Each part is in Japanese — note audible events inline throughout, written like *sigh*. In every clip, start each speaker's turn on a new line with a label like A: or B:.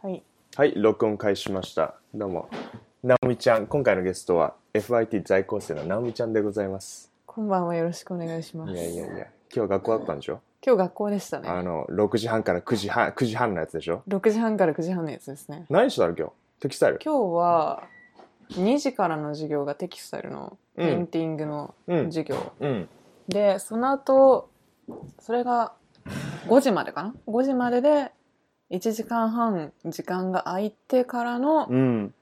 A: はい。
B: はい、録音開始しました。どうも。なおみちゃん、今回のゲストは FIT 在校生のなおみちゃんでございます。
A: こんばんはよろしくお願いします。
B: いやいやいや、今日学校だったんでしょ
A: 今日学校でした
B: あ
A: ね。
B: の、6時半から9時半、9時半のやつでしょ
A: 6時半から9時半のやつですね。
B: 何してたの今日テキスタイル
A: 今日は2時からの授業がテキスタイルのペインティングの
B: うん。
A: 授業、
B: うん。
A: でその後それが5時までかな5時までで1時間半時間が空いてからの
B: うん。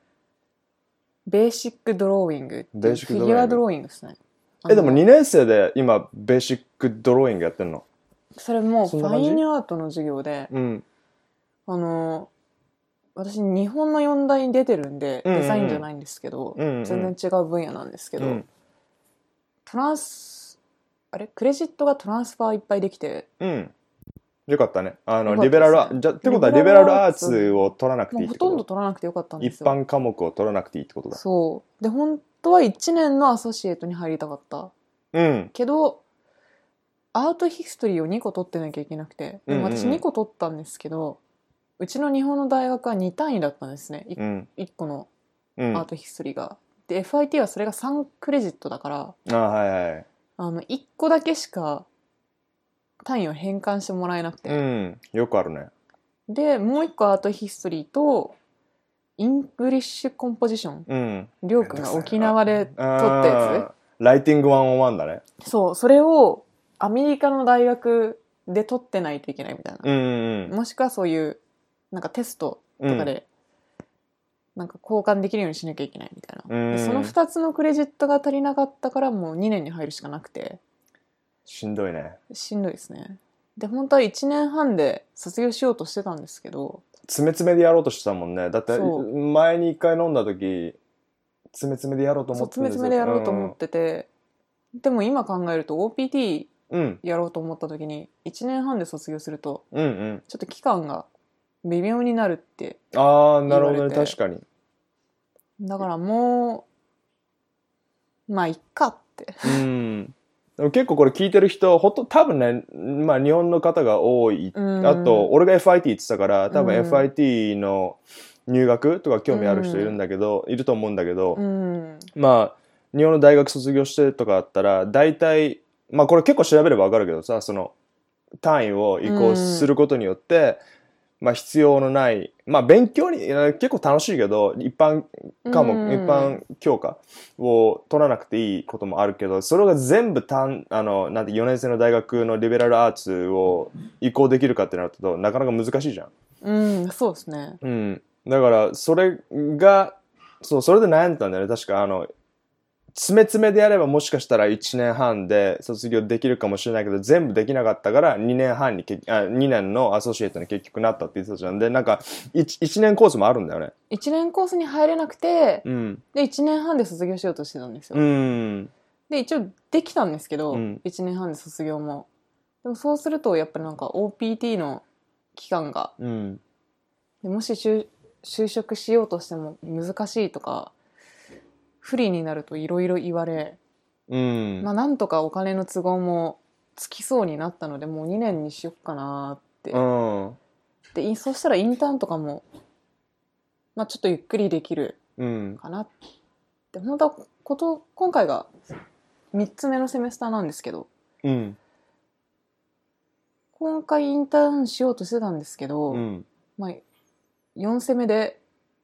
A: ベーシックドローイングって
B: ベ
A: い
B: ー
A: う
B: シッ
A: フ
B: クド
A: ィ
B: ローイング
A: ギュアドローイングですね。
B: え、でも2年生で今、ベーシックドローイングやってんの
A: それもう
B: そ
A: フ
B: んな感
A: ァ
B: じ
A: インアートの授業で、
B: うん。
A: あの私日本の四大に出てるんで、
B: うんうん
A: デザインじゃないんですけど、
B: うんうん
A: 全然違う分野なんですけ
B: う
A: ど、
B: ん。
A: トランスあれクレジットがトランスファーいっぱいできて
B: うん。よかったね。あの、
A: よかったですね
B: リベラルア、じゃ、ってことはリ
A: リ
B: ベ
A: ベラ
B: ラル
A: ル
B: ア
A: ア
B: ー
A: ー
B: ツ
A: ツ
B: を取らなくて
A: も
B: いういっ
A: ほ
B: て
A: とん
B: こ
A: ど
B: と
A: 取らなくてよかったんで
B: 一
A: すよ
B: 般科目を取らなくていいってことだ。
A: そうで本当は1年のアソシエイトに入りたかった
B: うん。
A: けどアートヒストリーを2個取ってなきゃいけなくてでも
B: うんうん
A: 私
B: うん
A: 2個取ったんですけど、うちの日本の大学は2単位だったんですね 1,
B: うん。
A: 個の
B: うん。
A: アートヒストリーが。で FIT はそれが3クレジットだから
B: あはいはい
A: あの1個だけしか単位を変換してもらえなく
B: う
A: て、
B: んよくあるね
A: でもう1個アートヒストリーとイングリッシュコンポジション
B: うん
A: りょうくんが沖縄で撮ったや
B: つライティング101だね
A: そうそれをアメリカの大学で取ってないといけないみたいな、
B: うんうん
A: もしくはそういうなんかテスト
B: うん
A: とかで、なんか交換できるようにしなきゃいけないみたいな、
B: うん
A: でその2つのクレジットが足りなかったからもう2年に入るしかなくて。
B: しんどいね
A: しんどいですねで本当は1年半で卒業しようとしてたんですけど
B: 詰め詰めでやろうとしてたもんねだって
A: そう
B: 前に一回飲んだ時詰め詰めでやろうと
A: そ
B: 思
A: う
B: って
A: 詰め詰めでやろうと思ってて、でも今考えると OPT
B: うん
A: やろうと思った時に1年半で卒業すると
B: うんうん
A: ちょっと期間が微妙になるって
B: ああなるほど
A: 言
B: ね
A: われて
B: 確かに
A: だからもうまあいっかって
B: うんでも結構これ聞いてる人ほんと多分ねまあ日本の方が多い
A: うん
B: あと俺が FIT って言ってたから多分
A: うん
B: FIT の入学とか興味ある人いるんだけど、いると思うんだけど、
A: うん
B: まあ日本の大学卒業してとかあったら大体まあこれ結構調べればわかるけどさその単位を移行することによって、まあ必要のないまあ勉強にいや結構楽しいけど一般科目、
A: うん
B: 一般教科を取らなくていいこともあるけどそれが全部単あのなんて4年生の大学のリベラルアーツを移行できるかってなるとなかなか難しいじゃん。
A: うんそうですね
B: うん、だからそれがそうそれで悩んでたんだよね確かあの詰め詰めでやればもしかしたら1年半で卒業できるかもしれないけど全部できなかったから2年半に結あ2年のアソシエイトに結局なったって言ってたじゃんでなんか 1, 一年コースもあるんだよね
A: 1年コースに入れなくて
B: うん
A: で1年半で卒業しようとしてたんですよ、
B: うん
A: で一応できたんですけど、
B: うん
A: 1年半で卒業もでもそうするとやっぱりなんか OPT の期間が
B: うん
A: でもし就就職しようとしても難しいとか不利になるといろいろ言われ、
B: うん、
A: まあなんとかお金の都合もつきそうになったのでもう2年にしよっかなって、
B: うん
A: でいそしたらインターンとかも、まあ、ちょっとゆっくりできる
B: うん
A: かなって本当はこと今回が3つ目のセメスターなんですけど
B: うん
A: 今回インターンしようとしてたんですけど、
B: うん
A: まあ、4攻めで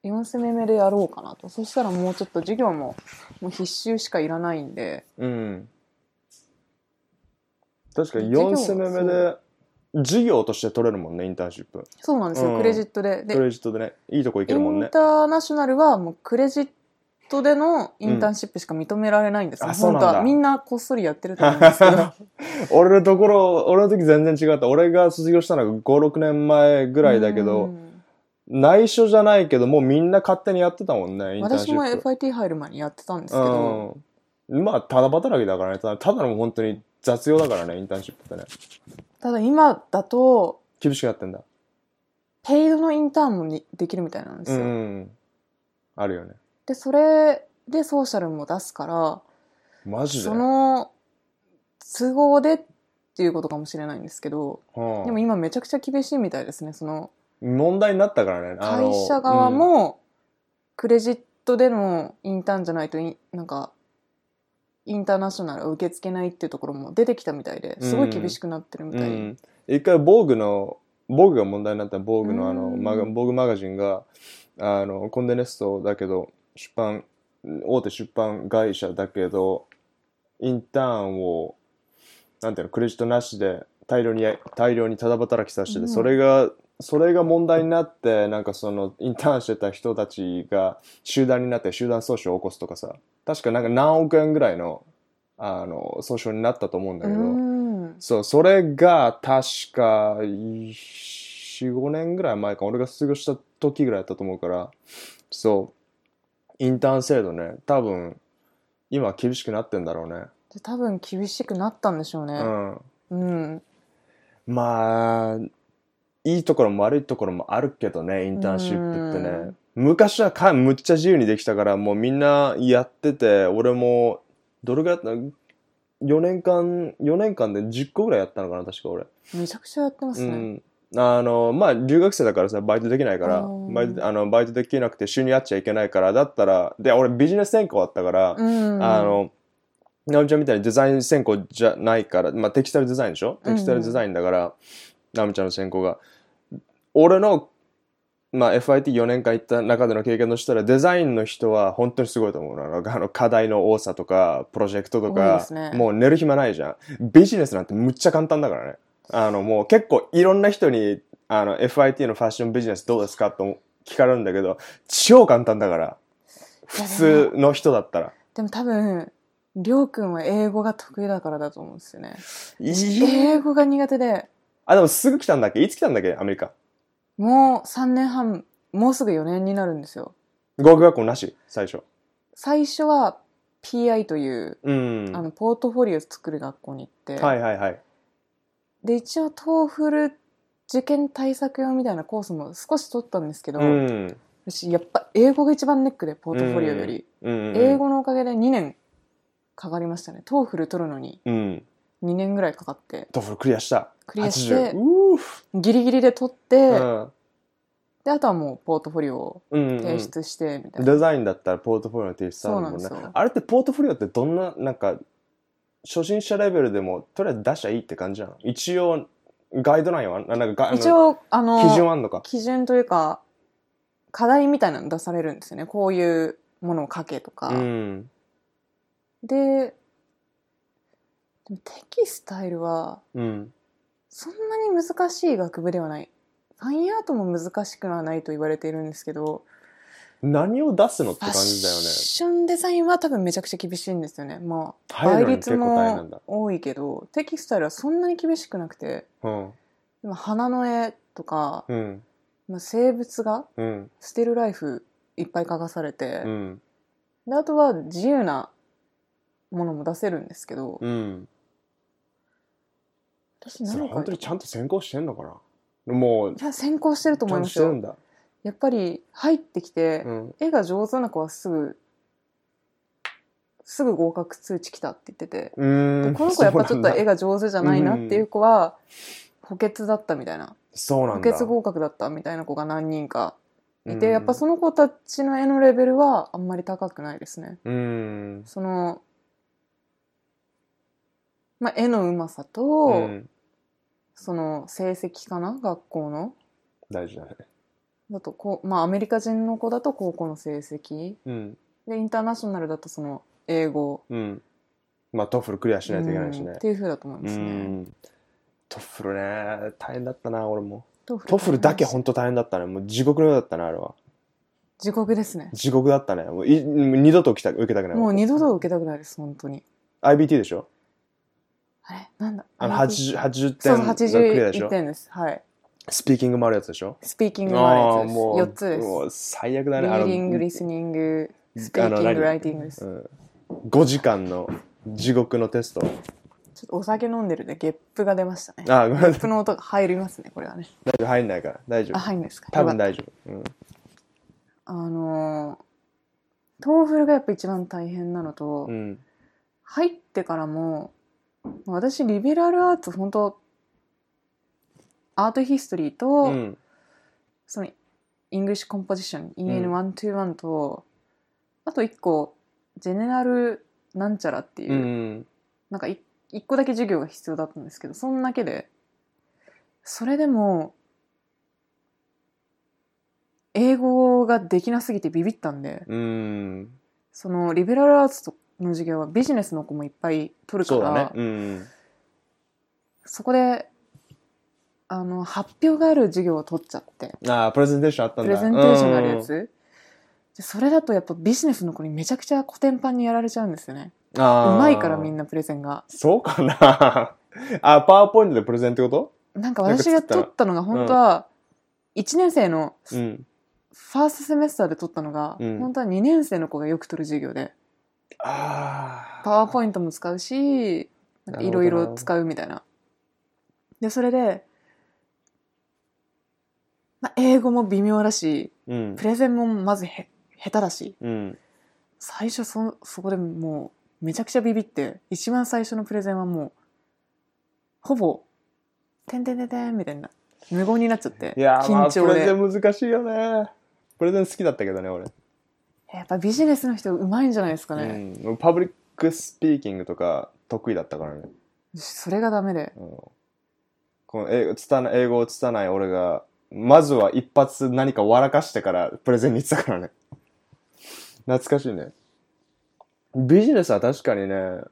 A: 4攻め目でやろうかなとそしたらもうちょっと授業ももう必修しかいらないんで
B: うん確かに
A: 授業
B: 4攻め目で授業として取れるもんねインターンシップ
A: そうなんですよ、
B: うん
A: クレジットでで
B: クレジットでねいいとこ行けるもん
A: イ
B: ね
A: ンターナショナルはもうクレジットでのインターンシップしか認められないんですよ、
B: うんあそう
A: 本
B: なん
A: 当
B: だ
A: はみんなこっそりやってると思うんですけ
B: *laughs*
A: ど
B: 俺のところ俺の時全然違った俺が卒業したのが56年前ぐ
A: ぐ
B: らいだけど内緒じゃないけどもうみんな勝手にやってたもんねインターン
A: 私
B: シ
A: も
B: ップ
A: FIT 入る前にやってたんですけど、
B: うん、まあただ働きだからねただただの本当に雑用だからねインターンシップってね
A: ただ今だと
B: 厳しくやってんだ
A: ペイドのインターンもにできるみたいなんです
B: う
A: よ、
B: んあるよね
A: でそれでソーシャルも出すから
B: マジで
A: その都合でっていうことかもしれないんですけど、
B: うん
A: でも今めちゃくちゃ厳しいみたいですねその
B: 問題になったからね。あの
A: 会社側、もクレジットでのインターンじゃないといなんかインターナショナルを受け付けないっていうところも出てきたみたいですごい厳しくなってる
B: う
A: み
B: ん
A: たい、
B: うん一回防具の、防具が問題になった防具のあの、
A: うん
B: マガ防具マガジンが、あの、コンデネストだけど、出版、大手出版会社だけど、インターンを、なんていうの、クレジットなしで大量にや、大量にただ働きさせてて、
A: うん
B: それが、それが問題になって、なんかその、インターンしてた人たちが集団になって集団訴訟を起こすとかさ、確かなんか何億円ぐらいの、あの、訴訟になったと思うんだけど、
A: うん
B: そう、それが確か4、5年ぐらい前か、俺が卒業した時ぐらいだったと思うから、そう、インターン制度ね、多分、今は厳しくなってんだろうね。
A: で多分厳しくなったんでしょう
B: う
A: ね
B: ん。
A: うん、
B: まあ、いいところも悪いところもあるけどね、インターンシップって
A: う
B: ね
A: ん。
B: 昔はかむっちゃ自由にできたから、もうみんなやってて、俺も、どれぐらいやった ?4 年間、4年間で10個ぐらいやったのかな、確か俺。
A: めちゃくちゃやってますね、
B: うん、あのまあ留学生だからさバイトできないから
A: あー
B: バイトあのバイトできなくて収入あっちゃいけないからだったらで俺ビジネス専攻だったから、
A: うん
B: あのなおみちゃんみたいにデザイン専攻じゃないから、まあ、テキスタイルデザインでしょテキスタイルデザインだから、なおみちゃんの専攻が俺の、まあ、FIT4 年間行った中での経験としたらデザインの人は本当にすごいと思うなあの課題の多さとかプロジェクトと
A: 多いで
B: か
A: すね
B: もう寝る暇ないじゃんビジネスなんてむっちゃ簡単だからねあのもう結構いろんな人にあの FIT のファッションビジネスどうですかと聞かれるんだけど超簡単だから普通の人だったら
A: でも多分りょうくんは英語が得意だからだと思うんですよね
B: いや
A: 英語が苦手で
B: あ、でもすぐ来たんだっけいつ来たんだっけアメリカ。
A: もう3年半もうすぐ4年になるんですよ
B: 語学学校なし、最初。
A: 最初は PI という、
B: うん。
A: あ
B: は
A: のポートフォリオを作る学校に行っ
B: い
A: て、
B: はいはい。
A: で一応 TOEFL 受験対策用みたいなコースも少し取ったんですけど、
B: うん。
A: 私やっぱ英語が一番ネックでポートフォリオより、
B: うん。
A: 英語のおかげで2年かかりましたね TOEFL 取るのに
B: うん。
A: 2年ぐらいかかって
B: トフルクリアした。
A: クリアして
B: 80うーふ
A: ギリギリで取って、
B: うん
A: であとはもうポートフォリオを
B: うんうん
A: 提出してみたいな、
B: デザインだったらポートフォリオの提出あるもんね
A: そうなんですよ。
B: あれってポートフォリオってどんな、なんか、初心者レベルでも、とりあえず出しゃいいって感じなの一応、ガイドラインはあなんかガ、あの
A: 一応あの
B: 基準あんのか。
A: 基準というか課題みたいなの出されるんですよねこういうものを書けとか、
B: うん。
A: ででもテキスタイルは
B: うん。
A: そんなに難しい学部ではないファインアートも難しくはないと言われているんですけど
B: 何を出すのって
A: ファ
B: 感
A: ッ
B: じだよね。
A: ションデザインは多分めちゃくちゃ厳しいんですよねまあ倍
B: 入るのに
A: 率
B: 結構大変なんだ
A: も。多いけどテキスタイルはそんなに厳しくなくて
B: うん。
A: でも花の絵とか、
B: うん。
A: まあ、生物画
B: うん。
A: ステルライフいっぱい描かされて、
B: うん。
A: であとは自由なものも出せるんですけど、
B: うん。
A: 私
B: それ
A: 何か
B: 本当にちゃんと先行してんのかなもう
A: いや先行してると
B: ち
A: 思
B: ゃ
A: い
B: ん
A: ま
B: と
A: す
B: してる
A: よ
B: んだ、
A: やっぱり入ってきて、
B: うん、
A: 絵が上手な子はすぐすぐ合格通知来たって言ってて、
B: うー
A: で
B: ん
A: この子やっぱちょっと絵が
B: が
A: 上手じゃないなっていう子は補欠だったみたいな
B: そうな
A: 補
B: んだ
A: 欠合格だったみたいな子が何人かいて、
B: うん
A: やっぱその子たちの絵のレベルはあんまり高くないですね。
B: うん
A: そのまあ、絵のうまさと、
B: うん
A: その成績かな学校の
B: 大事だね
A: だとこうまあアメリカ人の子だと高校の成績
B: うん
A: でインターナショナルだとその英語
B: うんまあトッフルクリアしないといけないし
A: うん
B: ね
A: っていうふうだと思いま
B: う
A: すね
B: んトッフルね大変だったな俺も
A: トフ
B: トッフルだけ本当大変だったねもう地獄のようだったねあれは
A: 地獄ですね
B: 地獄だったねもういもう二度と受けた受けたくない
A: もう二度と受けたくないです本当に
B: IBT でしょ
A: あれなんだ
B: あの 80, 80
A: そう
B: 点
A: そう
B: のクリアでし
A: 81
B: ょ
A: 点ですはい
B: スピーキングもあるやつでしょ
A: スピーキングの
B: あ
A: あ
B: あ
A: るやつです
B: もう
A: 4つです
B: もう最悪だ
A: リ
B: ねあの
A: ーディングリスニングスピ
B: あ
A: ー
B: の
A: キン
B: 何
A: グライティングです
B: うん、5時間の地獄のテスト
A: ちょっとお酒飲んでるんでゲップが出ましたね
B: あごめんな
A: ゲッ
B: さ
A: プ
B: い
A: の音が入りますねこれはね
B: 大丈夫入んないから大丈
A: あ
B: 夫
A: 入るんですか
B: 多
A: よかっ
B: 分
A: た
B: 大丈夫、うん、
A: あのー、トーフルがやっぱ一番大変なのと、
B: うん
A: 入ってからも私リベラルアーツ本当アートヒストリーと、
B: うん
A: そのイングリッシュコンポジション EN121 と、あと1個ジェネラルなんちゃらっていう、
B: うん
A: なんかい1個だけ授業が必要だったんですけどそんだけでそれでも英語ができなすぎてビビったんで
B: うん
A: そのリベラルアーツの授業はビジネスの子もいっぱい取るか
B: そう
A: ら
B: だねうん
A: そこであの発表がある授業を取っちゃって
B: ああプレゼンテーションあったん
A: プ
B: だ
A: レゼンテーションがあるやつ、でそれだとやっぱビジネスの子にめちゃくちゃコテンパンにやられちゃうんですよね
B: うん
A: う
B: ああ
A: まいからみんなプレゼンが
B: そうかな *laughs* あパワーポイントでプレゼンってこ
A: なんか
B: なんか
A: 私
B: 作
A: が
B: ったら
A: 取ったのが本当は1年生の
B: とうん
A: ファーストセメスターで取ったのが、
B: うん
A: 本当は2年生の子がよく取る授業で
B: ああ
A: パワーポイントも使うしなんかいろいろ使うみたいなでそれで、まあ、英語も微妙だし
B: うん
A: プレゼンもまずへ下手だし
B: うん
A: 最初そそこでもうめちゃくちゃビビって一番最初のプレゼンはもうほぼ「てんてんてんてん」みたいな無言になっちゃって
B: いやー
A: 緊
B: まあプ
A: 張
B: レ
A: で
B: ゼ。ン難しいよねプレゼン好きだったけどね俺
A: やっぱビジネスの人うまいんじゃないですかね、
B: うん、パブリックスピーキングとか得意だったからね、
A: それがダメで
B: うん、この英語つたな英語をつたない俺がまずは一発何か笑かしてからプレゼンに行ってたからね *laughs* 懐かしいねビジネスは確かにね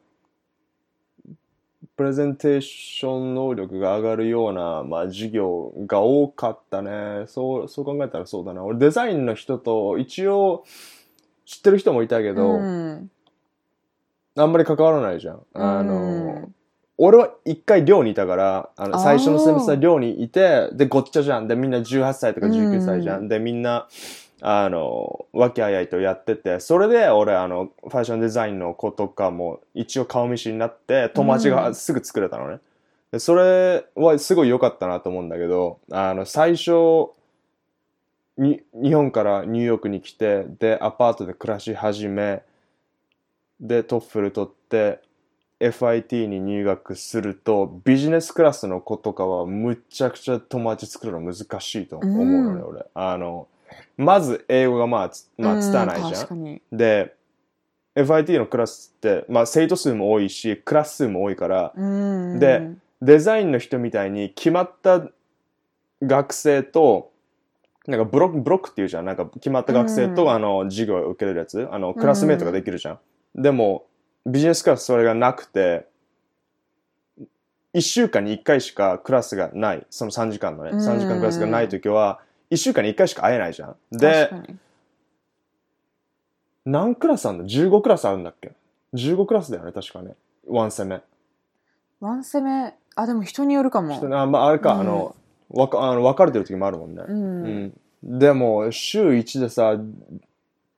B: プレゼンテーション能力が上がるような、まあ、授業が多かったねそうそう考えたらそうだな俺デザインの人と一応知ってる人もいたけど、
A: うん、
B: あんまり関わらないじゃん。あの、
A: うん
B: 俺は一回寮にいたから、あの
A: あー
B: 最初のセミスター寮にいて、で、ごっちゃじゃん。で、みんな18歳とか19歳じゃん。
A: う
B: で、みんな、あの、和気あいあいとやってて、それで俺、あの、ファッションデザインの子とかも一応顔見知りになって、友達
A: う
B: が
A: ん
B: すぐ作れたのね。で、それはすごい良かったなと思うんだけど、あの、最初、に日本からニューヨークに来てでアパートで暮らし始めでトッフル取って FIT に入学するとビジネスクラスの子とかはむちゃくちゃ友達作るの難しいと思うのね、
A: う
B: 俺あのまず英語がまあつ、まあ、つたないうじゃ
A: 確
B: ん
A: かに
B: で FIT のクラスって、まあ、生徒数も多いしクラス数も多いから
A: うん
B: でデザインの人みたいに決まった学生となんかブロックブロックっていうじゃんなんか決まった学生
A: う
B: と、
A: ん
B: あの授業を受けれるやつあのクラスメートができるじゃん、でもビジネスクラスそれがなくて1週間に1回しかクラスがないその3時間のね
A: うん
B: 3時間クラスがない時は1週間に1回しか会えないじゃんで
A: 確かに
B: 何クラスあるの ?15 クラスあるんだっけ ?15 クラスだよね確かねワンセメ
A: ワン攻めあでも人によるかも
B: 人ねあまあ、あれか、
A: うん
B: あのわかあの別れてる時もあるもんね、
A: うん、
B: うんでも週1でさ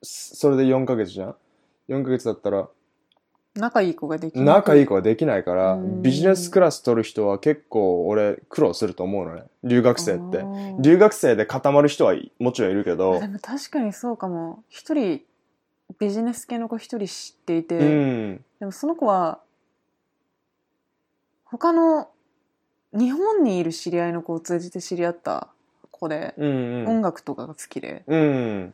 B: そそれで4ヶ月じゃん4ヶ月だったら
A: 仲いい子ができる
B: 仲いい
A: 子
B: 子はできないから、
A: うん
B: ビジネスクラス取る人は結構俺苦労すると思うのね留学生って留学生で固まる人はいもちろんいるけど
A: でも確かにそうかも一人ビジネス系の子一人知っていて、
B: うん
A: でもその子は他の日本にいる知り合いの子を通じて知り合った子で、
B: うんうん
A: 音楽とかが好きで
B: うん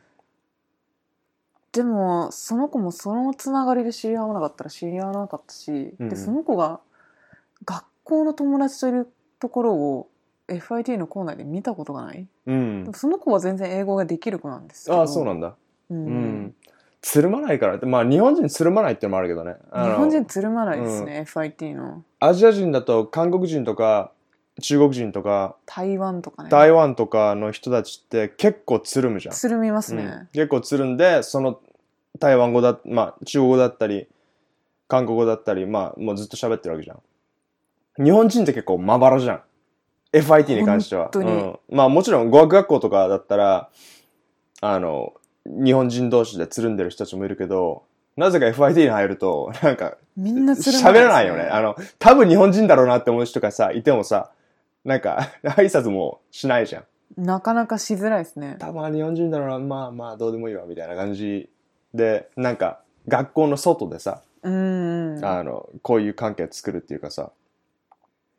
A: でもその子もそのつながりで知り合わなかったら知り合わなかったし、
B: うん
A: でその子が学校の友達といるところを FIT の校内で見たことがない、
B: うん
A: でもその子は全然英語ができる子なんですけど
B: ああそうなんだ
A: うん
B: うんつるまないからってまあ日本人つるまないってのもあるけどねあ
A: 日
B: の
A: 本人つるまないですね、FIT の
B: アジア人だと韓国人とか中国人とか
A: 台湾とかね
B: 台湾とかの人たちって結構つるむじゃん、
A: つるみますね、
B: うん結構つるんでその台湾語だまあ中国語だったり韓国語だったりまあもうずっと喋ってるわけじゃん日本人って結構まばらじゃん FIT に関しては
A: 本当に
B: うん、まあもちろん語学学校とかだったらあの日本人同士でつるんでる人たちもいるけどなぜか FIT に入るとなんか
A: みんなつるま
B: 喋らないよね。あの、多分日本人だろうなって思う人がさ、いてもさ、なんか、挨拶もしないじゃん。
A: なかなかしづらいですね。
B: 多分日本人だろうな、まあまあ、どうでもいいわ、みたいな感じで、なんか、学校の外でさ、
A: うんうん。
B: あの、こういう関係作るっていうかさ、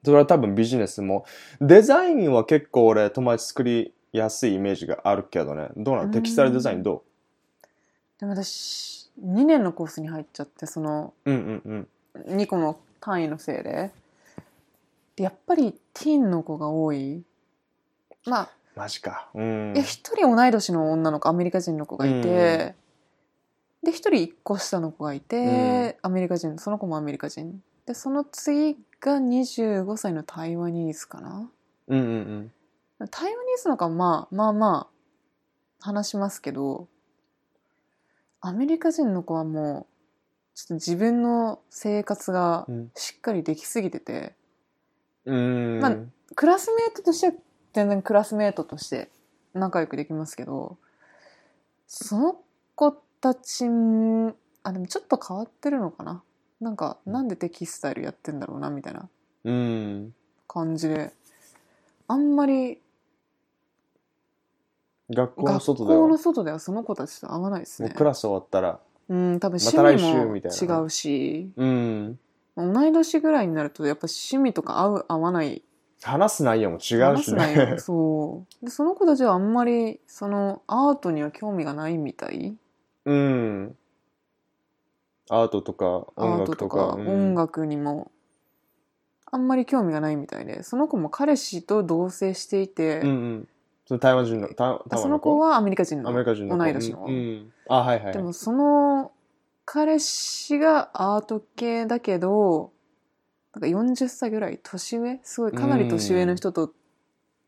B: それは多分ビジネスも、デザインは結構俺、友達作り安いイメージがあるけどねどうな
A: う
B: の
A: ん
B: テキスタイルデザインど
A: でも私2年のコースに入っちゃってその
B: ううんうんうん
A: 2個の単位のせいででやっぱりティーンの子が多いまあ
B: マジかうん
A: いや一人同い年の女の子アメリカ人の子がいて、
B: うん
A: で一人一個下の子がいて、アメリカ人その子もアメリカ人でその次が25歳のタイワニーズかな
B: うんうんうん
A: タイワニーズの子はまあまあまあ話しますけどアメリカ人の子はもうちょっと自分の生活が
B: うん
A: しっかりできすぎてて、
B: うん
A: まあクラスメートとしては全然クラスメートとして仲良くできますけどその子たちんあでもちょっと変わってるのかななんかなんでテキスタイルやってんだろうなみたいな
B: うん
A: 感じであんまり
B: 学校の
A: 学
B: 外では
A: 校の外ではその子たちと会わないです
B: もう
A: ね
B: クラス終わったら
A: うん多分
B: また来
A: 趣
B: 週み
A: 味
B: たいな
A: も違うし、
B: うん
A: 同い年ぐらいになるとやっぱ趣味とか合う合わない
B: 話す内容も違う
A: 話
B: し
A: す内容
B: ね
A: もそうでその子たちはあんまりそのアートには興味がないみたい
B: うんアートとか
A: アー
B: 音
A: ト
B: 楽
A: と
B: と
A: か
B: か
A: 音楽にもあんまり興味がないみたいでその子も彼氏と同棲していて、
B: うんうんうんその台湾人の台
A: あ
B: 台
A: そ
B: 湾
A: の
B: の
A: 子
B: 子
A: はアメリカ人の
B: アメリカ人の子
A: 同い年の子、
B: うんうんあはいはいはい
A: でもその彼氏がアート系だけどなんか40歳ぐらい年上すごいかなり年上の人と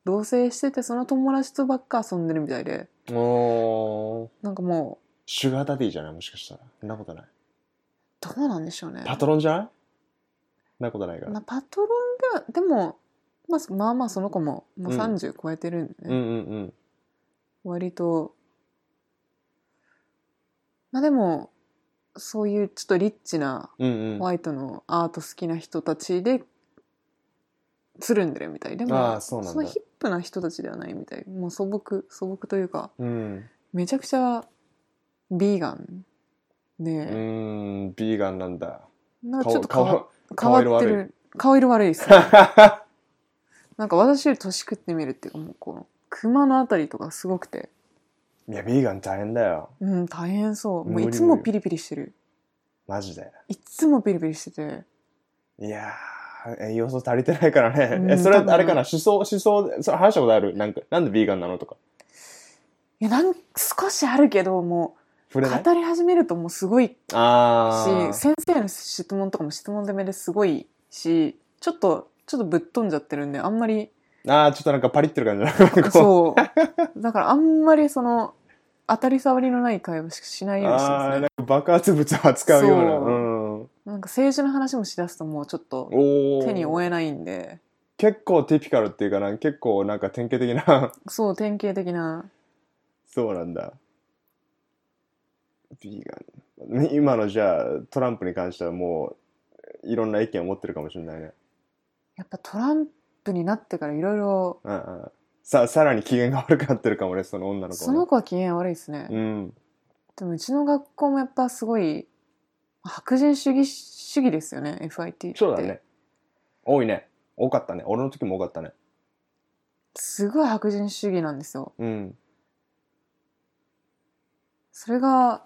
A: 同棲しててその友達とばっか遊んでるみたいで
B: おー
A: なんかもう
B: シュガーダディじゃないもしかしたらそんなことない
A: どうなんでしょうね
B: パトロンじゃないそんなことないから
A: まあ、パトロンではでも、まあ、まあまあその子ももう
B: うん
A: 30超えてるんでね、
B: うんうんうん
A: 割とまあでもそういうちょっとリッチな
B: うん
A: ホ
B: うん
A: ワイトのアート好きな人たちでつるんでるみたいで
B: あ
A: も
B: あそうなんだ
A: のヒップな人たちではないみたいもう素朴素朴というか
B: うん
A: めちゃくちゃビーガン
B: う
A: で、
B: ーんビーガンなんだ
A: なんかちょっと
B: 顔
A: 変わ
B: 顔
A: 変わって
B: 顔色悪
A: る顔色悪い
B: *laughs*
A: ですね
B: 顔
A: なんか私より年食ってみるっていうかもうこの熊のあたりとかすごくて
B: いやビーガン大変だよ
A: うん大変そうも
B: 無
A: う
B: 理
A: いつもピリピリしてる
B: マジで
A: いつもピリピリしてて
B: いやー栄養素足りてないからね、
A: うん
B: えそれ
A: 多分
B: あれかな思想思想でそれ話したことあるなんかなんでビーガンなのとか
A: いやなん少しあるけども
B: 触
A: う
B: れない
A: 語り始めるともうすごいし
B: ああ
A: 先生の質問とかも質問攻めですごいしちょっとちょっとぶっ飛んじゃってるんであんまり
B: あーちょっとなんかパリってる感じだなこ
A: そうだからあんまりその当たり障りのない会話しかしな
B: う
A: いようにして
B: あー
A: ます
B: なん
A: ね
B: か爆発物を扱うような
A: そう
B: う、ん、
A: なんか政治の話もしだすともうちょっと
B: おー
A: 手に負えないんで
B: 結構ティピカルっていうかな結構なんか典型的な *laughs*
A: そう典型的な
B: そうなんだビーガン今のじゃあトランプに関してはもういろんな意見を持ってるかもしれないね、
A: やっぱトランプになってからいろいろ
B: うんうん、ささらに機嫌が悪くなってるかもねその女の子
A: そ
B: はね
A: の子は機嫌悪いですね、
B: うん
A: でもうちの学校もやっぱすごい白人主義主義ですよね FIT って
B: そうだね多いね多かったね俺の時も多かったね
A: すごい白人主義なんですよ
B: うん
A: それが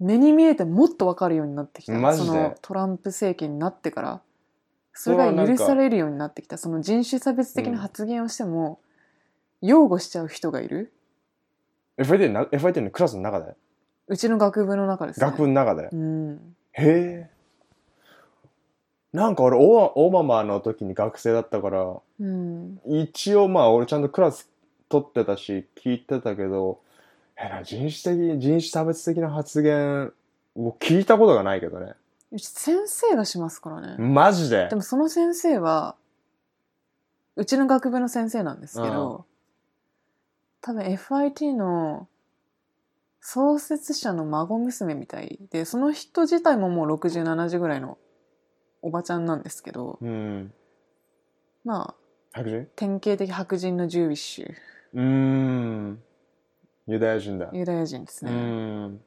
A: 目に見えてもっと分かるようになってきた
B: マジで
A: そのトランプ政権になってからそれが許されるようになってきたその人種差別的な発言をしても、擁護しちゃう人がいる
B: FIT な FIT のクラスの中で
A: うちの学部の中ですね
B: 学部の中で
A: うん
B: へえなんか俺オーママの時に学生だったから
A: うん
B: 一応まあ俺ちゃんとクラス取ってたし聞いてたけどえな人種的人種差別的な発言を聞いたことがないけどね
A: うち先生がしますからね、
B: マジで
A: でもその先生はうちの学部の先生なんですけど、多分 FIT の創設者の孫娘みたいでその人自体ももう6070ぐらいのおばちゃんなんですけど
B: うん
A: まあ
B: 白人
A: 典型的白人のジューイッシュ
B: うーんユダヤ人だ
A: ユダヤ人です
B: う
A: ね、
B: ーん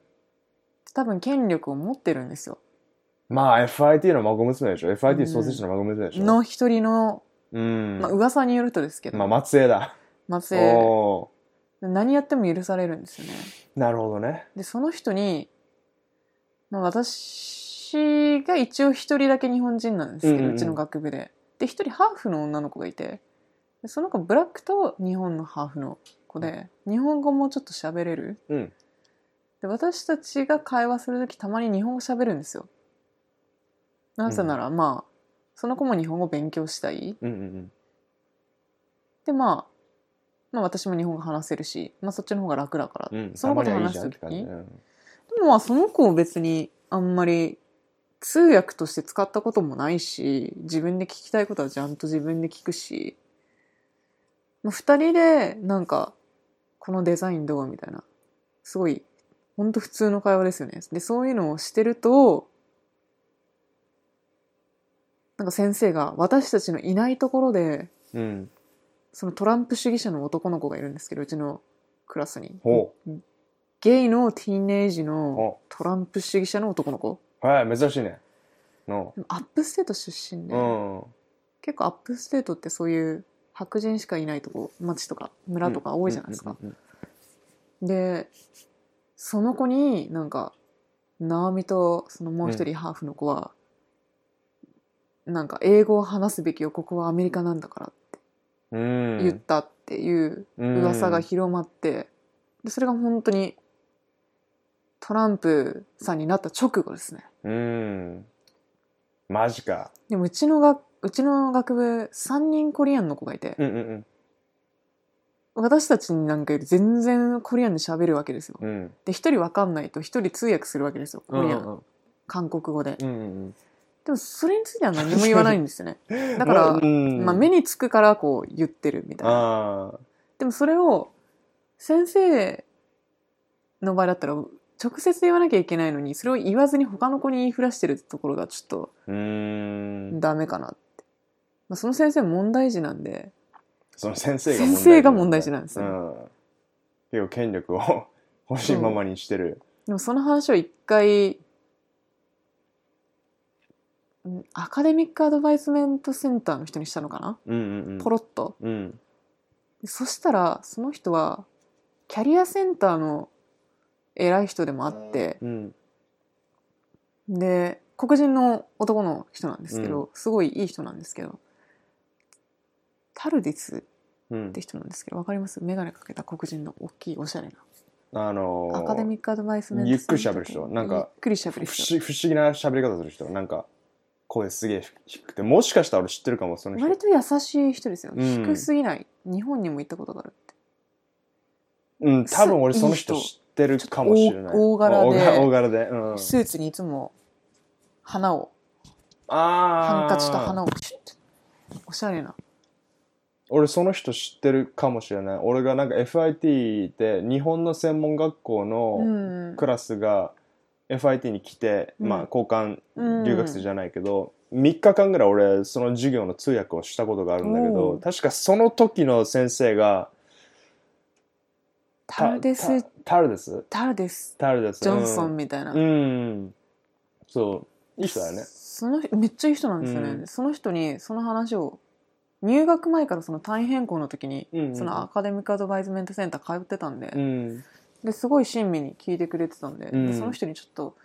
A: 多分権力を持ってるんですよ
B: まあ FIT の孫娘でしょ
A: うん
B: FIT 創設者の孫娘でしょ
A: の一人の、
B: うん
A: まあ噂によるとですけど、
B: まあ末裔だ
A: 松江
B: お
A: 何やっても許されるんですよね
B: ーなるほどね。
A: でその人に、まあ、私が一応一人だけ日本人なんですけど、う
B: うんうんうん
A: ちの学部でで一人ハーフの女の子がいてでその子ブラックと日本のハーフの子で日本語もちょっと喋れる
B: うん。
A: で私たちが会話する時たまに日本語喋るんですよなぜなら、まあその子も日本語勉強したい
B: うんうん
A: で、まあ、まあ私も日本語話せるし、まあ、そっちの方が楽だから、
B: うん。うん。
A: その子と
B: たまにはい
A: 話
B: いじ
A: す
B: ゃんっ
A: 時
B: て感じ。うん
A: でもまあその子を別にあんまり通訳として使ったこともないし自分で聞きたいことはちゃんと自分で聞くし、まあ、2人でなんかこのデザインどうみたいなすごいほんと普通の会話ですよね。でそういうのをしてるとなんか先生が私たちのいないところで
B: うん。
A: そのトランプ主義者の男の子がいるんですけどうちのクラスに
B: ほ
A: ゲイのティーンエイジ
B: う。
A: の
B: ほ
A: トランプ主義者の男の子
B: う。はい、珍しいね。の。
A: でもアップステート出身で、
B: うん。
A: 結構アップステートってそういう白人しかいないとこ町とか村とか多いじゃないですか、
B: うんうん
A: でその子になんか直美とそのもう一人ハーフの子は、なんか英語を話すべきよここはアメリカなんだから
B: うん。
A: 言ったっていう
B: うん
A: 噂が広まって、でそれが本当にトランプさんになった直後ですね
B: うん。マジか。
A: でもうちのがうちの学部3人コリアンの子がいて、
B: うんうん
A: 私たちなんかより全然コリアンで喋るわけですよ
B: うん。うん。
A: で一人わかんないと一人通訳するわけですよコリアン、韓国語で
B: うんうん
A: でもそれについては何も言わないんですよ
B: *laughs*
A: ね
B: うん。
A: だから、
B: ま
A: まあ、目につくからこう言ってるみたいな
B: ああ。
A: でもそれを先生の場合だったら直接言わなきゃいけないのにそれを言わずに他の子に言いふらしてるところがちょっと
B: うーん。
A: ダメかなって、まあ、その先生問題児なんで
B: その先生が
A: 先生が問題児なんですよ
B: よ。うん。結構権力を *laughs* 欲しいままにしてる。
A: でもその話を一回んアカデミックアドバイスメントセンターの人にしたのかな
B: うんうんうん。
A: ポロッと
B: うん。
A: でそしたらその人はキャリアセンターの偉い人でもあって
B: うん。
A: で黒人の男の人なんですけど、すごいいい人なんですけどタルディス
B: うん
A: って。人なんですけどわかります眼鏡かけた黒人の大きいおしゃれな
B: あのー
A: アカデミックアドバイスメント
B: ゆっくり喋る人なんか
A: ゆっくり喋る
B: 不
A: 人
B: 思不思議な喋り方する人。なんか、声すげえ低くて。もしかしたら俺知ってるかも、その人
A: 割。と優しい人ですよ、
B: うん
A: 低すぎない日本にも行ったことがあるって
B: うん、多分俺その人
A: いい人
B: 知ってるかもしれない。
A: ちょっと大柄で
B: *laughs* 大柄で。うん。
A: スーツにいつも花を
B: あー
A: ハンカチと花をプシュッておしゃれな
B: 俺その人知ってるかもしれない俺がなんか FIT で日本の専門学校
A: う
B: の
A: ん
B: クラスが FIT に来て、
A: うん
B: まあ交換
A: うん
B: 留学生じゃないけど、3日間ぐらい俺その授業の通訳をしたことがあるんだけ
A: お
B: ど
A: う
B: 確かその時の先生が
A: タルデス
B: タタルデス
A: タルデス
B: タルデス
A: ジョンソン
B: み
A: みたいな、
B: たいなうん、うんそういい人だよね
A: その人めっちゃいい人なんですよね、
B: うん
A: その人にその話を入学前からその単位変更の時に、
B: うんうん
A: そのアカデミックアドバイスメントセンター通ってたんで、
B: うん
A: ですごい親身に聞いてくれてたんで,で、
B: うん
A: その人にちょっと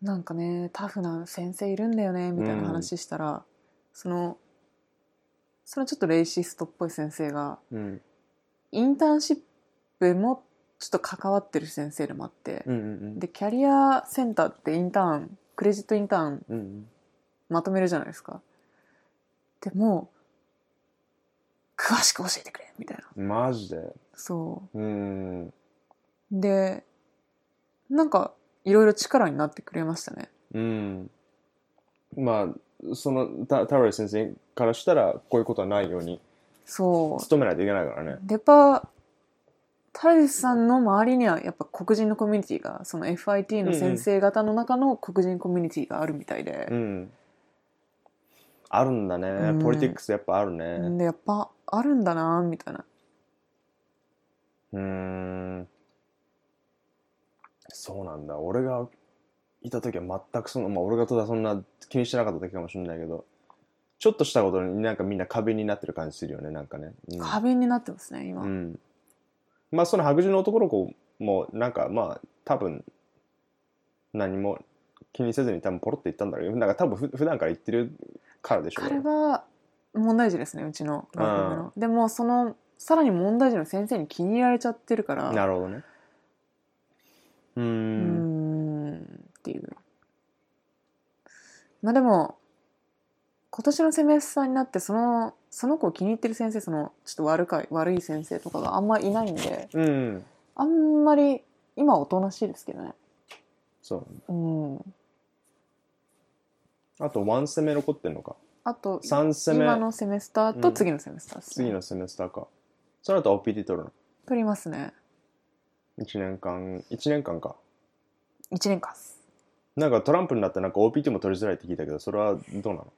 A: なんかねタフな先生いるんだよねみたいな話したら、そのそのちょっとレイシストっぽい先生が
B: うん
A: インターンシップもちょっと関わってる先生でもあって
B: う、んうん
A: でキャリアセンターってインターンクレジットインターン
B: うんうん
A: まとめるじゃないですか。でも詳しく教えてくれみたいな
B: マジで
A: そう
B: うん
A: でなんかいろいろ力になってくれましたね
B: うん。まあ、そのタタウレ先生からしたら、こういうことはないように、
A: そ
B: 努めないといけないからね。
A: うでやっぱタレスさんの周りにはやっぱ黒人のコミュニティがその FIT の先生方の中の黒人コミュニティがあるみたいで
B: う、ん。あるんだ
A: う
B: ね
A: ん。
B: ポリティックスやっぱあるね。
A: でやっぱあるんだなみたいな
B: うん。そうなんだ。俺がいた時は全くその、まあ俺がただそんな気にしてなかっただけかもしれないけど、ちょっとしたことになんかみんな過敏になってる感じするよねなんかね、うん
A: 過敏になってますね今、
B: うん、まあその白人の男の子もなんかまあ多分何も気にせずに多分ポロって言ったんだろうけどなんか多分ふ普段から言ってるからでしょう
A: 彼
B: ね
A: は問題児ですねうちの学部の、でもそのさらに問題児の先生に気に入られちゃってるから
B: なるほどねうー
A: うんーんっていうまあでも今年のセメスターになってそのその子を気に入ってる先生そのちょっと悪かい悪い先生とかがあんまいないんで
B: うん、
A: あんまり今はおとなしいですけどね
B: そう
A: うん
B: あと1攻め残ってんのか
A: あと
B: 3攻
A: 今
B: め
A: のセメスター
B: う
A: と
B: ん
A: 次のセメスターです、ね
B: 次のセメスターかその後 OPT 取るの
A: 取りますね
B: 1年間1年間か
A: 1年間っす
B: なんかトランプになってなんか OPT も取りづらいって聞いたけどそれはどうなの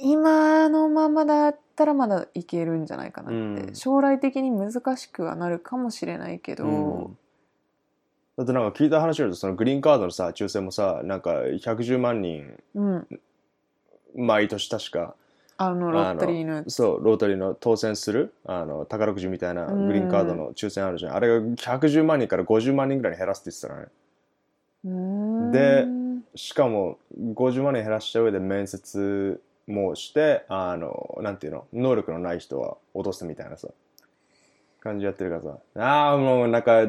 A: 今のままだったらまだいけるんじゃないかなって、
B: うん
A: 将来的に難しくはなるかもしれないけど、
B: うんだってなんか聞いた話によるとそのグリーンカードのさ抽選もさなんか110万人
A: うん、
B: 毎年確か
A: あのロッタリーの
B: そうロータリーの当選するあの宝くじみたいなグリーンカードの抽選あるじゃん、あれが110万人から50万人ぐらいに減らすって言ってたの
A: う
B: ね
A: ーん
B: でしかも50万人減らした上で面接もしてあのなんていうの能力のない人は落とすみたいなさ感じやってるからさああもうなんか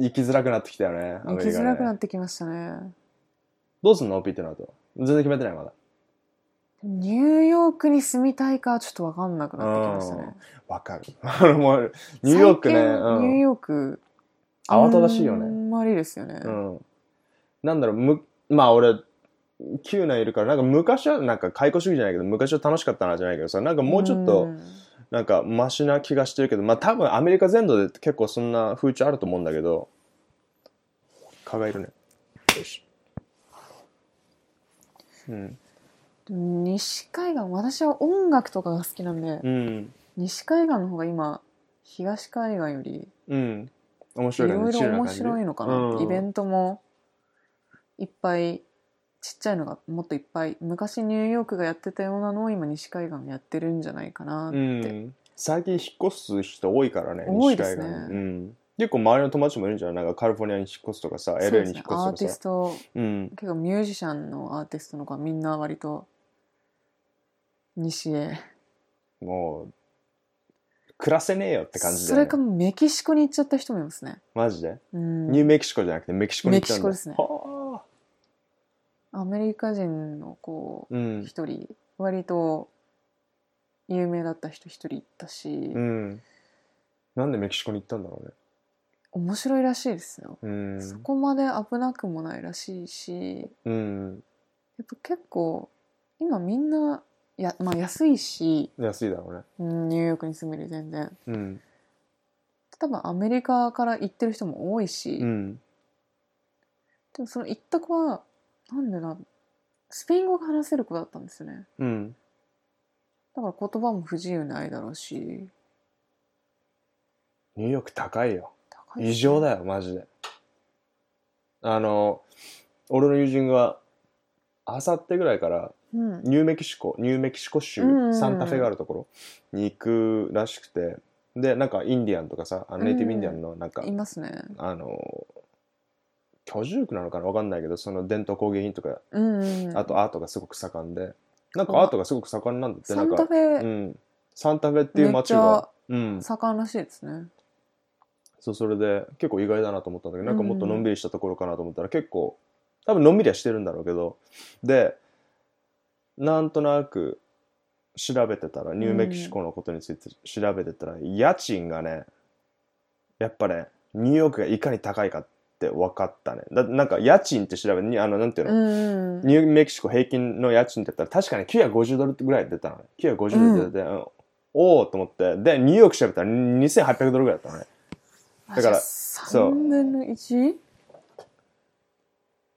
B: 生きづらくなってきたよねア
A: 行
B: メ
A: き
B: リカ
A: づ
B: ね
A: らくなってきましたね
B: どうすんの ?OP ってなると。全然決めてない、まだ。
A: ニューヨークに住みたいかちょっと分かんなくなってきましたね
B: わかる。 *laughs* あのもう、ニューヨークね、
A: 最近ニュー
B: う
A: ヨーク
B: ん、慌ただしいよ
A: あ
B: ね。
A: んまりですよね、
B: うん。なんだろう、む、まあ俺、9年いるから、なんか昔は、なんか解雇主義じゃないけど、昔は楽しかったなじゃないけどさ、なんかもうちょっと、
A: ん
B: なんかマシな気がしてるけど、まあ多分アメリカ全土で結構そんな風潮あると思うんだけど、蚊がいるね。よし。うん。
A: 西海岸私は音楽とかが好きなんで、
B: うん。
A: 西海岸の方が今東海岸より
B: うん。面
A: い
B: 白い
A: ろいろ
B: チルな
A: 面
B: 感じ
A: 白いのかな、
B: うん
A: イベントもいっぱいちっちゃいのがもっといっぱい昔ニューヨークがやってたようなのを今西海岸やってるんじゃないかなって、
B: うん、最近引っ越す人多いからね
A: 多いですね
B: 西海岸うん、結構周りの友達もいるんじゃないなんかカリフォルニアに引っ越すとかさ
A: そうで
B: LA
A: す
B: に引
A: ね
B: っ越
A: アー
B: すと
A: ティス
B: かさ
A: ト
B: うん
A: 結構ミュージシャンのアーティストの子はみんな割と西へ
B: もう暮らせねえよって感じ
A: そ
B: だよ
A: れ
B: ね
A: かもうメキシコに行っちゃった人もいますね、
B: マジで、
A: うん、
B: ニューメキシコじゃなくてメキシコに行ったんだ
A: メキシコですね
B: はあ
A: アメリカ人のこう
B: うん
A: 一人割と有名だった人一人いたし、
B: うんなんでメキシコに行ったんだろうね
A: 面白いらしいですよ、
B: うん
A: そこまで危なくもないらしいし
B: うん
A: やっぱ結構今みんなや、まあ、安いし
B: 安いだろうね
A: うんニューヨークに住める全然
B: うん
A: 多分アメリカから行ってる人も多いし、
B: うん
A: でもその行った子はなんでなスペイン語が話せる子だったんですよね
B: うん
A: だから言葉も不自由ないだろうし
B: ニューヨーク高いよ
A: 高い
B: 異常
A: よ
B: だよマジであの俺の友人があさってぐらいから
A: ね、うん、
B: ニューメキシコニューメキシコ州、
A: うんうんうん
B: サンタフェがあるところに行くらしくてでなんかインディアンとかさあのネイティブインディアンのなんか、
A: いますね
B: あの居住区なのかなわかんないけどその伝統工芸品とか
A: うんうん、うん
B: あとアートがすごく盛んでなんか
A: あ
B: アートがすごく盛んなんだって
A: サ
B: なん
A: ンタ
B: か
A: フェ、
B: うん、サンタフェっていう街が、うん、
A: 盛んらしいですね。
B: そうそれで結構意外だなと思ったんだけどなんかもっとのんびりしたところかなと思ったら結構多分のんびりはしてるんだろうけどでなんとなく調べてたらニューメキシコのことについて調べてたら、家賃がねやっぱねニューヨークがいかに高いかって分かったねだなんか家賃って調べにあのなんていう
A: う
B: の、
A: んうん。
B: ニューメキシコ平均の家賃だったら確かに950ドルぐらい出たのね950ドルで、うんおおと思ってでニューヨーク調べたら2800ドルぐらいだったのねだから
A: 3分の 1?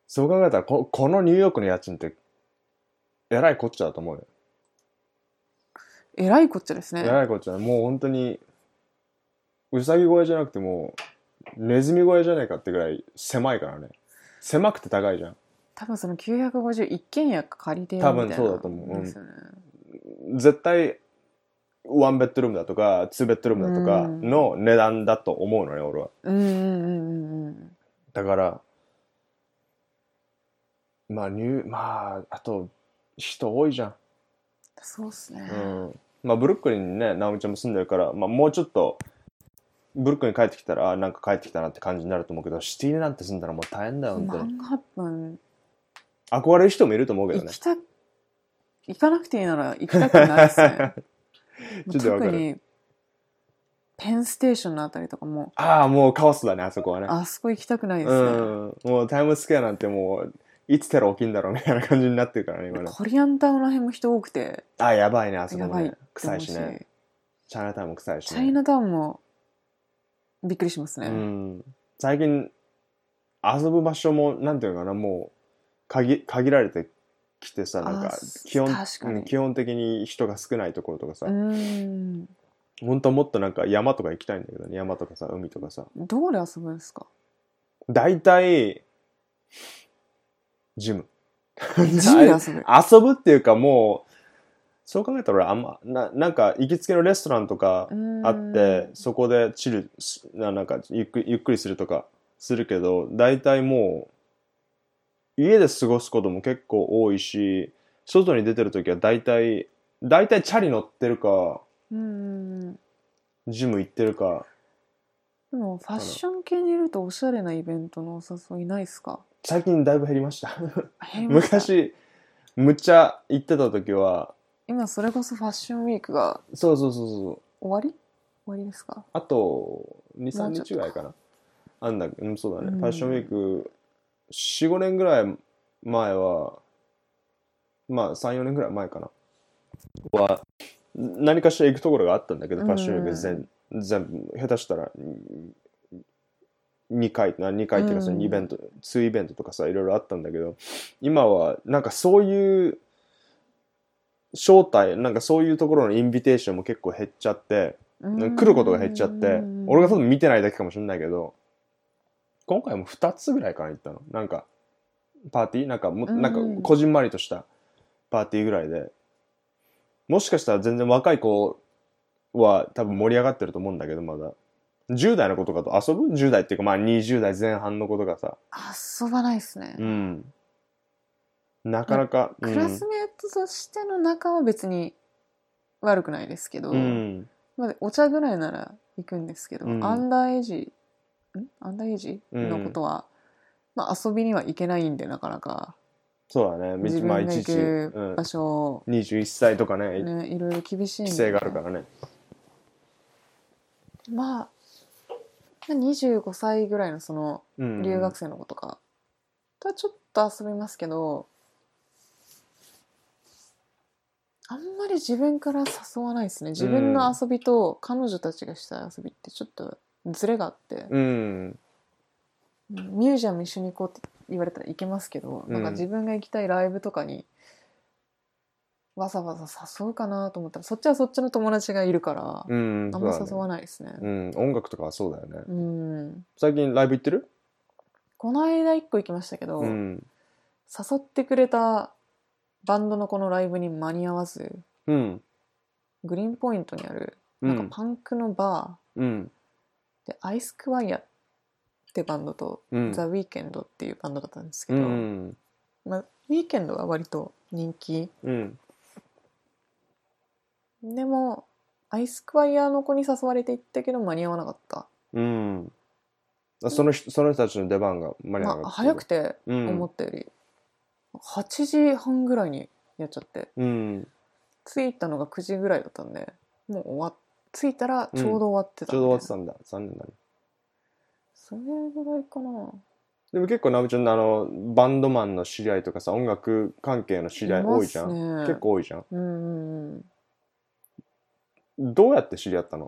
B: そう考えたらこ、このニューヨークの家賃って、えらいこっちゃだと思うよ。
A: えらいこっちゃです
B: え
A: ね。
B: らいこっちゃだ。もう本当に、うさぎ小屋じゃなくてもう、ネズミ小屋じゃないかってぐらい狭いからね。狭くて高いじゃん。
A: 多分その950一軒家借りてる
B: 多
A: みたいな
B: 分そうだと思ううん
A: ですよね
B: 絶対ワンベッドルームだとかツーベッドルームだとか
A: うん
B: の値段だと思うのね俺は
A: うんうんうんうん
B: だからまあ入まああと人多いじゃん、
A: そうっすね、
B: うん、まあブルックリンにね直美ちゃんも住んでるから、まあ、もうちょっとブルックリン帰ってきたらあなんか帰ってきたなって感じになると思うけどシティになんて住んだらもう大変だよ本当に
A: 何八分
B: 憧れる人もいると思うけど
A: 行
B: ね
A: きた行かなくていいなら行きたくないっすね
B: *laughs* ちょっとわか
A: 特
B: る
A: にペンステーションのあたりとかも
B: ああもうカオスだねあそこはね
A: あそこ行きたくないで
B: う
A: すね、
B: んもうタイムズスクエアなんてもういつテロ起きんだろうみたいな感じになってるからね今ね
A: コリアンタウンらへんも人多くて
B: あやばいねあそこも
A: や
B: ね
A: ば
B: 臭いしねチャイナタウンも臭いし
A: チ
B: ね
A: ャイナタウンもびっくりしますね、
B: うん、最近遊ぶ場所もなんていうのかなもう限限られてきてさなん
A: あ
B: か
A: す
B: 基本
A: 確かに
B: うん基本的に人が少ないところとかさ、
A: うん
B: 本当はもっとなんか山とか行きたいんだけどね山とかさ海とかさ
A: どこで遊ぶんですか
B: 大体ジム
A: ジムで遊ぶ
B: 遊ぶっていうかもうそう考えたら俺あんまななんか行きつけのレストランとか
A: うん
B: あってそこでチルしななんかゆっくゆっくりするとかするけど大体もう家で過ごすことも結構多いし外に出てる時は大体大体チャリ乗ってるか
A: うん
B: ジム行ってるか
A: でもファッション系にいるとおしゃれなイベントのお誘いないですか
B: 最近だいぶ減りました
A: 減りました
B: *laughs* 昔むっちゃ行ってた時は
A: 今それこそファッションウィークが
B: そうそうそうそう
A: 終わり終わりですか
B: あと23
A: もうちょっ
B: 日
A: と
B: ぐらいかなあんだけうんそうだね、
A: うん
B: ファッションウィーク45年ぐらい前はまあ34年ぐらい前かなは何かしら行くところがあったんだけど、
A: うん
B: ファッションウィーク全全部下手したらうん2回な2回っていうかその
A: うん
B: イベント、2イベントとかさいろいろあったんだけど今はなんかそういう招待なんかそういうところのインビテーションも結構減っちゃって、
A: うん
B: 来ることが減っちゃって
A: うん
B: 俺が多分見てないだけかもしれないけど今回も2つぐらいかな行ったのなんかパーティーなんかも
A: うん
B: なんかこじんまりとしたパーティーぐらいでもしかしたら全然若い子は多分盛り上がってると思うんだけどまだ10代の子とかと遊ぶ10代っていうかまあ20代前半の子とかさ
A: 遊ばないですね、
B: うんなかなか
A: クラスメートとしての仲は別に悪くないですけど、
B: うん、うん
A: まあ、お茶ぐらいなら行くんですけど、
B: うん
A: アンダーエイジんアンダーエイジ
B: うん
A: のことは、まあ、遊びには行けないんでなかなか
B: そうだね
A: 自分
B: ま
A: が
B: あいち
A: 行
B: いち、うん
A: く場所を、
B: 21歳とかね
A: ねいろいろ厳しいんで
B: 規制があるからね
A: まあ25歳ぐらいのその
B: うん
A: 留学生の子とかとはちょっと遊びますけど、あんまり自分から誘わないですね自分の遊びと彼女たちがした遊びってちょっとズレがあって、
B: うん
A: ミュージアム一緒に行こうって言われたら行けますけど、
B: うん
A: なんか自分が行きたいライブとかにわざわざ誘うかなと思ったらそっちはそっちの友達がいるから、
B: うん、
A: あんま誘わないですね。
B: そうだねうん、音楽とかはそうだよね。
A: うん、
B: 最近ライブ行ってる
A: この間一個行きましたけど、
B: うん。
A: 誘ってくれたバンドのこのライブに間に合わず
B: うん。
A: グリーンポイントにある
B: う
A: なんか
B: ん。
A: パンクのバ
B: うん。
A: ーで、アイスクワイアってバンドと、
B: うん。
A: ザ・ウィーケンドっていうバンドだったんですけ
B: う
A: ど、
B: ん。
A: まあ、ウィーケンドが割と人気
B: うん。
A: でもアイスクワイアの子に誘われて行ったけど間に合わなかった
B: うん。あその人、その人たちの出番が間に合わな
A: ま
B: か
A: あ、
B: った
A: 早くて
B: うん
A: 思ったより、8時半ぐらいにやっちゃって
B: うん。
A: 着いたのが9時ぐらいだったんでもう終わっ着いたらちょうど終わってた
B: ち
A: ん
B: ょう
A: で、
B: ど終わってたんだ。残念だね。
A: それぐらいかな
B: でも結構、なぶちゃんのあの、バンドマンの知り合いとかさ、音楽関係の知り合い多いじゃん。
A: ん
B: 結構多いじゃん。
A: うんうん
B: どうやって知り合ったの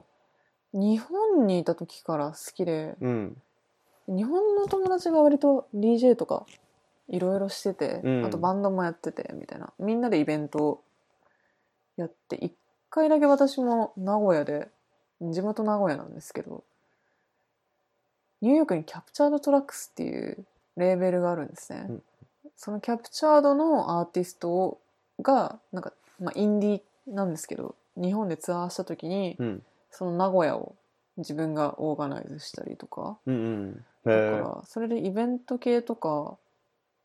A: うん日本にいた時から好きで
B: うん。
A: 日本の友達が割と DJ とかいろいろしてて、
B: うん
A: あとバンドもやっててみたいなみんなでイベントをやって一回だけ私も名古屋で地元名古屋なんですけどニューヨークにキャプチャードトラックスっていうレーベルがあるんですね、そのキャプチャードのアーティストがなんか、まあ、インディーなんですけど日本でツアーした時に
B: うん
A: その名古屋を自分がオーガナイズしたりとか
B: うんうん
A: だ
B: へ
A: か
B: え
A: らそれでイベント系とか、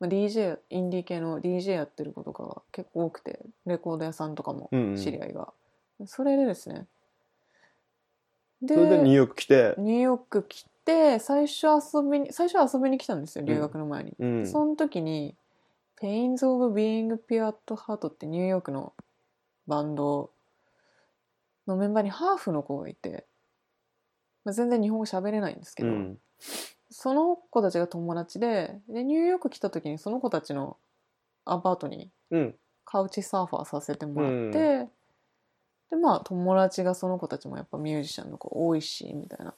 A: まあ、DJ インディー系の DJ やってる子とかが結構多くてレコード屋さんとかも
B: うんうん
A: 知り合いが、それでですねで
B: それでニューヨーク来て
A: ニューヨーク来て最初遊びに最初遊びに来たんですよ留学の前に、
B: うん
A: その時に「Pains of Being Pure at Heart」ってニューヨークのバンドのメンバーにハーフの子がいて、まあ、全然日本語喋れないんですけ
B: う
A: ど、
B: ん
A: その子たちが友達ででニューヨーク来た時にその子たちのアパートに
B: うん
A: カウチサーファーさせてもらって、
B: うん
A: でまあ友達がその子たちもやっぱミュージシャンの子多いしみたいな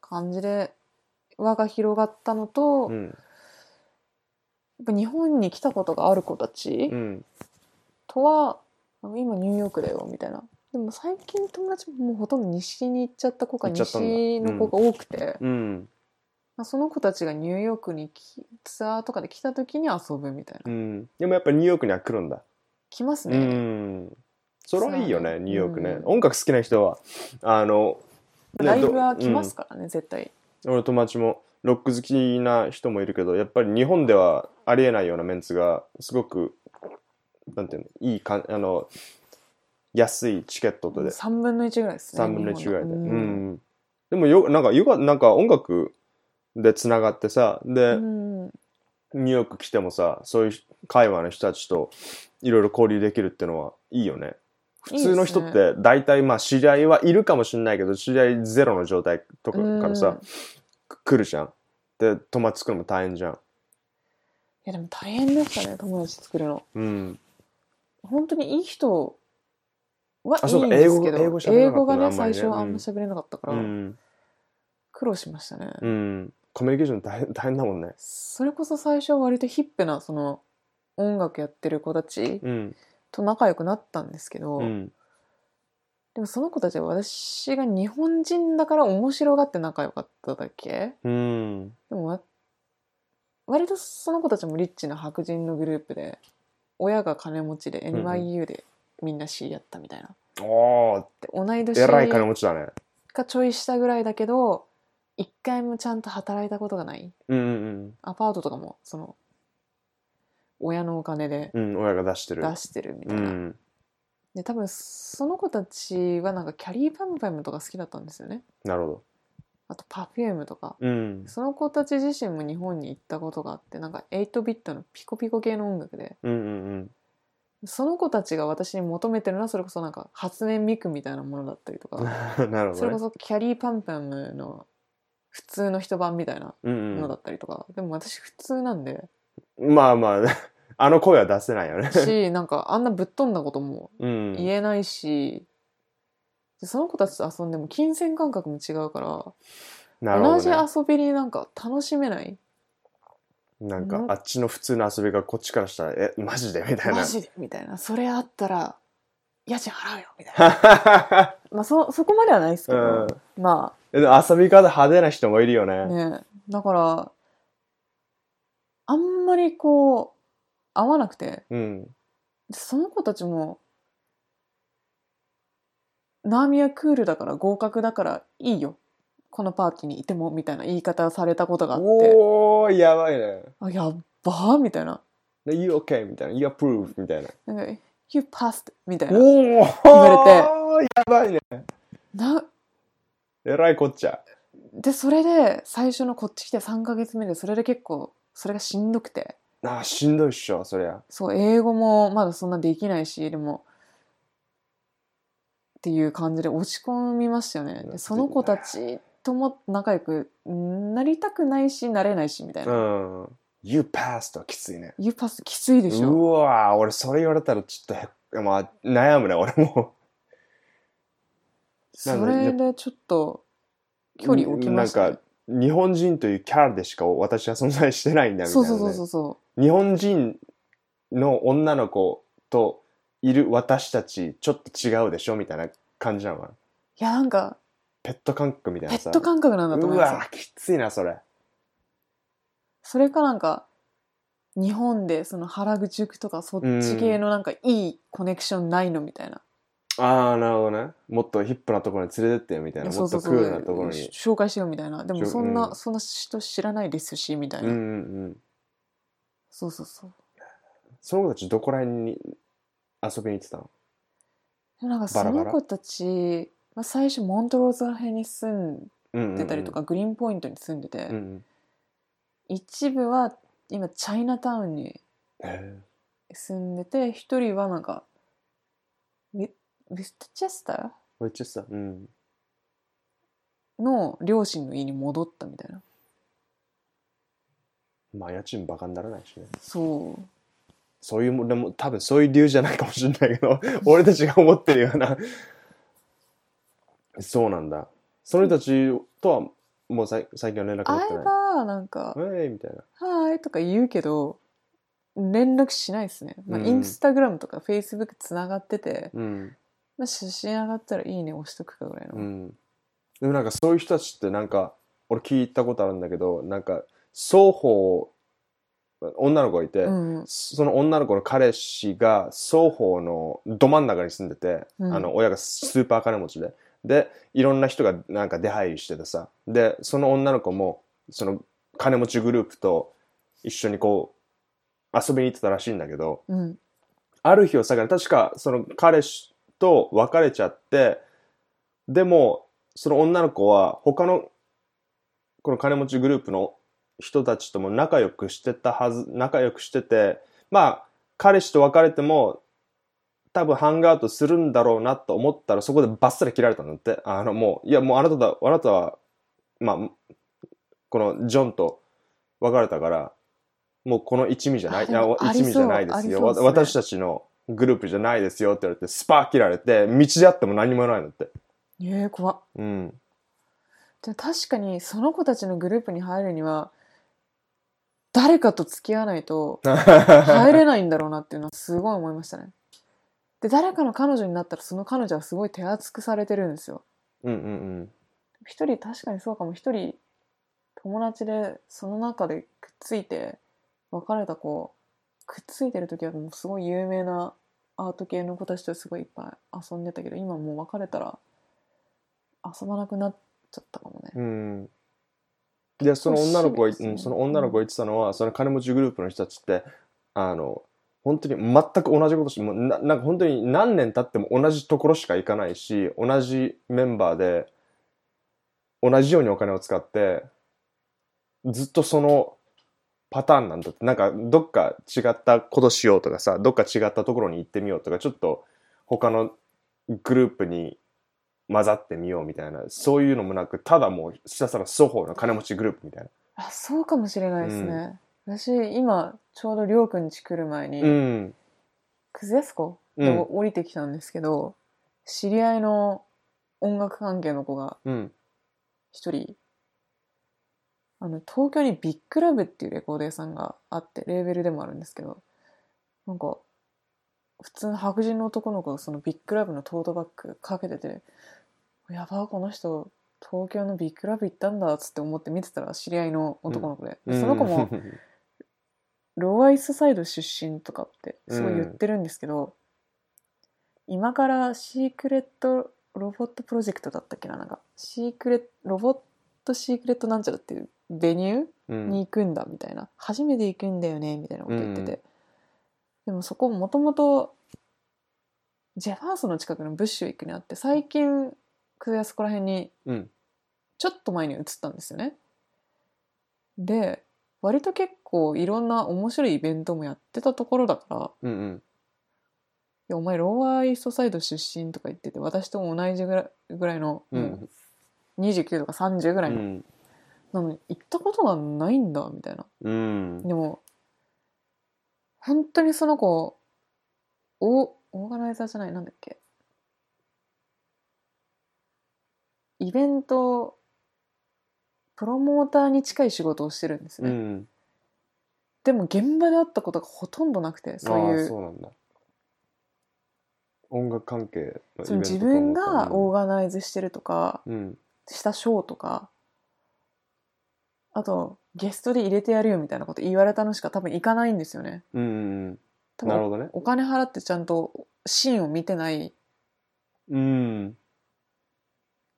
A: 感じで輪が広がったのと、
B: う
A: や
B: ん
A: っぱ日本に来たことがある子たち
B: うん
A: とは、あの今ニューヨークだよみたいなでも最近友達ももうほとんど西に行っちゃった子が
B: 行っちゃったんだ
A: 西の子が多くて、
B: うん
A: まあ、その子たちがニューヨークにきツアーとかで来た時に遊ぶみたいな、
B: うんでもやっぱニューヨークには来るんだ
A: 来ます
B: う
A: ね、
B: んそれはいいよ
A: そう
B: ね
A: ね
B: ニューヨークね
A: うん
B: 音楽好きな人はあのね
A: ライブは来ますからね、絶対
B: 俺の友達もロック好きな人もいるけどやっぱり日本ではありえないようなメンツがすごくなんていうのいいかあの安いチケットで
A: 3分の1ぐらいですね
B: 3分の1ぐらいで、
A: 日
B: う
A: 本
B: ん
A: のうん
B: でもよなんかよかなんか音楽でつながってさで、
A: うん
B: ニューヨーク来てもさそういう会話の人たちといろいろ交流できるってのはいいよね普通の人
A: いい
B: っ
A: ですね
B: て大体まあ知り合いはいるかもしれないけど知り合いゼロの状態とかからさ、
A: うんい
B: 来るじゃん。で、友達作るのも大変じゃん。
A: やでも大変でしたね友達作るの
B: うん。
A: 本当にいい人は
B: あ
A: い
B: そ
A: いう
B: か
A: んですけど
B: 英語英語喋れなか
A: が
B: ったなあ
A: ね
B: んまり
A: 最
B: ね
A: 初はあんま喋れなかったか
B: う
A: ら、
B: ん。
A: 苦労しましたね、
B: うん。コミュニケーション大変大変だもんね。
A: それこそ最初は割とヒップなその音楽やってる子たち
B: うん。
A: と仲良くなったんですけど、
B: うん。
A: でもその子たちは私が日本人だから面白がって仲良かっただけ
B: うん。
A: でもわ割とその子たちもリッチな白人のグループで親が金持ちで
B: んうん
A: NYU でみんな C やったみたいな。
B: おー、
A: で同い年
B: えらい金持ちだね。
A: かちょい下ぐらいだけど一回もちゃんと働いたことがない
B: うんうん
A: アパートとかもその親のお金で
B: うん。うん、親が出してる。
A: 出してるみた
B: う
A: いな。
B: ん。
A: で多分その子たちはなんかキャリーパムパムとか好きだったんですよね。
B: なるほど。
A: あと Perfume とか。
B: うん。
A: その子たち自身も日本に行ったことがあってなんか8ビットのピコピコ系の音楽で
B: うんうん
A: その子たちが私に求めてるのはそれこそなんか初音ミクみたいなものだったりと
B: うん。
A: か
B: *laughs* なるほ
A: それ
B: ど
A: こ
B: ね。
A: そキャリーパンパムの普通の人版みたいな
B: う
A: ものだ
B: ん
A: ったりとか、でも私普通なんで *laughs*
B: うん。まあ *laughs* まあ、あの声は出せないよね。
A: しなんかあんなぶっ飛んだことも
B: うん。
A: 言えないし、でその子たちと遊んでも金銭感覚も違うか
B: な
A: ら、
B: るほ
A: 同じ
B: どね。
A: 遊びになんか楽しめ
B: *laughs*
A: ない
B: なんか、あっちの普通の遊びがこっちからしたら、え、マジでみたいな
A: マ。
B: *laughs*
A: ジでみたいなそれあったら家賃払うよみ
B: *laughs*
A: たいな。まあ、そそこまではないですけど、ま
B: えでも遊び方派手な人もいるよ
A: あ
B: ね。
A: ねだからあんまりこう合わなくて
B: うん。
A: でその子たちも「ナーミはクールだから合格だからいいよこのパーティーにいても」みたいな言い方されたことがあって
B: おー、やばいね。
A: 「あやっばー」みたいな
B: で You okay? みたいな。You approve? みたいな。
A: 「なんか You passed」みたいな
B: おー
A: わ
B: れて。やばいね。
A: な
B: えらいこっちゃ。
A: でそれで最初のこっち来て3ヶ月目でそれで結構それがしんどくて。
B: あー、しんどいっしょ、そりゃ。
A: そう英語もまだそんなできないしでもっていう感じで落ち込みましたよね
B: う
A: で
B: ん
A: その子たちとも仲良くなりたくないしなれないしみたいうな、
B: ん。You passed はきついね。
A: ユーパスきついでしょ
B: うわー、俺それ言われたらちょっとへ、まあ、悩むね、俺も。
A: それでちょっと距離置きました、
B: なん
A: ね
B: か、日本人というキャラでしか私は存在してないんだみたいな
A: そう
B: ね。
A: そうそうそうそ
B: 日本人の女の子といる私たちちょっと違うでしょみたいな感じなのかな
A: ういやなんか
B: ペット感覚みたい
A: ペ
B: なさ
A: ット感覚なんだと
B: う
A: 思いますよ
B: わきついなそれ
A: それかなんか日本でその原口塾とかそっち系のなんかいいコネクションないのみたいな。
B: ああ、なるほどね。もっとヒップなところに連れてってよみたいな。
A: そ
B: も
A: う
B: っ
A: そ
B: と
A: う
B: ク
A: そ
B: ールなところ
A: う。
B: に。
A: 紹介してよみたいな。でもそん
B: う
A: な、
B: ん
A: そんな人知らないですし、みたい
B: うんう
A: な。
B: んうん。
A: そうそうそう。
B: その子たちどこら辺に遊びに行ってたの
A: なんか
B: バ
A: そ
B: ラバ
A: の
B: ラ
A: 子たち、まあ、最初モントローズら辺に住ん
B: うん
A: でたりとか、グリーンポイントに住んでて、
B: うんうん。
A: 一部は今チャイナタウンに
B: へえ
A: 住んでて一人はなんかウィウィストチェスタ
B: めっちゃさ、うん。
A: ーの両親の家に戻ったみたいな
B: まあ家賃バカにならないしね。
A: そう
B: そういうも、でも多分そういう理由じゃないかもしれないけ
A: *laughs*
B: ど、俺たちが思ってるような。そうなんだ。その人たちとはもうさい最近は連絡取
A: 会
B: って
A: え
B: ない。
A: ばなんか
B: えいみたいな。
A: 「はーい」とか言うけど連絡しないですね、まあ、
B: うん
A: インスタグラムとかフェイスブックつながってて、
B: うん。
A: まあ、写真上がったら「いいね」押しとくかぐらいの、
B: うん。でもなんかそういう人たちってなんか、俺聞いたことあるんだけど、なんか双方、女の子がいて、
A: うん
B: その女の子の彼氏が双方のど真ん中に住んでて、
A: うん
B: あの親がスーパー金持ちででいろんな人がなんか出入りしててさでその女の子もその金持ちグループと一緒にこう遊びに行ってたらしいんだけど
A: うん
B: ある日を境に確かその彼氏と別れちゃってでもその女の子は他のこの金持ちグループの人たちとも仲良くしてたはず仲良くしててまあ彼氏と別れても多分ハンガーアウトするんだろうなと思ったらそこでバッサリ切られたんだってあのもういやもうあなただあなたはまあこのジョンと別れたからもうこの一味じゃないい
A: あ
B: や
A: でもあり
B: 一味じゃないで
A: そうあ
B: す
A: り
B: よ
A: そう
B: わ
A: ですね
B: 私たちのグループじゃないですよって言われてスパー切られて道であっても何もないのって
A: えー、怖っ
B: うん
A: じゃあ確かにその子たちのグループに入るには誰かと付き合わないと入れないんだろうなっていうのはすごい思いましたね。で誰かの彼女になったらその彼女はすごい手厚くされてるんですよ。
B: うんうん
A: 一人確かにそうかも一人友達でその中でくっついて別れた子くっついてる時はもうすごい有名なアート系の子たちとすごいいっぱい遊んでたけど今もう別れたら遊ばなくなっちゃったかもね。
B: うんうんでその女の子
A: そう
B: が、
A: ですね
B: うんその女の子が言ってたのはその金持ちグループの人たちってあの本当に全く同じことしてもうななんか本当に何年経っても同じところしか行かないし同じメンバーで同じようにお金を使ってずっとそのパターンなんだってなんかどっか違ったことしようとかさどっか違ったところに行ってみようとかちょっと他のグループに混ざってみようみたいなそういうのもなくただもうひたすら双方の金持ちグループみたいな。
A: あそうかもしれないですね、私今ちょうどりょうくん家来る前に、
B: うん
A: クズヤスコ
B: う
A: で
B: ん
A: 降りてきたんですけど、知り合いの音楽関係の子が
B: うん
A: 一人あの東京にビッグラブっていうレコード屋さんがあってレーベルでもあるんですけどなんか普通の白人の男の子がそのビッグラブのトートバッグかけてて「やばこの人東京のビッグラブ行ったんだ」っつって思って見てたら知り合いの男の子で,、でその子
B: *laughs*
A: もローアイスサイド出身とかってすごい言ってるんですけど、今からシークレットロボットプロジェクトだったっけななんかシークレットロボットシークレットなんちゃらっていうベニューに行くんだみたいな、初めて行くんだよねみたいなこと言ってて、
B: うん
A: でもそこもともとジェファーソンの近くのブッシュ行くにあって最近クエアそこら辺に
B: うん
A: ちょっと前に移ったんですよね。で割と結構いろんな面白いイベントもやってたところだから「い
B: うんうん
A: やお前ローアーイーストサイド出身」とか言ってて私とも同じぐらいぐらいの、
B: うんう
A: も
B: ん
A: う29とか30ぐらいの,、なのに行ったことがないんだみたいな。
B: うん
A: でも本当にその子おオーガナイザーじゃないなんだっけイベントプロモーターに近い仕事をしてるんです
B: う
A: ね、
B: ん
A: でも現場で会ったことがほとんどなくてそう
B: あ
A: い
B: あ
A: う
B: そうなんだ音楽関係の
A: その自分がオー
B: ガ
A: ガナイズしてるとか
B: うん
A: したショーとかあと、ゲストで入れてやるよみたいなこと言われたのしか多分行かないんですよね。
B: うんうんう
A: 多
B: ん。なるほ
A: 分
B: どね。
A: お金払ってちゃんとシーンを見てない。
B: うん。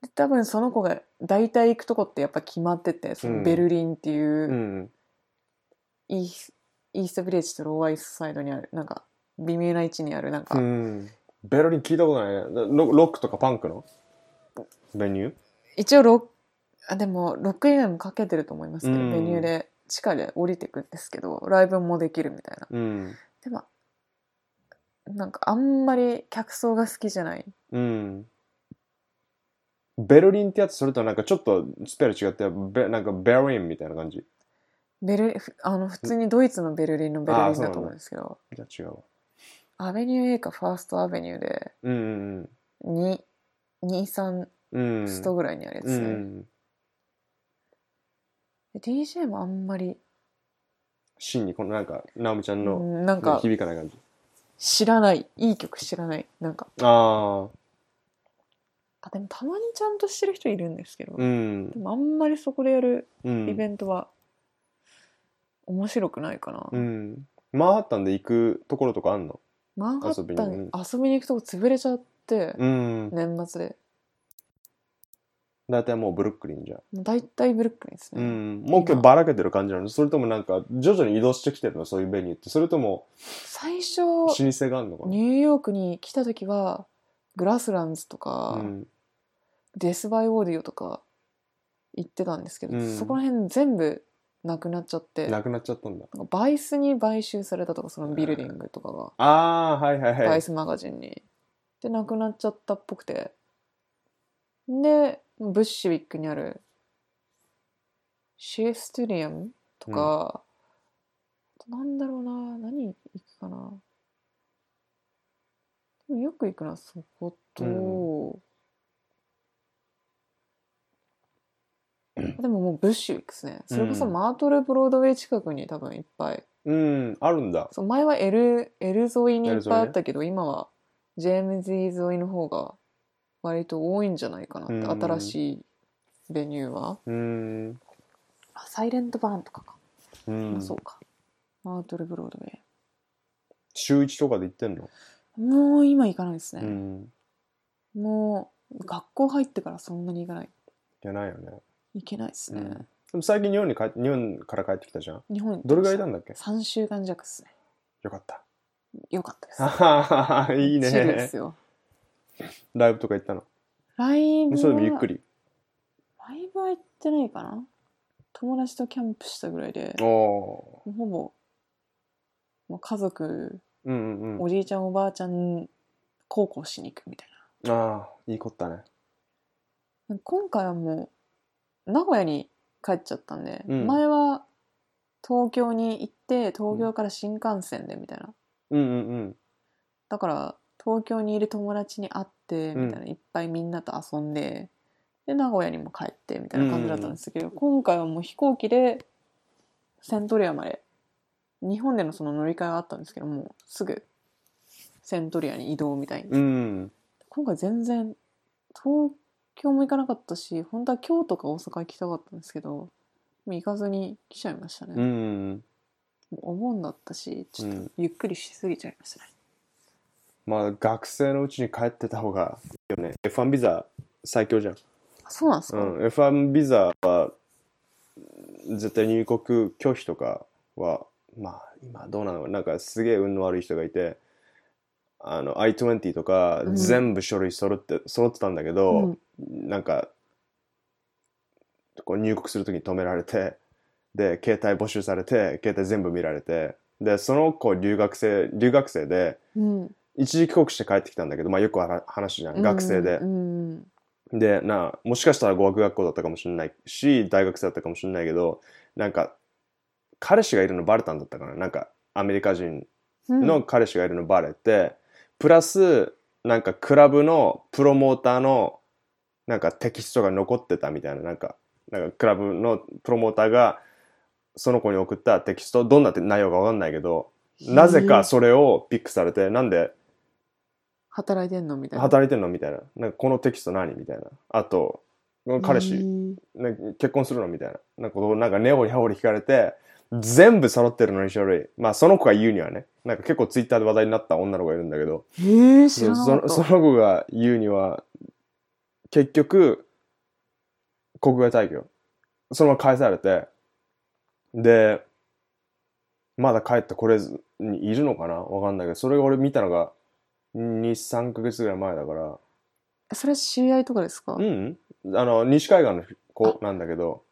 A: で多分その子が大体行くとこってやっぱ決まってて、そのベルリンっていうう、
B: ん。
A: イースイーストビレッジとローアイストサイドにある、なんか微妙な位置にある、なんか、
B: うん。ベルリン聞いたことないね。ロロックとかパンクのメニュー
A: 一応ロッあでもロック以外もかけてると思いますけど、
B: うん
A: メニューで地下で降りてくんですけどライブもできるみたいな
B: うん。
A: でもなんかあんまり客層が好きじゃない
B: うん。ベルリンってやつそれとなんかちょっとスペル違って、ベなんかベルリンみたいな感じ。
A: ベルふあの普通にドイツのベルリンのベル
B: あ
A: リ
B: ー
A: ン
B: そうな
A: だ
B: んだ
A: と思うんですけど
B: じゃあ違うわ。
A: アベニュー A かファーストアベニューで
B: うんうん
A: 2 23
B: うん。うん。
A: ストぐらいにあるやつ
B: う
A: です
B: ん
A: ね、
B: うん。
A: で DJ もあんまり
B: 真にこのなんか、ナオミちゃん
A: う
B: の
A: んなんか
B: 響かない感じ。
A: 知らないいい曲知らないなんか
B: ああ。
A: あでもたまにちゃんとしてる人いるんですけど、
B: うん
A: で。もあんまりそこでやる
B: うん
A: イベントは面白くないかな、
B: うん。マンハッタンで行くところとかあんの
A: マンハ
B: 遊び
A: ッ
B: に
A: タン
B: うん
A: 遊びに行くとこ潰れちゃって、
B: うん。
A: 年末で
B: だいたいもうブルックリンじゃん。
A: もう大体ブルックリンです
B: う
A: ね、
B: ん。もう今日ばらけてる感じなのそれともなんか、徐々に移動してきてるのそういうメニューって。それとも、
A: 最初
B: 老舗があんのかな
A: ニューヨークに来た時はグラスランズとか、
B: うん。
A: デス・バイ・オーディオとか行ってたんですけど、
B: うん
A: そこら辺全部なくなっちゃってな
B: なん
A: か
B: くなっちゃったんだ。
A: バイスに買収されたとかそのビルディングとかが。
B: ああー、はいはい
A: バ
B: は
A: イ
B: い。
A: スマガジンに。で、亡くなっちゃったっぽくて。で、ブッシュウィックにあるシエストリアムとか、あとなんだろうな、何行くかな。でもよく行くのはそこと、でももうブッシュウィックですね。それこそ
B: うん
A: マートルブロードウェイ近くに多分いっぱい
B: うん、あるんだ。
A: そう前は L, L 沿いにいっぱいあったけど、今は JMZ 沿いの方が割と多いんじゃないかなって、
B: うん
A: 新しいベニューは
B: うん。
A: あサイレントバーンとかか、
B: う
A: ま
B: ん
A: あ、そうかマートルブロードウェ
B: 週一とかで行ってんの
A: イもう今行かないです
B: う
A: ね、
B: ん。
A: もう学校入ってからそんなに行かない
B: じゃないよね。
A: 行けないですね、
B: うんでも最近日本に帰っ日本から帰ってきたじゃん。
A: 日本に
B: どれぐらいいたんだっけ
A: 3週間弱ですね
B: よかった。
A: よかったです
B: あははは
A: チ
B: *laughs* いい
A: ルで
B: ね
A: す。よ
B: ライブとか行ったの。
A: ライブは
B: それでもゆっくり。
A: ライブは行ってないかな友達とキャンプしたぐらいで
B: おお
A: ほぼ、もう家族、
B: ー。うんうんうん。
A: おじいちゃんおばあちゃん、孝行しに行くみたい
B: ああ、いいこったね。
A: な。今回はもう、名古屋に帰っちゃったんで、
B: うん
A: 前は東京に行って、東京から新幹線でみたいな。
B: うんうん
A: だから、東京にいる友達に会って、
B: うん
A: みたいな、いっぱいみんなと遊んで、で、名古屋にも帰って、みたいな感じだったんですけど、今回はもう飛行機で、セントリアまで、日本でのその乗り換えはあったんですけど、もうすぐ、セントリアに移動みたいに。
B: うん。うん。
A: 今回全然、東京も行かなかったし、本当は京都か大阪行きたかったんですけど、もう行かずに来ちゃいましたね。
B: うんうん。
A: もうお盆だったし、ちょっとゆっくりしすぎちゃいましたね。
B: まあ学生のうちに帰ってた方がいいよね。F1 ビザ最強じゃん。
A: あそうなんです
B: う
A: か、
B: ん。F1 ビザは絶対入国拒否とかは、まあ今どうなのなんかすげえ運の悪い人がいて、あの I-20 とか
A: うん
B: 全部書類揃って、揃ってたんだけど、
A: うん
B: なんか、こう入国するときに止められて、で、携帯募集されて、携帯全部見られて、で、その子留学生、留学生で、
A: うん、
B: 一時帰国して帰ってきたんだけど、まあよくあら話じゃん、学生で。
A: うんうん
B: で、なあ、もしかしたら語学学校だったかもしれないし、大学生だったかもしれないけど、なんか、彼氏がいるのバレたんだったかななんか、アメリカ人
A: うん
B: の彼氏がいるのバレて、プラスなんかクラブのプロモーターのなんかテキストが残ってたみたいななんかなんかクラブのプロモーターがその子に送ったテキストどんな内容かわかんないけどなぜかそれをピックされてなんで
A: 働いてんのみたいな。
B: 働いてんのみたいななんかこのテキスト何みたいなあと彼氏、ね、結婚するのみたいな。なんかこう、なんか根掘り葉掘り聞かれて、全部揃ってるのに書類。まあ、その子が言うにはね。なんか結構ツイッターで話題になった女の子がいるんだけど、
A: えー、知
B: そ
A: らなかっ
B: の
A: た
B: その子が言うには、結局、国外退去。そのまま返されて、で、まだ帰ってこれずにいるのかなわかんないけど、それが俺見たのが、2、3ヶ月ぐらい前だから、
A: それは知り合いとかですか
B: うんあの、西海岸の子なんだけど、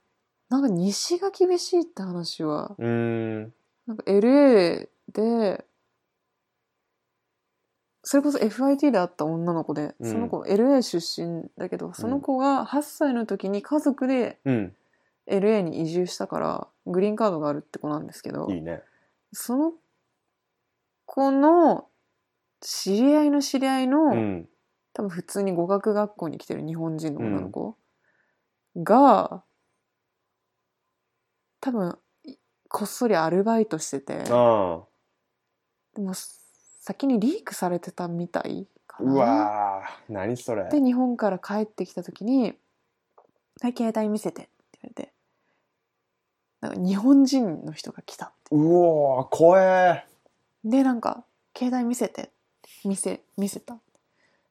A: なんか西が厳しいって話は
B: うーん、
A: なんか LA でそれこそ FIT で会った女の子で、
B: うん
A: その子 LA 出身だけどその子が8歳の時に家族で
B: うん、
A: LA に移住したからグリーンカードがあるって子なんですけど
B: いいね。
A: その子の知り合いの知り合いの、
B: うん、
A: 多分普通に語学学校に来てる日本人の女の子が、多分いこっそりアルバイトしててで
B: ああ、
A: も先にリークされてたみたいかな
B: うわー、何それ。
A: で日本から帰ってきた時に「はい携帯見せて」って言われてなんか日本人の人が来た
B: うおー、怖え *laughs*
A: でなんか「携帯見せて」見せ見せた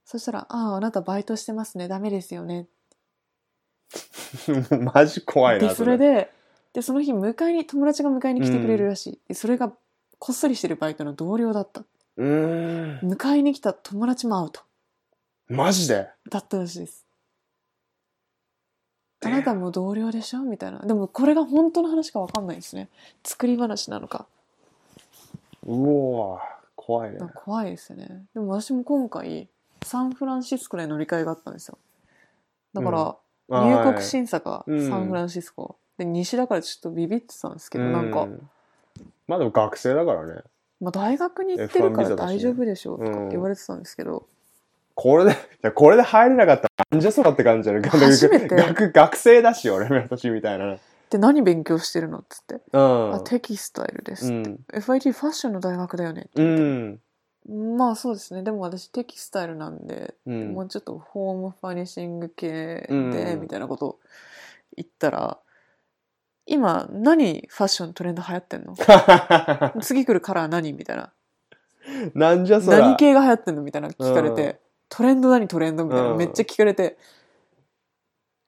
A: そしたら「あああなたバイトしてますねダメですよね」
B: ー。マジ怖いな。
A: でそれででその日迎えに友達が迎えに来てくれるらしい、でそれがこっそりしてるバイトの同僚だった
B: うーん、
A: 迎えに来た友達もアウト
B: マジで。
A: だったらしいですあなたも同僚でしょみたいなでもこれが本当の話か分かんないですね作り話なのか
B: うおー、怖いね
A: なん。か怖いですよねでも私も今回サンフランシスコで乗り換えがあったんですよだから、入国審査が
B: うん
A: サンフランシスコ、で西だからちょっとビビってたんですけど、なんか
B: うまあでも学生だからね。
A: まあ、大学に行ってるか
B: F1 ビザ
A: ら
B: だしね
A: 大丈夫でしょうとかっ
B: うん
A: て言われてたんですけど、
B: これで、いや、これで入れなかったら、なんじゃそらって感じじゃな
A: *laughs*
B: い
A: 初めて
B: 学学生だし、俺、私みたいなね。
A: で何勉強してるのっつって、
B: うん。
A: あテキスタイルです、
B: うん
A: FIT ファッションの大学だよね、
B: うん。
A: まあそうですねでも私テキスタイルなんで、
B: うん
A: もうちょっとホームファニッシング系で、
B: うん
A: みたいなこと言ったら今何ファッショントレンド流行ってんの次来るカラー何みたいな
B: *laughs* なんじゃそら。
A: 何系が流行ってんのみたいな聞かれて、
B: うん
A: トレンド何トレンドみたいな、
B: うん
A: めっちゃ聞かれて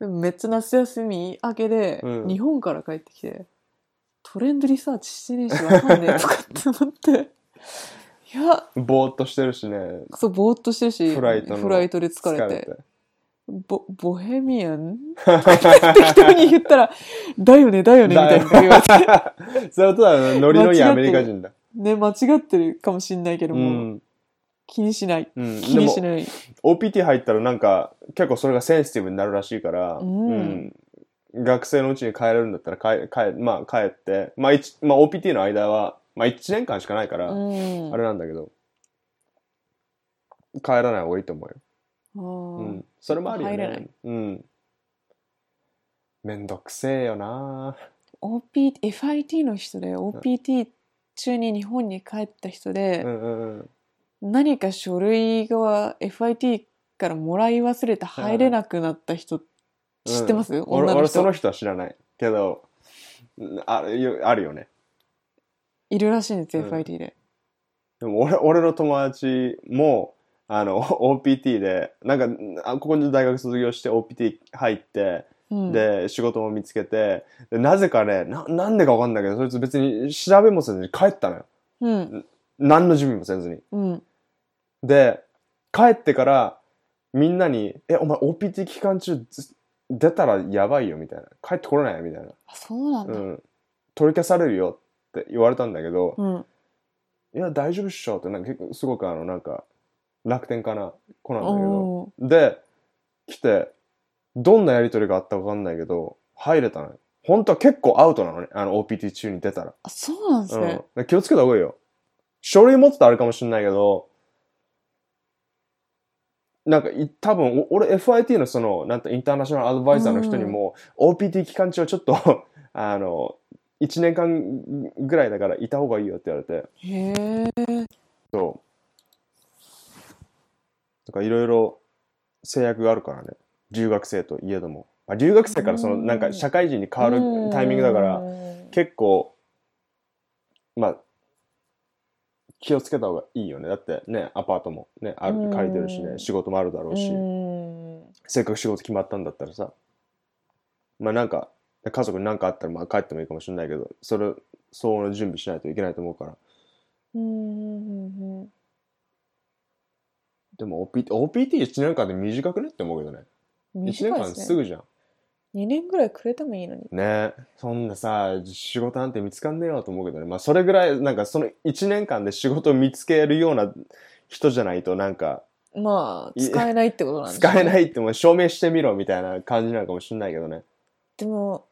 A: でもめっちゃ夏休み明けで、
B: うん
A: 日本から帰ってきてトレンドリサーチしてねえしわかんねえとかって思って *laughs* いや
B: ぼーっとしてるしね。
A: そうぼーっとしてるし
B: フライトの
A: で疲れて
B: て
A: ボボヘミアン適当に言ったら「だよねだよね」みたいなこと言われて
B: それとはノリのいいアメリカ人だ。
A: ね間違ってるかもしんないけど
B: う
A: も、
B: ん。
A: 気にしない
B: うん、
A: 気
B: で
A: に
B: も
A: しない
B: OPT 入ったらなんか結構それがセンシティブになるらしいから、
A: うん
B: うん学生のうちに帰れるんだったら帰帰,、まあ、帰って、まあ一まあ、OPT の間は、まあ、1年間しかないから、
A: うん
B: あれなんだけど帰らない方がいいと思うよ、
A: あー
B: うん、それもあるよね
A: 入れない
B: うん、めんどくせえよな
A: OP FIT の人で OPT 中に日本に帰った人
B: う
A: で、
B: んうんうん
A: 何か書類が FIT からもらい忘れて入れなくなった人、知ってます、
B: うん俺
A: 女の
B: 俺その
A: 人
B: 人は知らないけどうんあよあるよね
A: いるらしいんです、
B: うん
A: FIT で。
B: でも俺俺の友達もあの *laughs* OPT でなんかあここで大学卒業して OPT 入って
A: うん、
B: で仕事も見つけてでなぜかねななんでかわかんないけどそいつ別に調べもせずに帰ったのよ
A: うん、
B: 何の準備もせずに
A: うん、
B: で帰ってからみんなに「えお前 OPT 期間中ず出たらやばいよ」みたいな「帰ってこれないよ」みたいな
A: あそうなん
B: 「う
A: だ。
B: ん取り消されるよ」って言われたんだけど
A: うん、
B: 「いや大丈夫っしょ」ってなんか結構すごくあのなんか楽天かな子なんだけど
A: おー
B: で来てどんなやり取りがあったかわかんないけど入れたのよ本当は結構アウトなのねあの OPT 中に出たら、
A: あそうなんです
B: うん、だ
A: ね
B: か。ら気をつけた方がいいよ書類持ってたらあれかもしれないけどなんかい多分お俺 FIT のそのなんてインターナショナルアドバイザーの人にも、OPT 期間中はちょっとあの1年間ぐらいだからいた方がいいよって言われて
A: へえ。
B: そう。なんかいろいろ制約があるからね。留学生といえども、まあ、留学生からその
A: うん
B: なんか社会人に変わるタイミングだから
A: うん
B: 結構まあ気をつけた方がいいよねだってねアパートもねあ
A: う
B: る
A: ん
B: 借りてるしね仕事もあるだろうし
A: うん
B: せっかく仕事決まったんだったらさまあなんか家族に何かあったらまあ帰ってもいいかもしれないけどそれ相応の準備しないといけないと思うから
A: うんうん
B: でも OPT, OPT1 年間で短くねって思うけどね
A: うん
B: 1年間すぐじゃん
A: 2年ぐらいくれてもいいのに
B: ねそんなさ仕事なんて見つかんねえわと思うけどねまあそれぐらいなんかその1年間で仕事を見つけるような人じゃないとなんか
A: まあ
B: い
A: 使えないってことなんですね
B: 使えないってもう証明してみろみたいな感じなのかもしれないけどね
A: でも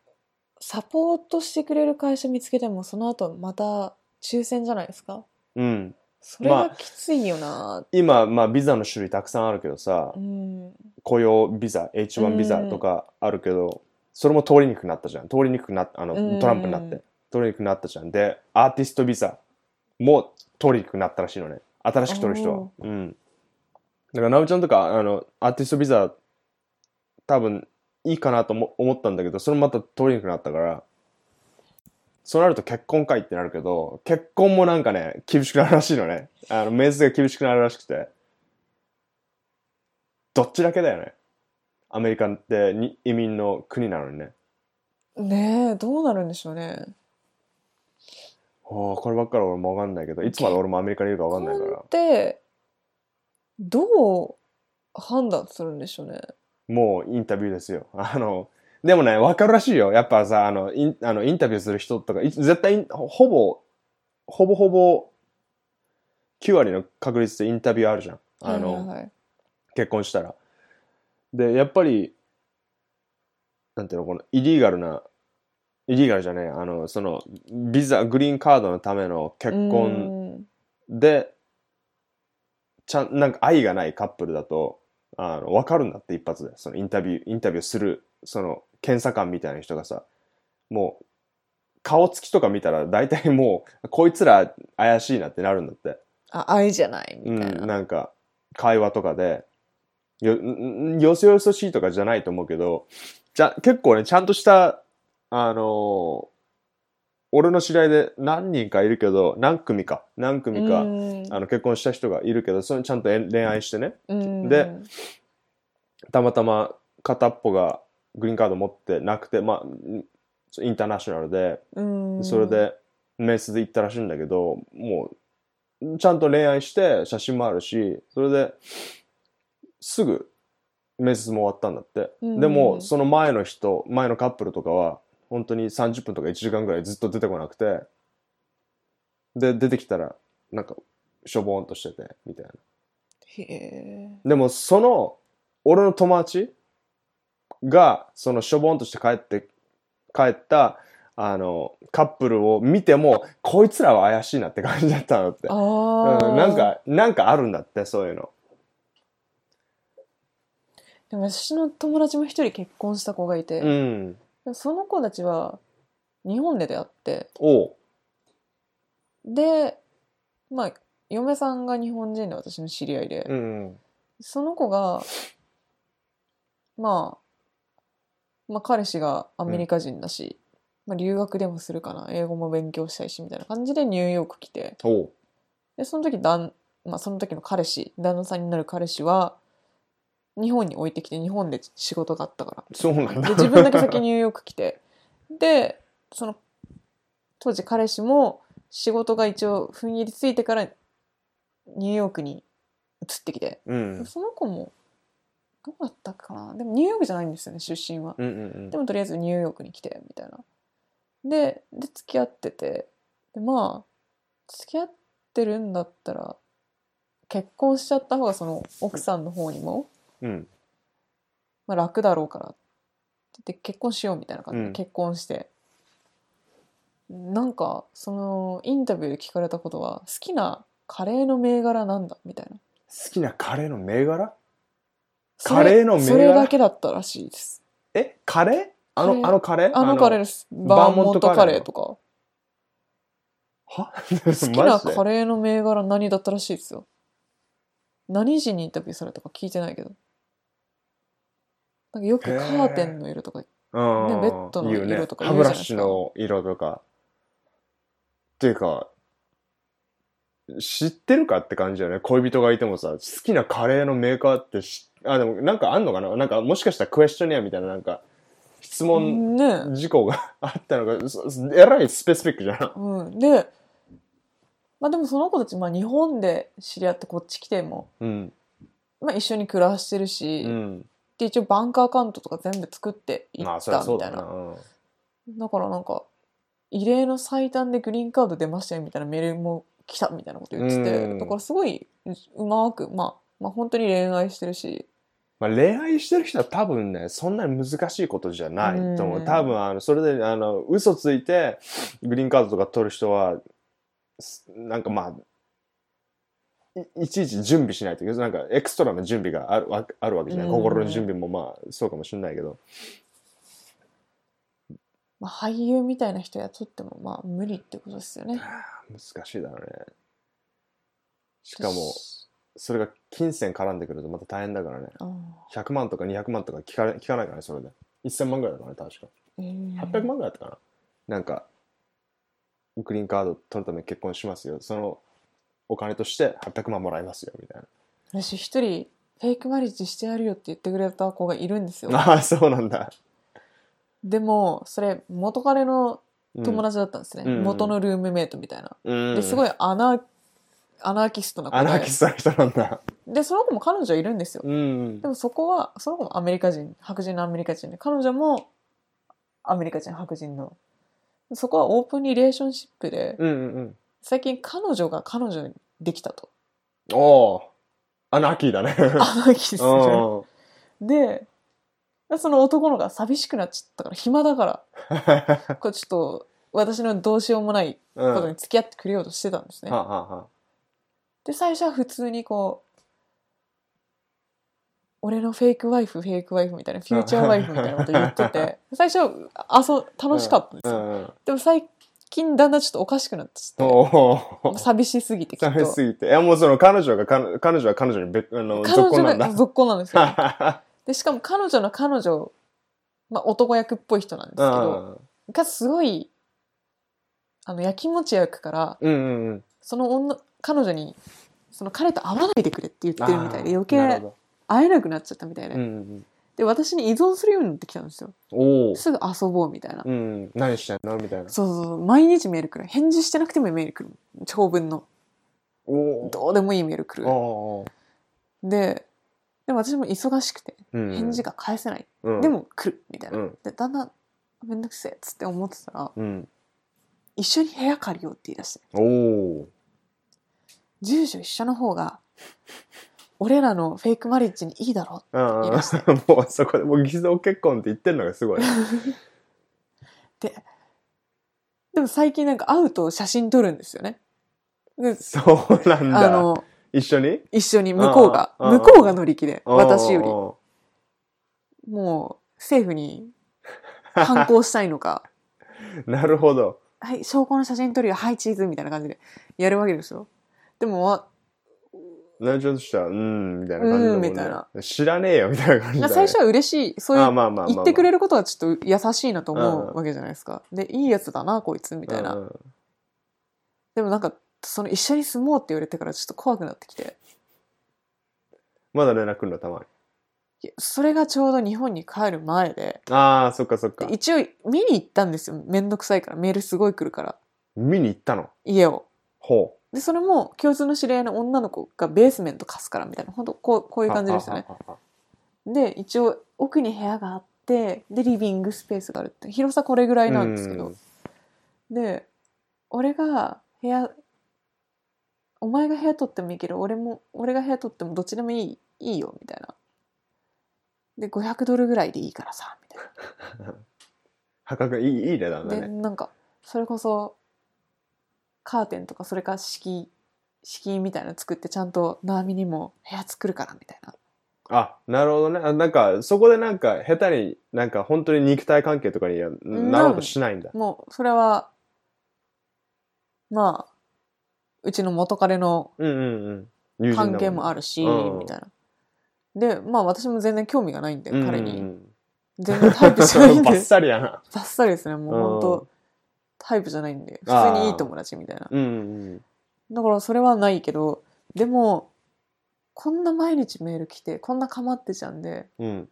A: サポートしてくれる会社見つけてもその後また抽選じゃないですか
B: うん
A: それ
B: ま
A: が
B: あ
A: きついよな、
B: 今まあビザの種類たくさんあるけどさ
A: うん
B: 雇用ビザ
A: う
B: H1
A: ん
B: ビザとかあるけどそれも通りにくくなったじゃん通りにくくなったあ
A: うん
B: のトランプになって通りにくくなったじゃんでアーティストビザも通りにくくなったらしいのね新しく取る人は
A: お
B: うんだからなおちゃんとかあのアーティストビザ多分いいかなとも思ったんだけどそれもまた通りにくくなったからそうなると結婚会ってなるけど結婚もなんかね厳しくなるらしいのねあの面接が厳しくなるらしくてどっちだけだよねアメリカってに移民の国なのにね
A: ねえどうなるんでしょうね
B: おーこればっかり俺もわかんないけどいつまで俺もアメリカにいるかわかんないから
A: でどう判断するんでしょうね
B: もうインタビューですよ *laughs* あのでもねわかるらしいよやっぱさあのインあのインタビューする人とかい絶対インほぼほぼほぼ9割の確率でインタビューあるじゃんあの、
A: はいはいはい
B: 結婚したら。で、やっぱり、なんていうの、この、イリーガルな、イリーガルじゃねえ、あの、その、ビザ、グリーンカードのための結婚で、ちゃん、なんか愛がないカップルだと、あの、わかるんだって、一発で。そのインタビュー、インタビューする、その、検査官みたいな人がさ、もう、顔つきとか見たら、大体もう、こいつら怪しいなってなるんだって。
A: あ愛じゃないみたいな、
B: うん、なんか会話とかでよんんよそよそしいとかじゃないと思うけどじゃ結構ねちゃんとしたあのー俺の知り合いで何人かいるけど何組か何組か、
A: うん
B: あの結婚した人がいるけどそれちゃんとえ恋愛してね
A: うん
B: でたまたま片っぽがグリーンカード持ってなくてまあインターナショナルで
A: うん
B: それで面接で行ったらしいんだけどもうちゃんと恋愛して写真もあるしそれですぐ面接も終わったんだって、
A: うん
B: でもその前の人前のカップルとかは本当に30分とか1時間ぐらいずっと出てこなくてで出てきたらなんかしょぼーんとしててみたいな
A: へえ
B: でもその俺の友達がそのしょぼんとして帰って帰ったあのカップルを見てもこいつらは怪しいなって感じだったのって、
A: あ
B: う
A: ー
B: ん、なんかなんかあるんだってそういうの
A: でも私の友達も一人結婚した子がいて、
B: うん
A: でもその子たちは日本で出会って
B: おう
A: でまあ嫁さんが日本人で私の知り合いで、
B: うん
A: その子がまあまあ彼氏がアメリカ人だし、まあ、留学でもするかな英語も勉強したいしみたいな感じでニューヨーク来て
B: おう
A: でその時旦、まあ、その時の彼氏旦那さんになる彼氏は日本に置いてきて日本で仕事があったから
B: そうなんだ
A: で自分だけ先ニューヨーク来てでその当時彼氏も仕事が一応踏ん切りついてからニューヨークに移ってきて、
B: *laughs* うん
A: その子もどうだったかなでもニューヨークじゃないんですよね出身は、
B: うんうん
A: でもとりあえずニューヨークに来てみたいなでで付き合っててでまあ付き合ってるんだったら結婚しちゃった方がその奥さんの方にも
B: うんうん
A: まあ、楽だろうからで結婚しようみたいな感じで
B: うん
A: 結婚して、なんかそのインタビューで聞かれたことは好きなカレーの銘柄なんだみたいな
B: 好きなカレーの銘柄
A: それ
B: カレーの銘柄
A: それだけだったらしいです
B: えカレーあ
A: カレ
B: の
A: ー
B: あのカレー
A: あのカレーですバ
B: バ
A: ー
B: ー
A: モン
B: モン
A: ト
B: ト
A: カ
B: カ
A: レ
B: レ
A: ー
B: ー
A: とか
B: は
A: 好きな
B: *laughs* マジで
A: カレーの銘柄何だったらしいですよ何時にインタビューされたか聞いてないけどなんかよくカーテンの色とか、
B: うん
A: ねベッドの
B: 言うね
A: 色とか
B: 歯
A: 言う
B: ブ
A: じゃ
B: ラ
A: ないです
B: シ
A: か
B: の色とかっていうか知ってるかって感じだよね恋人がいてもさ好きなカレーのメーカーってしあでもなんかあんのかななんかもしかしたらクエスチョニアみたいななんか質問
A: ね、
B: 事項が *laughs* あったのかそそえらいスペシフィックじゃん
A: うん、でまあでもその子たち、まあ、日本で知り合ってこっち来ても、
B: うん
A: まあ、一緒に暮らしてるし、
B: うん
A: で一応バンクアカウントとか全部作っていっ
B: まあそり
A: た
B: ゃそ
A: み
B: う
A: た
B: だ
A: い
B: な
A: な
B: うん
A: だからなんか異例の最短でグリーンカード出ましたよみたいなメールも来たみたいなこと言ってて、
B: うん
A: だからすごいううまく、まあ、まあ本当に恋愛してるし
B: まあ、恋愛してる人は多分ね、そんなに難しいことじゃないと思
A: う
B: う。
A: ん
B: 多分、あの、それで、あの、嘘ついて、グリーンカードとか取る人は、すなんかまあ、いいちいち準備しないというか、なんかエクストラの準備があるわあるわけじゃない。
A: うん
B: 心の準備もまあ、そうかもしれないけど。
A: まあ、俳優みたいな人雇ってもまあ無理ってことですよね。
B: 難しいだろうね。しかも、それが金銭絡んでくるとまた大変だからね。
A: あ
B: 100万とか200万とか聞かれ聞かないからね、それで。1000万ぐらいだからね、確か。
A: ー、えー
B: 800万ぐらいだったかななんかグリーンカード取るために結婚しますよそのお金として800万もらいますよみたい
A: 私一人フェイクマリッジしてやるよって言ってくれた子がいるんですよ
B: な *laughs* ああそうなんだ
A: でもそれ元彼の友達
B: 達
A: だったんですね、
B: うん
A: 元のルームメイトみたいな、です
B: い
A: ごいアナアナーキストな子
B: ア
A: で
B: ナーキストな人なんだ
A: でその子も彼女いるんですよ
B: うん
A: でもそこはその子もアメリカ人白人のアメリカ人で彼女もアメリカ人白人のそこはオープンリレーションシップで、
B: うんうんうん
A: 最近彼女が彼女にできたと
B: おおアナーキーだね *laughs*
A: アナーキストじゃない
B: うん
A: で、その男の子が寂しくなっちゃったから、暇だ *laughs* から、これちょっと、私のどうしようもない
B: うん
A: こと
B: は
A: に付き合ってくれようとしてたんですね。
B: あはあはあ
A: で、最初は普通にこう、俺のフェイクワイフ、フェイクワイフみたいな、フューチャーワイフみたいなこと言って
B: *laughs*
A: て、最初、あそう、楽しかったんです
B: う
A: よ。
B: んうん
A: でも最近だんだんちょっとおかしくなってきて、
B: お
A: も
B: お
A: う寂しすぎて *laughs* きっ
B: 寂し
A: と。
B: すぎていやもうその彼女が彼彼女は彼女に別あの
A: 彼
B: 続行な
A: 女
B: ん *laughs*
A: が
B: だ
A: 続行なんですよ。
B: は
A: で、しかも彼女の彼女、まあ男役っぽい人なんですけど、
B: は
A: がすごいあのやきもち焼くから
B: うんうんうん
A: その女彼女にその彼と会わないでくれって言ってるみたいで
B: あー
A: 余
B: な
A: 計
B: るほ
A: 会えなくなっちゃったみたいで、
B: どうんうんうん
A: で私に依存するようになってきたんですよ
B: おお
A: すぐ遊ぼうみたいな、
B: うん、何してんのみたいな。
A: そうそうそう毎日メール来る返事してなくてもメール来る長文の
B: お
A: どうでもいいメール来る
B: お
A: ででも私も忙しくて
B: ー。
A: 返事
B: が、
A: が返せない、
B: うん
A: で、も来るみたいな、
B: うん
A: でだんだんめんどくせえっつって思ってたら
B: うん。
A: 一緒に部屋借りようって言い出して
B: おお
A: 住所一緒の方が俺らのフェイクマリッジにいいだろ
B: ー。 *laughs* うん
A: いらっしゃ
B: うん、もうそこで、もう偽造結婚って言ってるのが
A: *laughs*
B: すごい。
A: でも最近なんか会うと写真撮るんですよねで
B: そうなん
A: あ
B: だ。
A: の
B: 一緒に
A: 一緒に向こうが
B: ああああ
A: 向こうが乗り気で
B: おー
A: 私よりもう政府に反抗したいのか
B: *laughs* なるほど。
A: はい証拠の写真撮るよはいチーズみたいな感じでやるわけですよでもわ
B: なんちょっとしたら、うん、みたいな感じだもんね
A: うんみたいな
B: 知らねえよ、みたいな感じだ、ね。
A: 最初は嬉しいそう
B: あ
A: い
B: あ
A: う
B: まあまあまあまあ、
A: 言ってくれ
B: る
A: ることはちょっと優しいなと思
B: うん
A: うわけじゃないですかでいいやつだなこいつみたいな
B: うん
A: でもなんか、その一緒に住もうって言われてからちょっと怖くなってきて。
B: まだ連絡来るの、たまに。
A: いやそれがちょうど日本に帰る前で、
B: ああ、そっかそっか
A: で。一応見に行ったんですよ。めんどくさいから。メールすごい来るから。
B: 見に行ったの。
A: 家を。
B: ほ
A: で、それも共通の知り合いの女の子がベースメント貸すからみたいな。本当こう、こう
B: う。
A: いう感じですよね。
B: はははは。
A: で、一応奥に部屋があって、で、リビングスペースがあるって。広さこれぐらいなんですけど。で、俺が部屋、お前が部屋取ってもいいけど、俺も、俺が部屋取ってもどっちでもいい、いいよ、みたいな。で、500ドルぐらいでいいからさ、みたい
B: 破格、いい、いい値段だ
A: な。で、
B: ね。
A: なんか、それこそ、カーテンとか、それか敷居、敷居みたいなの作って、ちゃんと、ナーミにも部屋作るから、みたいな。
B: あ、なるほどね。あなんか、そこでなんか、下手に、なんか、本当に肉体関係とかになろうとしないんだ。
A: もう、それは、まあ、うちの元彼の
B: うんうんうん。友人だ
A: 関係もあるし、
B: うん
A: みたいな。で、まあ私も全然興味がないんで、彼に。
B: *laughs* うん
A: 全然タイプじゃないんで
B: *laughs* バッサリやな。
A: バッサリですねもう本
B: う
A: 当タイプじゃないんで普通にいい友達みたいな
B: うんうん。
A: だからそれはないけどでもこんな毎日メール来てこんな構ってちゃんで
B: うん。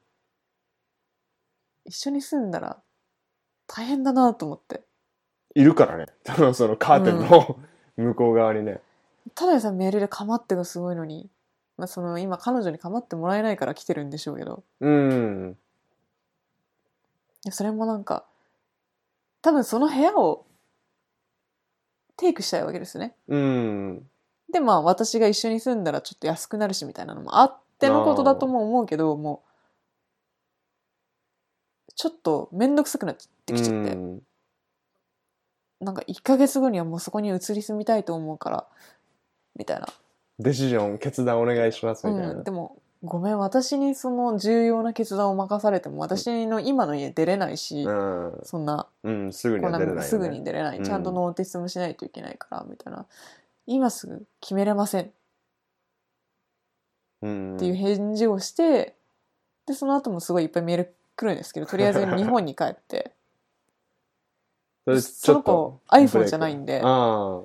A: 一緒に住んだら大変だなと思って
B: いるからね。 *laughs* 多分そのカーテンの向こう側にね。
A: ただでさえメールで構ってがすごいのに、まあ、その今彼女に構ってもらえないから来てるんでしょうけど
B: うん。
A: いやそれもなんか多分その部屋をテイクしたいわけですね
B: うん。
A: でまあ私が一緒に住んだらちょっと安くなるしみたいなのもあってのことだとも思うけどもうちょっと面倒くさくなってきちゃって、
B: うん
A: なんか1ヶ月後にはもうそこに移り住みたいと思うからみたいな、
B: デシジョン、決断お願いしますみたいな。
A: うん、でもごめん私にその重要な決断を任されても私の今の家出れないし、
B: うん
A: そんな
B: うん、すぐに
A: こんな
B: は出れないよ、ね。
A: すぐに出れない、
B: うん
A: ちゃんとノーティスもしないといけないからみたいな今すぐ決めれません
B: うん、
A: っていう返事をして、でその後もすごいいっぱいメール来るんですけどとりあえず日本に帰って
B: *laughs* それち
A: そ
B: ょ
A: の
B: っと
A: 子 iPhone じゃないんで
B: あ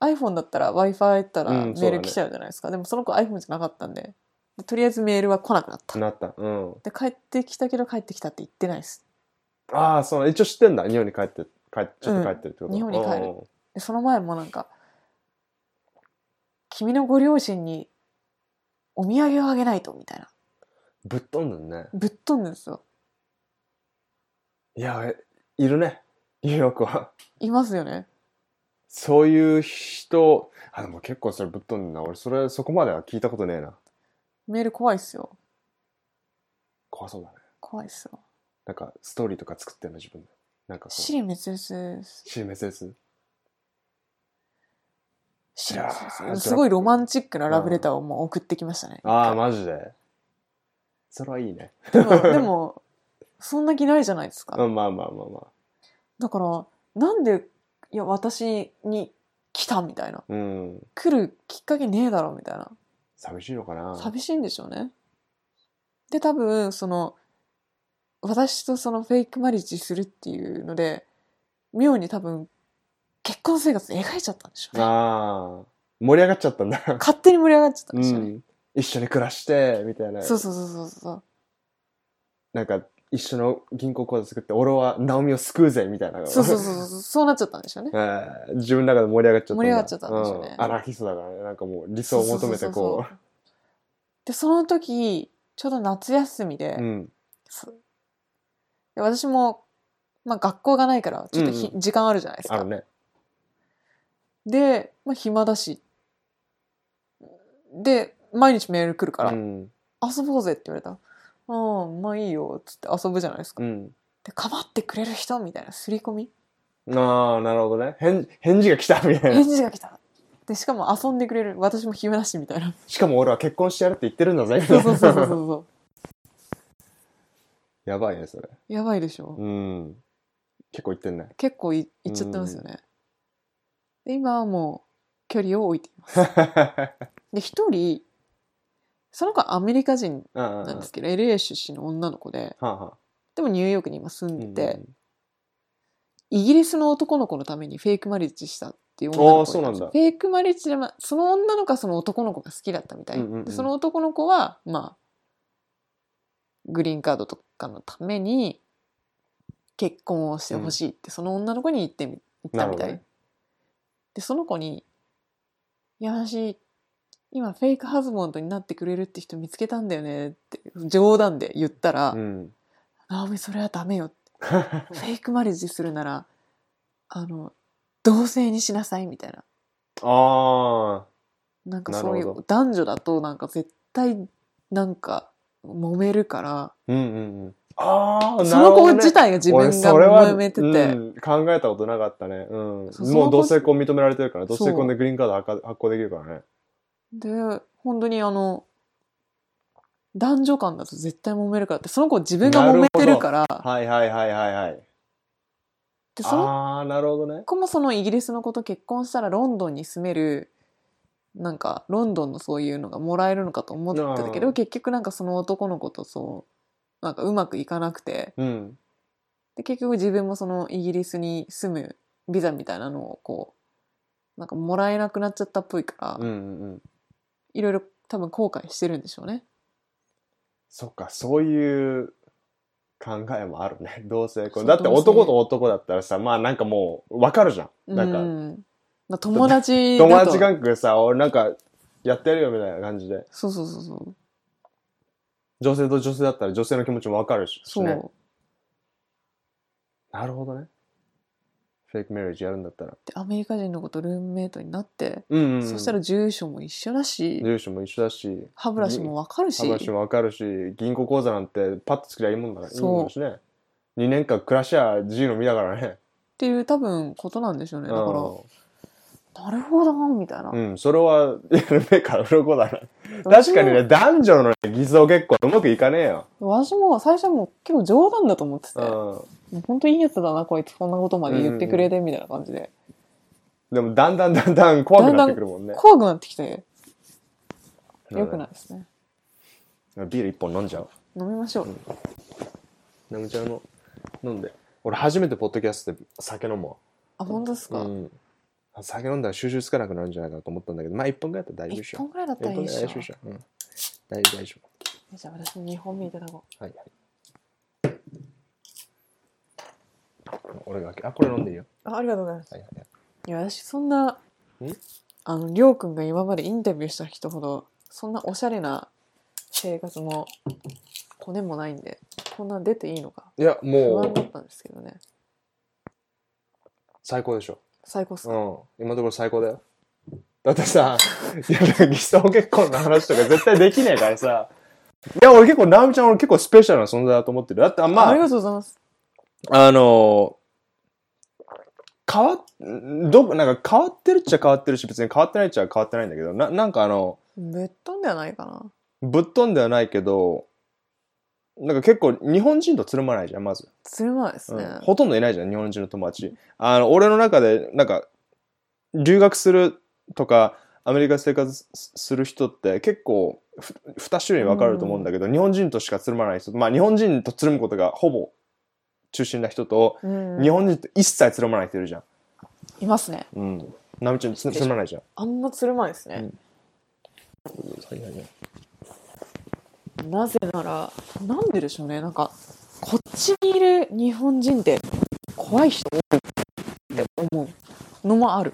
A: iPhone だったら w i f i 行ったら
B: う
A: メ
B: んそうだ
A: ー
B: ね
A: ル来ちゃうじゃないですか、でもその子 iPhone じゃなかったんででとりあえずメールは来なくなっ
B: あ
A: た
B: なったうん
A: で帰ってきたけど帰ってきたって言ってないです
B: ああそう一応知ってんだ日本に帰って帰っちょっと帰ってるってこと、
A: うん日本に帰るでその前もなんか「君のご両親にお土産をあげないと」みたいな
B: るぶっ飛んだね
A: ぶっ飛んでるんですよ
B: いやえいるねニューヨークは *laughs*
A: いますよね
B: そういう人あでも結構それぶっ飛んでるな俺それそこまでは聞いたことねえな
A: メール怖いっすよ
B: 怖そうだね
A: 怖いっすよ
B: なんかストーリーとか作ってんの自分でなんかこう
A: 死に滅裂です
B: シーメセス
A: 死
B: い
A: に
B: やー
A: 滅裂
B: ちょっと
A: すごいロマンチックなラブレターをもう送ってきま
B: *laughs*
A: したね
B: ああマジでそれはいいね
A: でもでもそんな気ないじゃないですか、
B: うんまあまあまあま
A: だからなんでいや私に来たみたいな
B: あうん
A: 来るきっかけねえだろみたいな
B: 寂しいのかな
A: 寂しいんでしょうねで多分その私とそのフェイクマリッジするっていうので妙に多分結婚生活描いちゃったんでしょうね
B: ああ盛り上がっち
A: *laughs*
B: ゃったんだ
A: 勝手に盛り上がっちゃったんでしょうね、
B: ん、一緒に暮らしてみたいな
A: そうそうそうそうそう
B: なんか一緒の銀行口座作って俺はナオミを救うぜみたいな
A: そうそうそうそうそうなっちゃったんでしょうね
B: *laughs* えー自分の中で盛り上がっちゃったんだ
A: 盛り上がっちゃったんでしょうね
B: うんアナキストだからねなんかもう理想を求めてこ
A: うでその時ちょうど夏休みで,
B: う、うん
A: そうで私も、まあ、学校がないからちょっとひ、
B: う
A: 時間あるじゃないです
B: あ
A: か、
B: のね
A: で、まあ、暇だしで毎日メール来るから「
B: うん
A: 遊ぼうぜ」って言われた「うんまあいいよ」っつって遊ぶじゃないですか、
B: うん
A: で「かまってくれる人」みたいな刷り込み
B: ああなるほどね返返事が来たみた
A: *laughs*
B: いな
A: 返事が来たでしかも遊んでくれる私も暇だしみたいな
B: しかも俺は結婚してやるって言ってるんだぜ
A: そう *laughs* そうそうそうそうそ
B: *laughs* やばいねそれ
A: うやばいでしょ、
B: うん結構言ってんね
A: *laughs* 結構いいっちゃってますよね、で今はもう距離を置いていますで一人その子はアメリカ人
B: うんうんうん
A: なんですけど LA 出身の女の子で
B: はあはあ
A: でもニューヨークに今住んでて、
B: うん
A: イギリスの男の子のためにフェイクマリッジしたっていう女の
B: あーそ
A: 子
B: う
A: が
B: ないん
A: た
B: だ
A: フェイクマリッジで、まあ、その女の子はその男の子が好きだったみたい、
B: うんうんうん
A: でその男の子はまあグリーンカードとかのために結婚をしてほしいって、その女の子に言ってみ言ったみたい、
B: なるほどね
A: でその子に「いや私今フェイクハズボンドになってくれるって人見つけたんだよね」って冗談で言ったら「
B: うん
A: ナオミそれはダメよ」
B: *laughs*
A: フェイクマリッジするならあの同性にしなさいみたいな
B: ああ
A: なんかそうい
B: なるほ
A: う男女だとなんか絶対なんか揉めるから
B: うんうんうんああ
A: その子自体
B: 体
A: が自分が
B: 俺
A: 揉めてて、
B: うん考えたことなかったね、うん、
A: そうその
B: も
A: 子
B: う同性婚認められてるから
A: そ
B: 同
A: う
B: 性婚でグリーンカード発発行できるからね
A: で本当にあの男女間だと絶対揉めるからってその子自分が揉めてるから
B: はいはいはいはいはい
A: でその
B: ああーなるほどね
A: 子もそのイギリスの子と結婚したらロンドンに住めるなんかロンドンのそういうのがもらえるのかと思ってたけ
B: う
A: ど
B: ん
A: 結局なんかその男の子とそうなんかうまくいかなくて
B: うん。
A: で結局自分もそのイギリスに住むビザみたいなのをこうなんかもらえなくなっちゃったっぽいから、
B: うんうんうん。
A: いろいろ多分後悔してるんでしょうね。
B: そっか、そういう考えもあるね。 *laughs* 同性
A: そう
B: 婚。だって
A: 同性
B: 男と男だったらさ、まあなんかもう、わかるじゃん。なん
A: う
B: か、
A: んまあ、友達だと
B: 友達関係さ、俺なんか、やってやるよみたいな感じで。
A: そうそうそうそう
B: 女性と女性だったら女性の気持ちもわかるし。
A: そう、
B: ねなるほどね。フェイクメリージやるんだったら。
A: でアメリカ人の子とルームメイトになって、
B: うんうんうん。
A: そしたら住所も一緒だし
B: 住所も一緒だし、
A: 歯ブラシもわかるし
B: 話もわかるし、銀行口座なんてパッと作りゃいいもんだから、いい
A: そう
B: もんだしね。2年間暮らしゃ自由の身だからね。
A: っていう多分ことなんでしょうねだから、な
B: う
A: るほどみたいな、
B: ん、うん、それは、やる目から鱗だな。
A: *laughs*
B: 確かにね、男女のね偽造結婚うまくいかねえよ。
A: 私も最初はもう結構冗談だと思ってて、
B: う
A: 本当いいやつだなこいつこんなことまで言ってくれてみたいな感じで、
B: ん。でも、だんだんだんだん怖くなってくるもんね。
A: 怖くなってきて良くない
B: い。
A: ですね
B: ビール一本飲んじゃう。
A: 飲みましょう、
B: 飲むちゃうの。飲んで。俺、初めてポッドキャストで酒飲むわ。
A: あ本当ですか、
B: うん。酒飲んだら収集つかなくなるんじゃないかなと思ったんだけど、まあ、一本ぐらいだったら大丈夫でし
A: 一
B: ょ
A: 本。ぐらいだったらいいっし
B: 大
A: ょ
B: 丈夫でしょ。うん。大丈夫、大丈
A: じゃあ私も2本目いただこ
B: 夫。はい、はい。俺が開け、あ、これ飲んでいいよ。
A: うあありがとうございます
B: はいはいはい。
A: いや私そんなんあのりょうくんが今までインタビューした人ほどそんなおしゃれな生活もコネもないんでこんなん出ていいのか
B: いや、
A: 不
B: も
A: 安だ
B: う、
A: ったんですけどね
B: 最高でしょ。
A: 最高っすか、
B: うん。今のところ最高だよ。だってさ、いや偽装結婚の話とか絶対できねえからさ。いや、俺結構、直美ちゃん俺結構スペシャルな存在だと思ってる。だって、ま
A: あ、
B: あ
A: り、がとうございます
B: あの変わっ、どこ、なんか変わってるっちゃ変わってるし、別に変わってないっちゃ変わってないんだけど、ななんかあの、
A: ぶっ飛んではないかな
B: ぶっ飛んではないけど、なんか結構日本人とつるまないじゃん、まず。
A: つるまないです
B: う
A: ね、
B: ん、ほとんどいないじゃん日本人の友達あの俺の中でなんか留学するとかアメリカで生活すする人って結構ふ2種類分かれると思うんだけど、日本人としかつるまない人まあ日本人とつるむことがほぼ中心な人と、
A: うん
B: 日本人と一切つるまない人いるじゃん、
A: いますね
B: うん、ナミちゃんつつるまないじゃん、
A: あんまつるまないですね、なぜならなんででしょうねなんかこっちにいる日本人って怖い人多いって思うのもある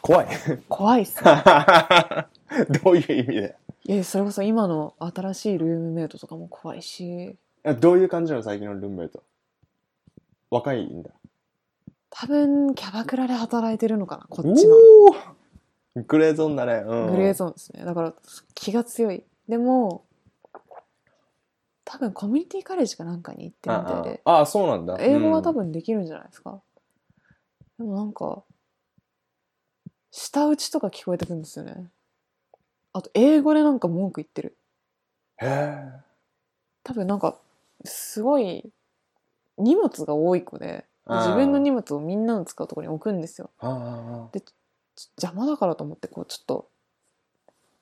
B: 怖い *laughs*
A: 怖いっすね
B: どういう意味で
A: いやそれこそ今の新しいルームメイトとかも怖いし
B: あどういう感じなの最近のルームメイト若いんだ
A: 多分キャバクラで働いてるのかなこっちの
B: おーグレーゾーンだね、うん、
A: グレーゾーンですねだから気が強いでも多分コミュニティカレッジかなんかに行ってるみたいで
B: ああああそうなんだ
A: 英語は多
B: 分、
A: 分できるんじゃないですか、でもなんか舌打ちとか聞こえてくるんですよねあと英語でなんか文句言ってる
B: うんへえ
A: 多分なんかすごい荷物が多い子で
B: あー
A: 自分の荷物をみんなの使うところに置くんですよ
B: ああああ
A: ち邪魔だからと思ってこうちょっと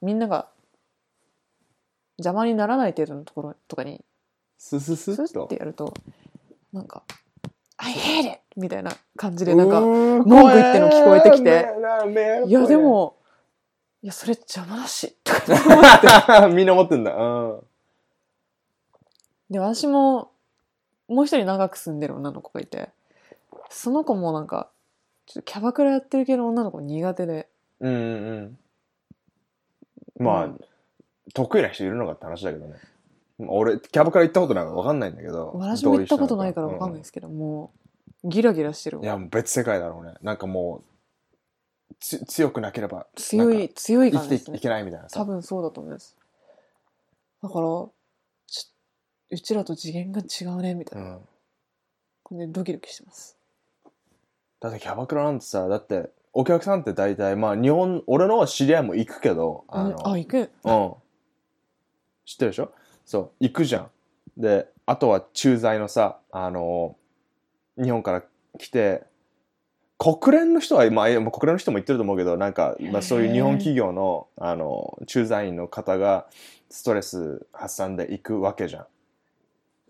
A: みんなが邪魔にならない程度のところとかに
B: ススス
A: ス
B: ッ
A: ッ
B: と
A: てやるとなんか「I hate it!」みたいな感じでなんか
B: 文
A: 文句言ってんの聞こえてきて「い
B: い
A: やでもいやそれ邪魔だし」とか
B: みんな持ってんだうん
A: で私ももう一人長く住んでる女の子がいてその子もなんかちょっとキャバクラやってる系の女の子苦手で
B: うんうんうんまあ、
A: うん
B: 得意な人いるのかって話だけどねまあ俺キャバクラ行ったことないから分かんないんだけど、
A: 私も行ったことないからわかんないですすけど、もうギラギラしてる
B: うんいやもう別世界だろうねなんかもうつ強くなければ
A: 強
B: なん
A: い
B: か
A: 強い
B: 生
A: 感
B: き
A: じ
B: て
A: です
B: い
A: ね
B: けないみたいなさ
A: 多分そうだと思いますだからちょうちらと次元が違うねみたいうな、
B: ん
A: これでドキドキしてます
B: だってキャバクラなんてさだってお客さんって大体まあ日本俺の知り合いも行くけどあ
A: あ
B: の
A: あ行く
B: うん知ってるでしょそう行くじゃんであとは駐在のさあの日本から来て国連の人は、まあ、いやまあ国連の人も言ってると思うけど、なんか、ま
A: へー
B: あ、そういう日本企業の、あの、駐在員の方が、ストレス発散で行くわけじゃん。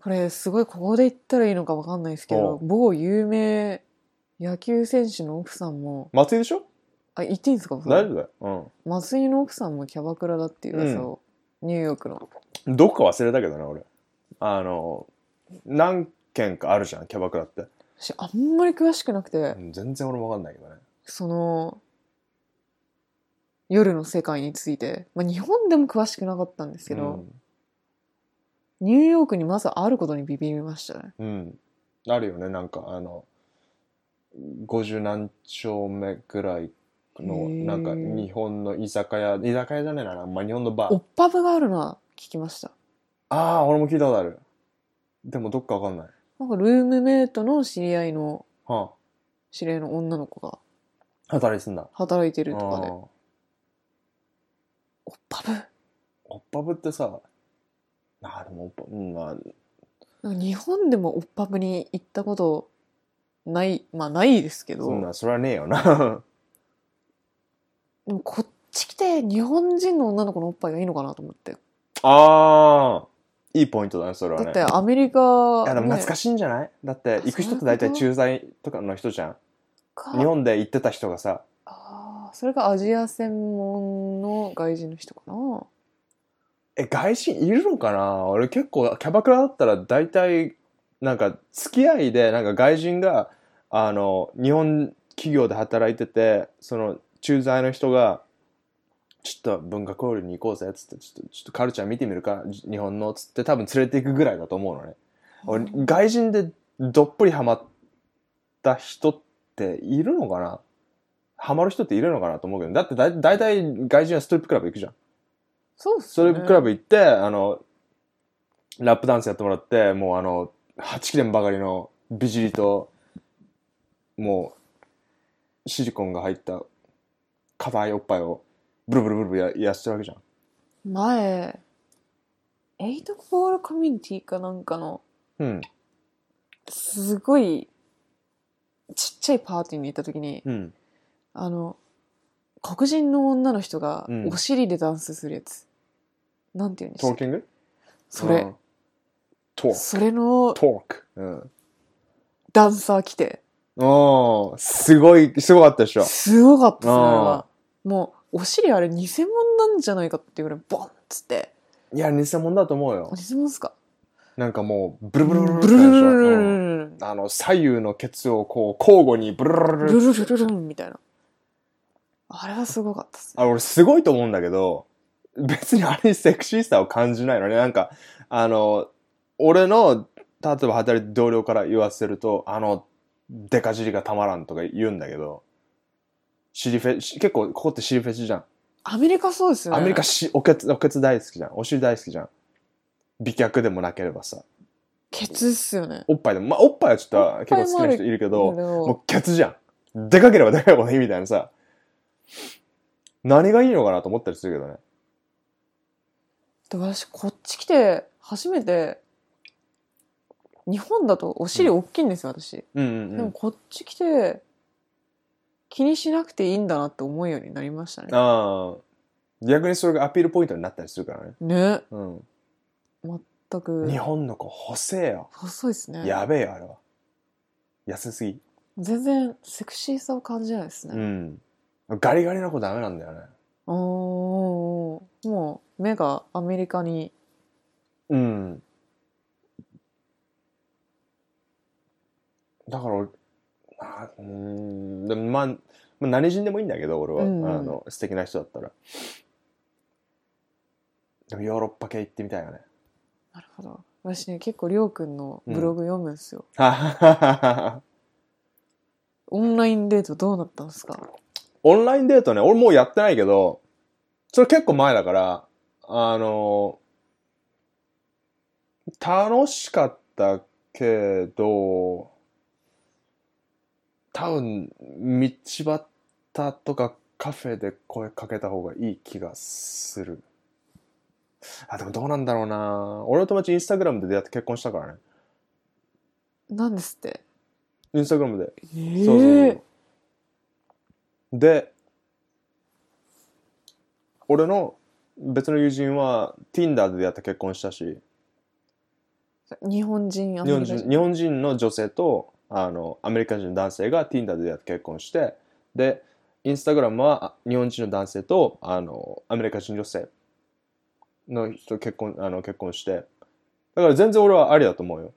A: これすごいここで言ったらいいのかわかんないですけど
B: お
A: 某有名野球選手の奥さんも
B: 松井でしょ
A: あ言っていいんですかそれ
B: 大丈夫だよ。
A: 松井の奥さんもキャバクラだっていう噂を、ニューヨークの
B: うん。どっか忘れたけどな、俺。あの、何軒かあるじゃん、キャバクラって。
A: 私あんまり詳しくなくて、
B: うん全然俺もわかんないけどね。
A: その夜の世界について、まあ、日本でも詳しくなかったんですけど、ニューヨークにまずあることにビビりましたね
B: うん。うん。あるよね、なんか、あの、50何丁目ぐらい
A: へ
B: の、
A: ー
B: なんか、日本の居酒屋、居酒屋じゃねえな、まあ、日本のバー。
A: おっぱぶがあるのは聞きました
B: ああ、俺も聞いたことある。でもどっかわかんない。
A: なんかルームメイトの知り合いの
B: は
A: 知り合いの女の子が
B: あ、働いてんだ。
A: 働いてる
B: あ
A: とかで
B: ー
A: 「おっぱぶ!」
B: おっぱぶってさ、あーでもおっぱ、うん、まあ、
A: なんか日本でもオッパブに行ったことないまあないですけど、
B: そんな、それはねえ
A: *laughs*
B: よな。
A: でもこっち来て日本人の女の子のおっぱいがいいのかなと思って、
B: ああ、いいポイントだね、それはね。
A: だってアメリカ、
B: いや、でも懐かしいんじゃないだって、行く人って大体駐在とかの人じゃん。
A: か
B: 日本で行ってた人がさ、
A: あーそれがアジア専門の外人の人かな
B: え、外人いるのかな俺結構、キャバクラだったら大体、なんか、付き合いで、なんか外人が、あの、日本企業で働いてて、その、駐在の人が、ちょっと文化交流に行こうぜ、つって、ちょっと、ちょっとカルチャー見てみるか、じ日本の、つって多分連れて行くぐらいだと思うのね。俺、外人でどっぷりハマった人っているのかなハマる人っているのかなと思うけど、だってだ大体外人はストリップクラブ行くじゃん。
A: そうっ
B: ス
A: す
B: ト
A: ね
B: リップクラブ行って、あの、ラップダンスやってもらって、もうあの、はちきれんばかりの美尻と、もう、シリコンが入った、硬いおっぱいを、ブルブルブルブルややしてるわけじゃん。
A: 前エイトボールコミュニティかなんかの
B: うん。
A: すごいちっちゃいパーティーに行った時に
B: うん。
A: あの黒人の女の人が
B: うん
A: お尻でダンスするやつ、なんて言うんで
B: ト
A: し
B: ー
A: た
B: キング
A: そうれ
B: んトーク。
A: それの
B: トーク。うん。
A: ダンサー来て
B: おー、すごい、すごかったでしょ。
A: すごかったですね
B: あー
A: あれはもうお尻あれ偽物なんじゃないかっていうぐらいボンっつって
B: いや、偽物だと思
A: 「
B: う
A: あ
B: よ。
A: 偽物っすか?」
B: なんかもう、ブ
A: ブ
B: ルブルブルブル
A: ル
B: っ
A: ル
B: てなるでしょ
A: ルル
B: うん
A: ル
B: あの、左右のケツをこう、交互にブルルルル
A: ル
B: ル
A: ルルルルルンみたいなあれはすごかったっすね
B: あ俺すごいと思うんだけど、別にあれにセクシーさを感じないのね。なんか、あの、俺の、例えば働いてる同僚から言わせると、あの、デカ尻がたまらんとか言うんだけど、尻フェチ、結構ここって尻フェチじゃん。
A: アメリカそうですよね
B: アメリカしおけつ、おけつ大好きじゃん。お尻大好きじゃん。美脚でもなければさ。
A: ケツっすよね
B: おっぱいでも、まあおっぱいはちょっと結構好きな人いるけど、もうケツじゃん。でかければでかいほどいいみたいなさ。何がいいのかなと思ったりするけどね。
A: で私こっち来て初めて日本だとお尻大きいんですよ私
B: うんうん、うん。
A: でもこっち来て気にしなくていいんだなって思うようになりましたね
B: ああ。逆にそれがアピールポイントになったりするからね。
A: ね
B: うん。
A: 全く
B: 日本の子、細えよ。
A: 細いですね
B: やべえよ、あれは。安すぎ。
A: 全然セクシーさを感じないです
B: う
A: ね、
B: ん。ガリガリの子ダメなんだよね。
A: おーおーおーもう目がアメリカに
B: うん。だから俺、あうーん、でもまあ、まあ何人でもいいんだけど、俺は。
A: うんうん
B: あの、素敵な人だったら。でもヨーロッパ系行ってみたいよ *laughs* ね。
A: なるほど私ね結構りょうくんのブログ読むんですよ、
B: はははは。
A: オンラインデートどうなったんですか
B: オンラインデートね、俺もうやってないけど、それ結構前だから、あの、楽しかったけど、多分、道端とかカフェで声かけた方がいい気がする。あ、でもどうなんだろうな俺の友達インスタグラムで出会って結婚したからね。
A: なんですって
B: インスタグラムで。
A: ええー、
B: そうそうそうで俺の別の友人は Tinder でやった結婚したし
A: 日本人ア
B: 日
A: メ
B: 本
A: リカ人
B: 人日本人の女性とあのアメリカ人の男性が Tinder でやって結婚してでインスタグラムはあ日本人の男性とあのアメリカ人女性の人結婚あの結婚してだから全然俺はありだと思うよ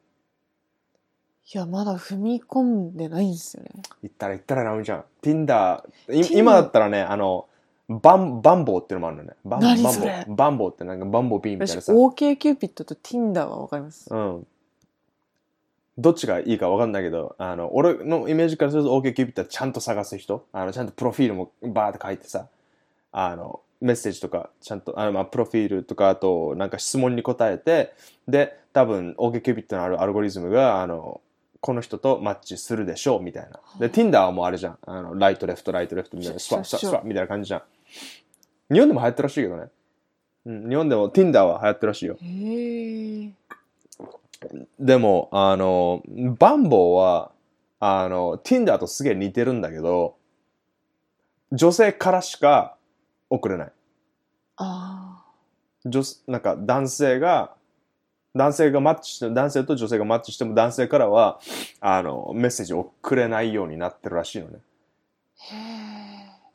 A: いやまだ踏み込んでないんですよね
B: 行ったら行ったら直美ちゃん Tinder い
A: Tinder
B: 今だったらねあのバンバンボーっていうのもあるのねバン
A: 何
B: バン
A: そ
B: ボ
A: れ
B: ーバンボーってなんかバンボービーみたい
A: 私
B: なさ
A: OK キューピッドと Tinder はわかります
B: うん。どっちがいいか分かんないけど、あの、俺のイメージからすると OKCupid ってちゃんと探す人、あの、ちゃんとプロフィールもバーって書いてさ、あの、メッセージとか、ちゃんと、あの、まあ、プロフィールとか、あと、なんか質問に答えて、で、多分 OKCupid のあるアルゴリズムが、あの、この人とマッチするでしょう、みたいな。で、Tinder はもうあれじゃん。あの、ライト、レフト、ライト、レフトみたいな、スワップ、スワップ、スワップみたいな感じじゃん。日本でも流行ってるらしいけどね。うん、日本でも Tinder は流行ってるらしいよ。
A: へえ
B: でも、あの、バンボーは、あの、Tinder とすげえ似てるんだけど、女性からしか送れない。
A: あ
B: 女なんか男性が、男性がマッチして、男性と女性がマッチしても男性からは、あの、メッセージ送れないようになってるらしいのね。
A: あへえ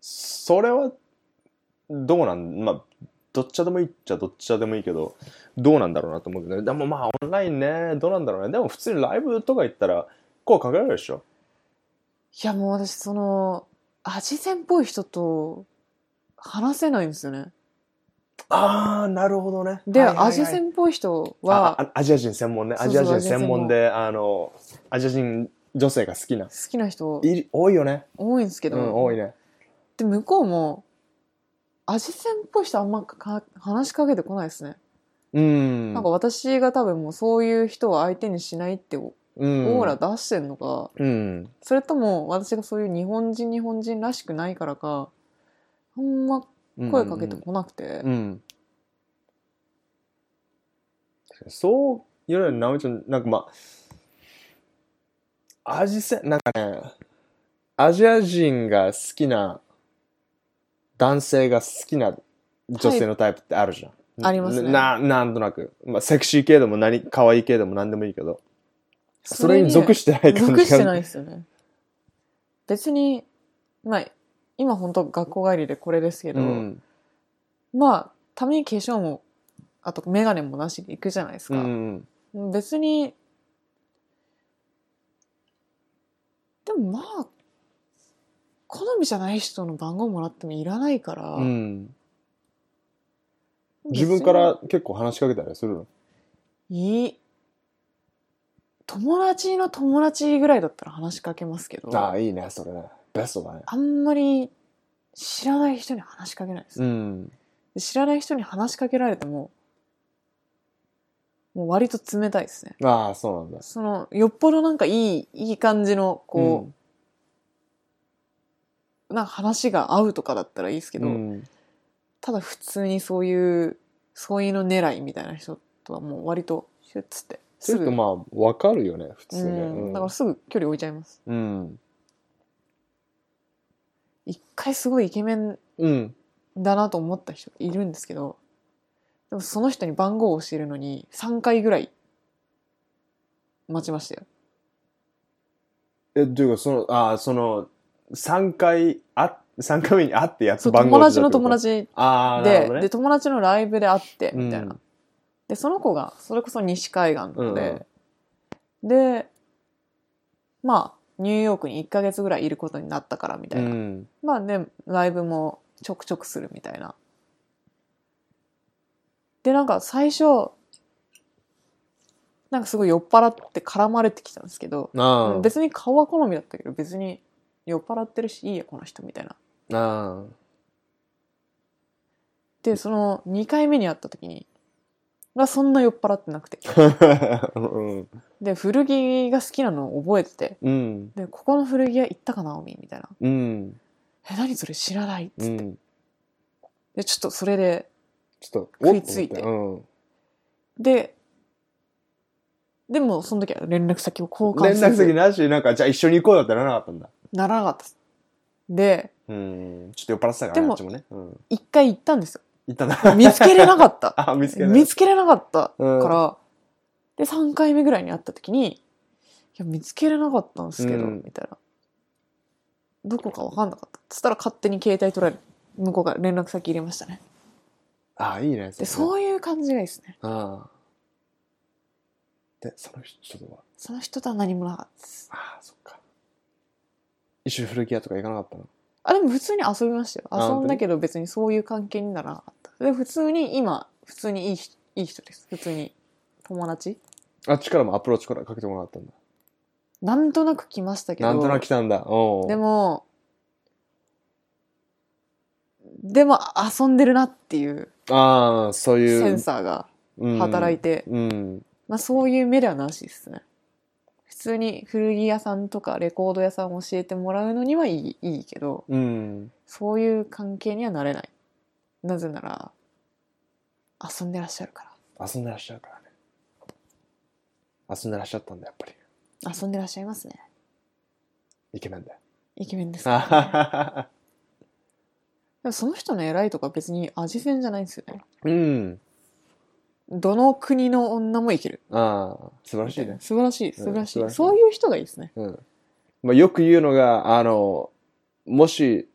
B: それは、どうなん、まあ、どっちでもいいっちゃどっちでもいいけど、どうなんだろうなと思うけどね。でもまあ、オンラインね、どうなんだろうね。でも普通にライブとか行ったら、声かけられるでしょ。
A: いやもう私そのアジアンっぽい人と話せないんですよね
B: ああ、なるほどね。
A: で、
B: はいはいはい
A: アジア人っぽい人
B: あ
A: は
B: あアジア人専門ね。
A: そ
B: ア
A: う
B: ジ
A: そう
B: ア人専門で、あの、アジア人女性が好きな
A: 好。きな人
B: い多いよね。
A: 多いんですけ
B: う
A: ど、
B: ん、多いね。
A: で向こうもアジア人っぽい人あんまか話しかけてこないですね、
B: うん。
A: なんか私が多分もうそういう人を相手にしないってオ
B: うん、
A: ーラ出してんのか、
B: うん。
A: それとも私がそういう日本人日本人らしくないからかあんま声かけてこなくて、
B: うん。そう、いろいろなおちゃん、なんかまあ、アジセ、なんかね、アジア人が好きな、男性が好きな女性のタイプってあるじゃん。
A: ありますね
B: な、なんとなく。まあ、セクシー系でも何、可愛い系でも何でもいいけど、それに属してない感じが
A: 属してないですよね別にまあ今本当学校帰りでこれですけど、
B: うん。
A: まあために化粧もあと眼鏡もなしで行くじゃないです
B: う
A: か、
B: ん。
A: 別にでもまあ好みじゃない人の番号もらってもいらないから、
B: うん。
A: 別
B: 自
A: に
B: 分から結構話しかけたりするの
A: いい友達の友達ぐらいだったら話しかけますけど
B: ああ、いいね、それね。ベストだね。
A: あんまり知らない人に話しかけないです、
B: うん。
A: で知らない人に話しかけられてももう割と冷たいですね
B: ああ、そうなんだ。
A: そのよっぽどなんかいいいい感じのこう、なんか話が合うとかだったらいいですけど、
B: うん
A: ただ普通にそういうそういうの狙いみたいな人とはもう割とシュッつって
B: ち
A: す
B: ょっ
A: ぐ
B: とまあ、わかるよね、普通
A: う
B: ね。
A: ん、だからすぐ距離置いちゃいます
B: うん。
A: 一回すごいイケメン
B: うん。
A: だなと思った人いるんですけどでもその人に番号を教えるのに3回ぐらい待ちましたよ
B: え、というか、その、ああ、その、3回、あ、三回目に会ってや
A: そ
B: つ
A: う
B: 番号
A: 友達の
B: 教えたってこと
A: 友。達
B: ああ、なる
A: で,、
B: ほどね
A: で。友達のライブで会ってみたいな、
B: うん
A: でその子がそれこそ西海岸なので、でまあニューヨークに1ヶ月ぐらいいることになったからみた
B: う
A: いな、
B: ん。
A: まあねライブもちょくちょくするみたいなでなんか最初なんかすごい酔っ払って絡まれてきたんですけど、
B: ああ。
A: 別に顔は好みだったけど別に酔っ払ってるしいいやこの人みたいな
B: あ
A: でその2回目に会った時にはそんな酔っ払ってなくて
B: あ。うん。 *laughs*
A: で古着が好きなのを覚えてて
B: うん。
A: でここの古着屋行ったかなおみみたいな
B: うん。
A: 「え何それ知らない」っつ
B: う
A: って、
B: ん。
A: でちょっとそれで
B: ちょっと、
A: 食いついて
B: おっと思っ
A: ででもその時は連絡先を交
B: たうん。
A: 換
B: 連絡
A: せ
B: 先
A: ず
B: なし、なんか、じゃあ一緒に行こうだってならなかったんだ。
A: ならなかったですで
B: うん。ちょっと酔っ払ってたから
A: で
B: ね、
A: も
B: あっちもね。うん。
A: 一回行ったんですよ
B: 行ったんだ。
A: 見つけれなかった
B: *laughs* あ、見つけた。
A: *laughs* 見つけれなかった
B: うん
A: から、で3回目ぐらいに会った時に「いや見つけれなかったんですけど」
B: うん
A: みたいな「どこか分かんなかった」つったら勝手に携帯取られる向こうから連絡先入れましたね
B: あ、いい
A: で
B: ね。う。
A: そういう感じがいいですね
B: ああ。で、その人とは、
A: その人とは何もなかったです
B: ああ、そっか。一緒に古着屋とか行かなかったの
A: あでも普通に遊びました
B: あ
A: よ遊んだけど別にそういう関係にならなかったで普通に今普通にいい人いい人です普通に友達
B: あっちからもアプローチからかけてもらったんだ。
A: なんとなく来ましたけど
B: なんとなく来たんだ。おう
A: でも、でも遊んでるなっていう
B: ああ、そういう。
A: センサーが
B: うん
A: 働いて、
B: うん。
A: まあそういう目ではなしですね。普通に古着屋さんとかレコード屋さんを教えてもらうのにはいいいいけど、
B: うん。
A: そういう関係にはなれない。なぜなら、遊んでらっしゃるか
B: 遊んでらっしゃるからね。遊んでらっしゃったんだ、やっぱり。
A: ら。遊んでらっしゃいますね。
B: イケメンで。
A: イケメンです
B: あ
A: か
B: は
A: らね、
B: はは
A: でもその人の偉いとか別に味変じゃないんですよね。
B: うん。
A: どの国の女もいける。
B: ああ、素晴らしいね。
A: 素晴らしい、素晴らしい。
B: うん素晴らしい
A: そういう人がいいですね。
B: うん。まあ、よく言うのが、あの、もし、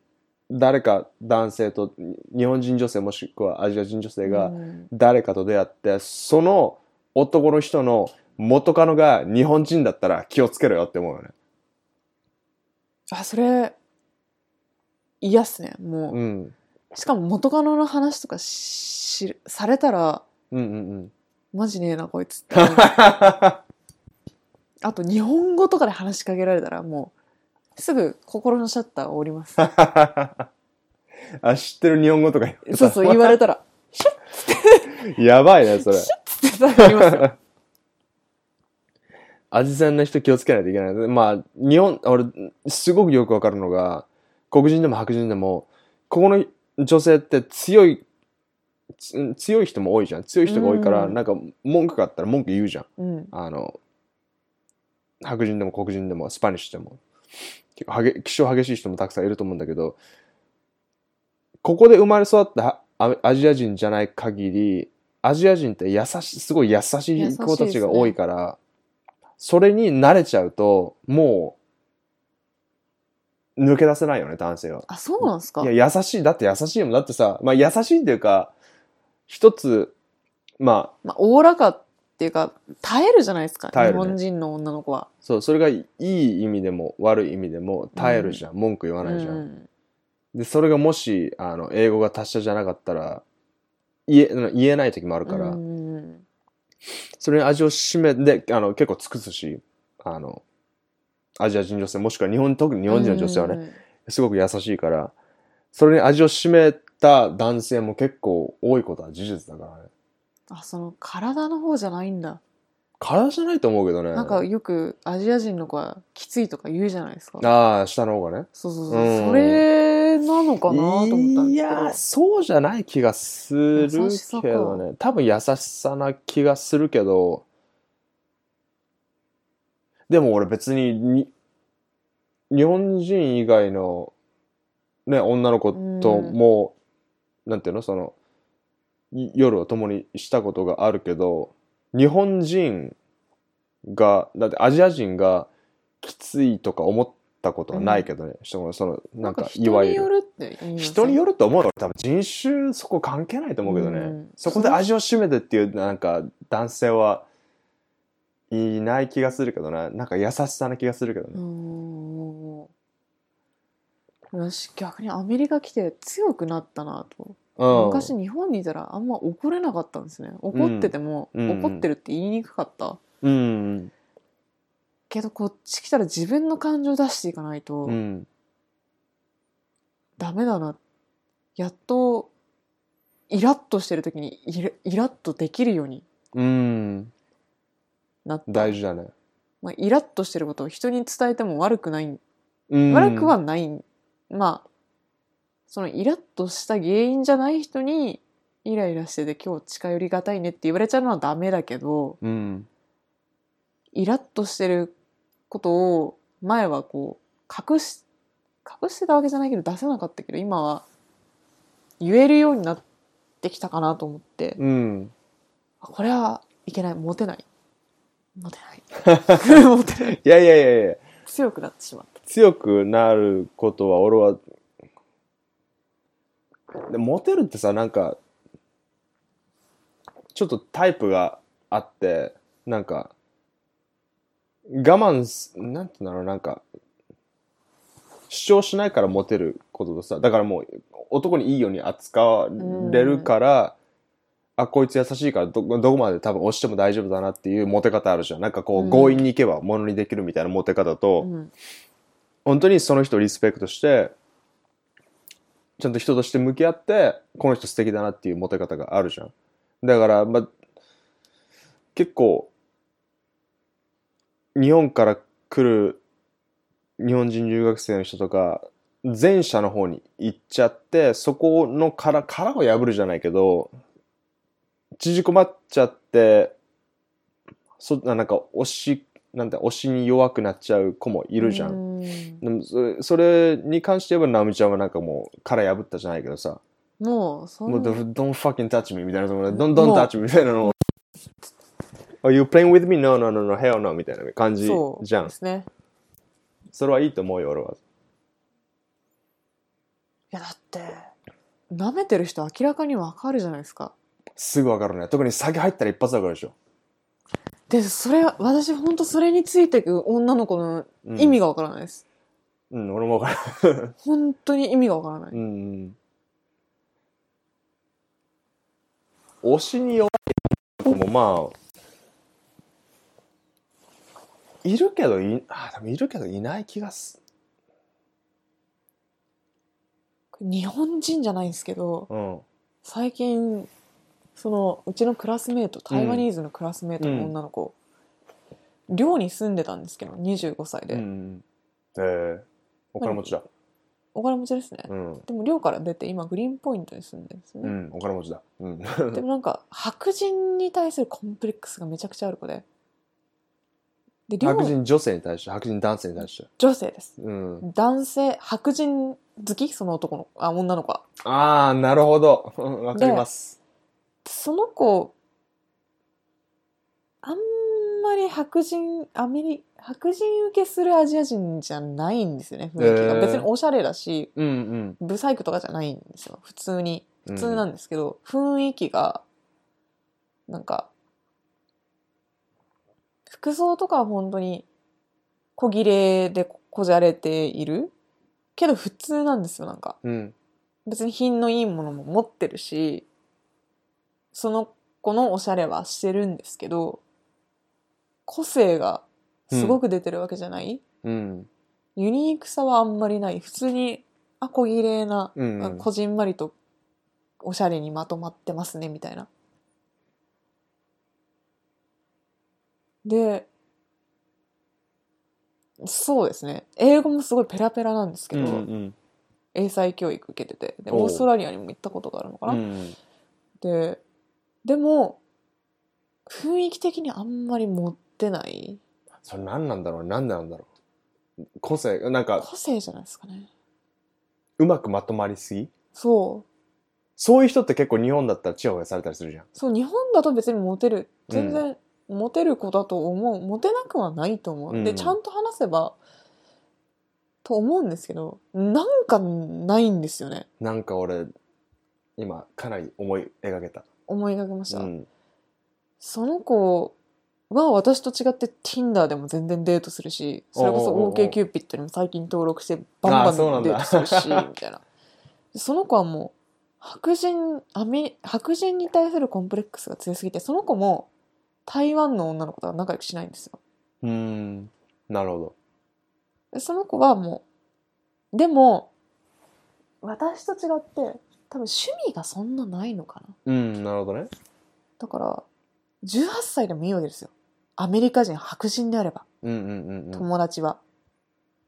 B: 誰か男性と、に日本人女性もしくはアジア人女性が、
A: うん
B: 誰かと出会って、その男の人の元カノが日本人だったら気をつけろよって思うよね。
A: あそれ嫌っすねもう、
B: うん。
A: しかも元カノの話とかししされたら
B: うんうん *laughs* うん。
A: マジねえなこいつって
B: *laughs*
A: あと日本語とかで話しかけられたらもうすぐ心のシャッターを降り
B: *laughs*
A: ます
B: あ、知ってる日本語とか言われた
A: そうそう言われたら
B: *laughs* やばいね、それ。
A: つってさ言い
B: *laughs*
A: ますよ
B: 味さんの人気をつけないといけない。まあ、日本、俺、すごくよくわかるのが、黒人でも白人でも、ここの女性って強い、つ強い人も多いじゃん。強い人が多いから、
A: うん
B: なんか文句があったら文句言うじゃん。
A: うん
B: あの、白人でも黒人でもスパニッシュでも。結構激、気性激しい人もたくさんいると思うんだけど、ここで生まれ育ったアアジア人じゃない限り、アジア人って優しい、すごい優しい子たちが多いから、それに慣れちゃうと、もう、抜け出せないよね、男性は。
A: あそうなんですか
B: いや、優しい。だって優しいもん。だってさ、まあ優しいっていうか、一つ、まあ、
A: まあおおらかっていうか耐えるじゃないですか、
B: 耐え
A: 日
B: るね
A: 本人の女の子は
B: そう、それがいい意味でも悪い意味でも耐えるじゃん。文句言わないじゃん。
A: うん
B: で、それがもし、あの、英語が達者じゃなかったら、言え、あの言えない時もあるから、
A: うん
B: それに味を占めて、あの、結構尽くすし、あの、アジア人女性、もしくは日本、特に日本人の女性はね、
A: ね
B: すごく優しいから、それに味を占めた男性も結構多いことは事実だからね。
A: あその体の方じゃないんだ
B: 体じゃないと思うけどね。
A: なんかよくアジア人の子はきついとか言うじゃないですか。
B: ああ、下の方がね。
A: そうそうそう。
B: うん
A: それなのかなと思ったん
B: い
A: ですけ
B: や
A: ど
B: ー。そうじゃない気がする
A: 優しさか
B: けどね多分優しさな気がするけどでも俺別にに日本人以外の、ね、女の子と
A: うん
B: も、なんていうのそのい夜を共にしたことがあるけど日本人がだってアジア人がきついとか思ったことはないけどね、そのその
A: な
B: なんん
A: か
B: かいわ
A: 人
B: ゆ
A: に
B: る
A: よるって言います
B: 人によると思うよ多分人種そこ関係ないと思うけどね、
A: うん
B: そこで味を占めてっていうなんか男性はいない気がするけどななんか優しさな気がするけど
A: う
B: ね、
A: ん。私逆にアメリカ来て強くなったなと。
B: うん、
A: 昔日本にいたらあんま怒れなかったんですね。怒ってても、
B: うんうん
A: 怒ってるって言いにくかった。
B: うん
A: けどこっち来たら自分の感情出していかないと。
B: うん
A: ダメだなやっとイラッとしてる時にイライラッとできるように
B: うん
A: なった、
B: 大事だね、
A: まあ、イラッとしてることを人に伝えても悪くない
B: うん、
A: 悪くはない、まあそのイラッとした原因じゃない人にイライラしてて今日近寄りがたいねって言われちゃうのはダメだけど
B: うん
A: イラッとしてることを前はこう隠し隠してたわけじゃないけど出せなかったけど今は言えるようになってきたかなと思って、
B: うん。
A: あこれはいけないモテないモテ
B: *laughs*
A: ない *laughs* モテない
B: いやいやいやいや、
A: 強くなってしまった
B: 強くなることは俺は、でモテるってさ、なんか、ちょっとタイプがあって、なんか、我慢す、なんていうんだろう、なんか、主張しないからモテることとさ、だからもう男にいいように扱われるから、あ、こいつ優しいからど、どこまで多分押しても大丈夫だなっていうモテ方あるじゃん。なんかこ
A: う
B: う、
A: ん
B: 強引に行けばものにできるみたいなモテ方と、
A: うん
B: 本当にその人をリスペクトしてちゃんと人として向き合ってこの人素敵だなっていうモテ方があるじゃんだから、まあ、結構日本から来る日本人留学生の人とか前者の方に行っちゃってそこの殻殻を破るじゃないけど縮こまっちゃってそなんか押しなんだ押しに弱くなっちゃう子もいるじゃん
A: う
B: でもそれそれに関して言えば、直美ちゃんはなんかもう、殻破ったじゃないけどさ、
A: もうそ
B: もう、
A: んな
B: don't fucking touch me みたいなところで、don't
A: も
B: don't
A: う
B: touch me みたいなのを、Are you playing with me? No, no, no, no, hell no みたいな感じ
A: そう
B: じゃん
A: で。すね
B: それはいいと思うよ、俺は。
A: いやだって舐めてる人明らかにわかるじゃないですか
B: すぐわかるね。特に先入ったら一発わかるでしょ。
A: でそれ私本当それについてく女の子の
B: うん
A: 意味がわからないです、
B: うん、俺もわかる。
A: 本当に意味がわからない、
B: うん。推しに弱い子もまあ、いるけどい、あ、でもいるけどいない気がす
A: 日本人じゃないんですけど
B: うん。
A: 最近そのうちのクラスメート台湾ニーズのクラスメートの女の子、寮に住んでたんですけど25歳で、
B: うんうんうん、ええお金持ちだ。
A: お金持ちですね、
B: うん。
A: でも寮から出て今グリーンポイントに住んでるんですよ
B: う
A: ね、
B: ん、お金持ちだ。うん。
A: でもなんか白人に対するコンプレックスがめちゃくちゃある子でで寮
B: *laughs* 白人女性に対して、白人男性に対して。
A: 女性です
B: うん。
A: 男性白人好きその男のあ女の子は
B: ああ、なるほど。 *laughs* うんわかります。
A: その子あんまり白人アメリ白人受けするアジア人じゃないんですよね雰囲気が、
B: へー
A: 別におしゃれだし
B: うんうん。
A: ブサイクとかじゃないんですよ普通に
B: 普
A: 普通なんですけど、雰囲気がなんか服装とかは本当に小切れでここじゃれているけど普通なんですよなんか
B: うん。
A: 別に品のいいものも持ってるしその子のおしゃれはしてるんですけど個性がすごく出てるわけじゃない、
B: うん。
A: ユニークさはあんまりない普通にあ小綺麗な、
B: うんうん
A: こじんまりとおしゃれにまとまってますねみたいな。でそうですね英語もすごいペラペラなんですけ
B: う
A: ど、
B: んうん。
A: 英才教育受けててで
B: おう
A: オーストラリアにも行ったことがあるのかな、
B: うん
A: ででも雰囲気的にあんまり持ってない
B: それ何なんだろう何なんだろう個性、なんか、
A: 個性じゃないですかね
B: うまくまとまりすぎ
A: そう
B: そういう人って結構日本だったらチヤホヤされたりするじゃん。
A: そう日本だと別にモテる全然モテる子だと思うモテなくはないと思う、
B: う
A: で
B: ん
A: ちゃんと話せばと思うんですけどなんかないんですよね
B: なんか俺、今、かなり思い描けた。
A: 思いがけました、
B: うん。
A: その子は私と違って Tinder でも全然デートするしそれこ
B: おうおうおう
A: そ OK キューピットにも最近登録してバ
B: あ
A: ン
B: そう
A: バ
B: な
A: ン
B: ん
A: デー
B: だ
A: トするしみたいなその子はもう白人アメ白人に対するコンプレックスが強すぎてその子も台湾の女の子とは仲良くしないんですよ
B: うん。なるほど。
A: でその子はもうでも私と違って多分趣味がそんなないのかな
B: うん、なるほどね。
A: だから18歳でもいいわけですよアメリカ人白人であれば
B: うんうんうんうん。
A: 友達は。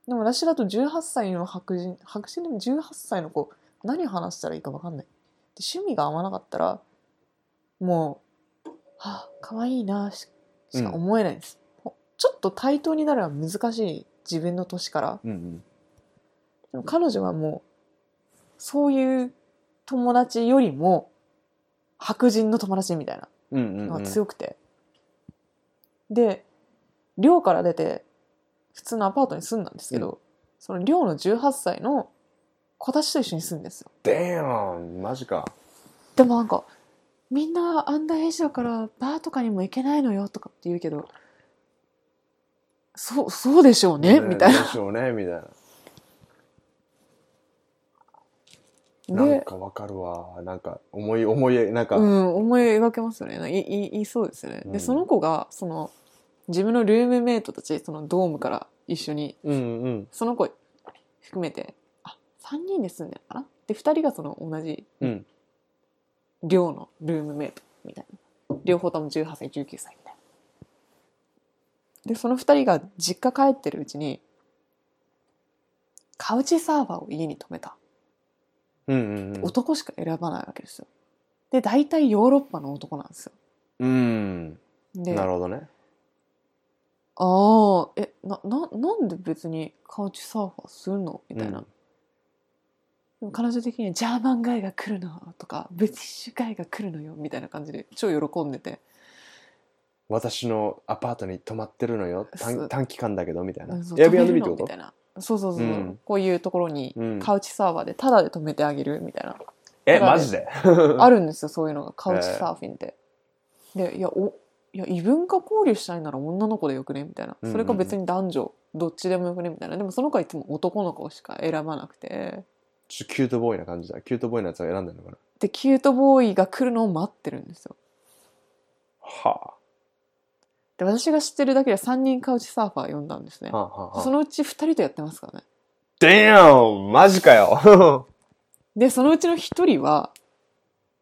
A: でも私だと18歳の白人、白人でも18歳の子、何話したらいいか分かんない。で趣味が合わなかったら、もう、はあ、可愛いなししか思えないんです。ほちょっと対等になるのは難しい、自分の年から。
B: うんうん。
A: でも彼女はもう、そういう友達よりも、白人の友達みたいな
B: うんうん
A: の
B: う
A: が
B: ん
A: 強くて。で、寮から出て、普通のアパートに住んだんですけど、その寮の18歳の子たちと一緒に住んでんですよ。
B: Damn! マジか
A: でもなんか、みんなアンダーエイジだからバーとかにも行けないのよとかって言うけど、そう、そうでしょうね、みたい
B: でしょうねみたいな
A: な。
B: なん
A: で、
B: かわかるわなんか思い思いなんか、
A: うん、思い描けますよね。い、い、いいそうですよね。
B: うん
A: で、その子が、その、自分のルームメイトたち、そのドームから一緒に、
B: うんうん
A: その子含めて、あ、3人で住んでるのかなで、2人がその同じ
B: うん
A: 寮のルームメイトみたいな両方とも18歳19歳みたいなでその2人が実家帰ってるうちにカウチサーバーを家に泊めた
B: うんうんうん
A: 男しか選ばないわけですよで大体ヨーロッパの男なんですよ
B: うん
A: で
B: なる
A: あ
B: ほどね
A: あえなななんで別にカウチサーファーするのみたいな、
B: うん
A: でも彼女的にはジャーマンガイが来るのとかブリティッシュガイが来るのよみたいな感じで超喜んでて
B: 私のアパートに泊まってるのよ
A: そ
B: 短
A: う
B: 短期間だけどみたいな
A: そう
B: エアビー
A: 止める
B: ビー
A: の
B: ってこ
A: み
B: と
A: たいなそうそうそう、
B: うん
A: こういうところに
B: うん
A: カウチサーバーでタダで止めてあげるみたいな、
B: え
A: ただ
B: マ
A: ね
B: ジで
A: あるんですよそういうのがカウチサーフィンって、でいやおいや異文化交流したいなら女の子でよくねみたいな
B: うんうん
A: それか別に男女どっちでもよくねみたいなでもその子はいつも男の子しか選ばなくて
B: ちょっとキュートボーイな感じだキュートボーイのやつが選んでるのかな
A: でキュートボーイが来るのを待ってるんですよ
B: は
A: で私が知ってるだけで3人カウチサーファー呼んだんですね
B: あはあはあ
A: そ
B: は
A: の
B: あ
A: うち2人とやってますからね
B: Damn! マジかよ
A: でそのうちの1人は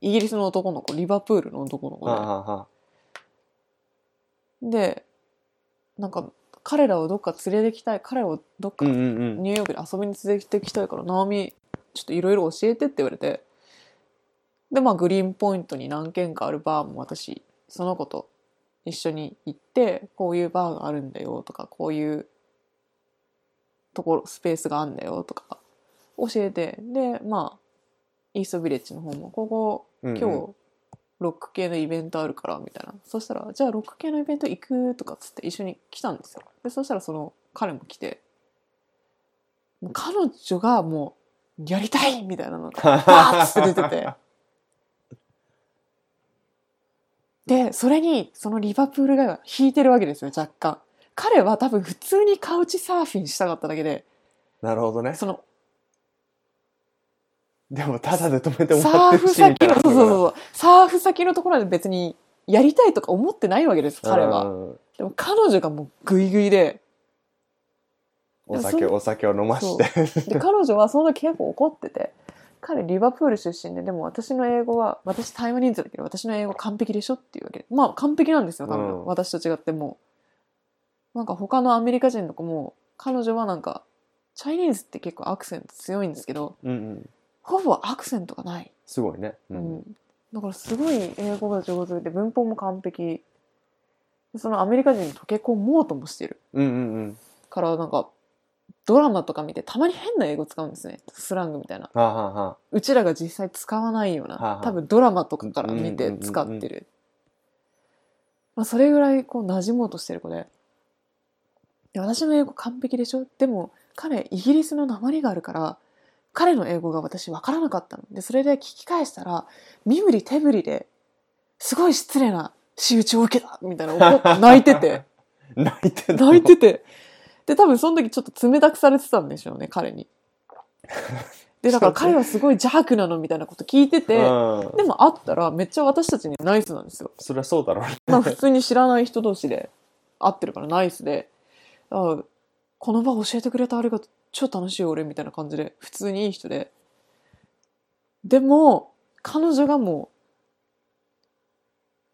A: イギリスの男の子リバプールの男の子
B: はあ
A: で、
B: はあはあ
A: でなんか彼らをどっか連れてきたい彼らをどっか
B: うんう
A: ニ
B: んうん
A: ューヨークで遊びに連れてきたいから「ナオミちょっといろいろ教えて」って言われてでまあグリーンポイントに何軒かあるバーも私その子と一緒に行ってこういうバーがあるんだよとかこういうところスペースがあるんだよとか教えてでまあイーストビレッジの方もここ
B: 今
A: 今日ロック系のイベントあるからみたいなそしたらじゃあロック系のイベント行くとかっつって一緒に来たんですよでそしたらその彼も来てもう彼女がもうやりたいみたいなのがバーッつって出ててでそれにそのリバプールが引いてるわけですよ若干彼は多分普通にカウチサーフィンしたかっただけで
B: なるほどね
A: その
B: でもタダで止めてもら
A: サー
B: ってる
A: フ
B: しみた
A: 先
B: い
A: の
B: な
A: そうそうそうサーフ先のところで別にやりたいとか思ってないわけです彼は
B: うん
A: でも彼女がもうグイグイで
B: お酒
A: でもそ
B: お酒を飲まして
A: で彼女はその時結構怒ってて彼リバプール出身ででも私の英語は私タイムニーズだけど私の英語完璧でしょっていうわけまあ完璧なんですよ彼女、
B: うん
A: 私と違ってもうなんか他のアメリカ人の子も彼女はなんかチャイニーズって結構アクセント強いんですけど
B: うんうん
A: ほぼアクセントがない
B: すごいねう
A: うんん、だからすごい英語が上手で文法も完璧そのアメリカ人に溶け込もうともしてる
B: うんうんうん
A: からなんかドラマとか見てたまに変な英語使うんですねスラングみたいな
B: はあはあは
A: うちらが実際使わないような、
B: はいはい
A: 多分ドラマとかから見て使
B: うんうん
A: って
B: う
A: る、まあ、それぐらいこう馴染もうとしてる子でで私の英語完璧でしょでも彼イギリスの鉛があるから彼の英語が私分からなかったのでそれで聞き返したら身振り手振りですごい失礼な仕打ちを受けたみたいな怒って泣いてて
B: *laughs* 泣い *laughs* てんの
A: 泣いててで多分その時ちょっと冷たくされてたんでしょうね彼にでだから彼はすごい邪悪なのみたいなこと聞いてて、
B: うん
A: でも会ったらめっちゃ私たちにナイスなんですよ。
B: そりゃそうだろうね *laughs*
A: まあ普通に知らない人同士で会ってるからナイスで、あこの場教えてくれてありがとう。超楽しいよ俺みたいな感じで、普通にいい人で。でも、彼女がもう、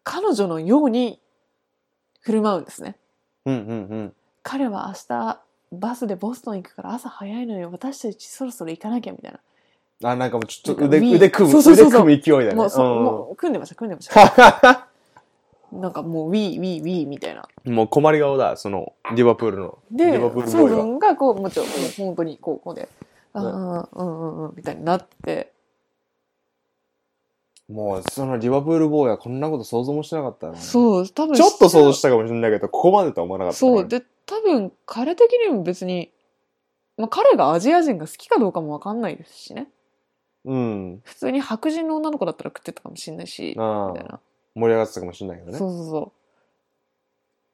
A: 彼女のように振る舞うんですね。
B: うんうんうん
A: 彼は明日バスでボストン行くから朝早いのよ。私たちそろそろ行かなきゃみたいな。
B: あなんかもうちょっと
A: なんか
B: 腕
A: We-
B: 腕組む
A: そうそう
B: 腕
A: そうそう
B: 組む勢いだよね
A: もうそう、
B: ん
A: もう組んでました、組んでま
B: *laughs*
A: した。なんかもう、ウィー、ウィー、ウィーみたいな。
B: もう困り顔だそのリバプールの
A: で
B: リバプールボーイは
A: ソンがこうもちろんもう本当にこうこうでああうんうんうんみたいになって
B: もうそのリバプール坊やこんなこと想像もしてなかったよね
A: そう多分
B: ちょっと想像したかもしれないけどここまでとは思わなかったね
A: そうで多分彼的にも別に、まあ、彼がアジア人が好きかどうかも分かんないですしね
B: うん
A: 普通に白人の女の子だったら食ってたかもしれないし
B: あ
A: みたい
B: あ
A: な
B: 盛り上がってたかもしれないけど
A: そう
B: ね
A: そうそう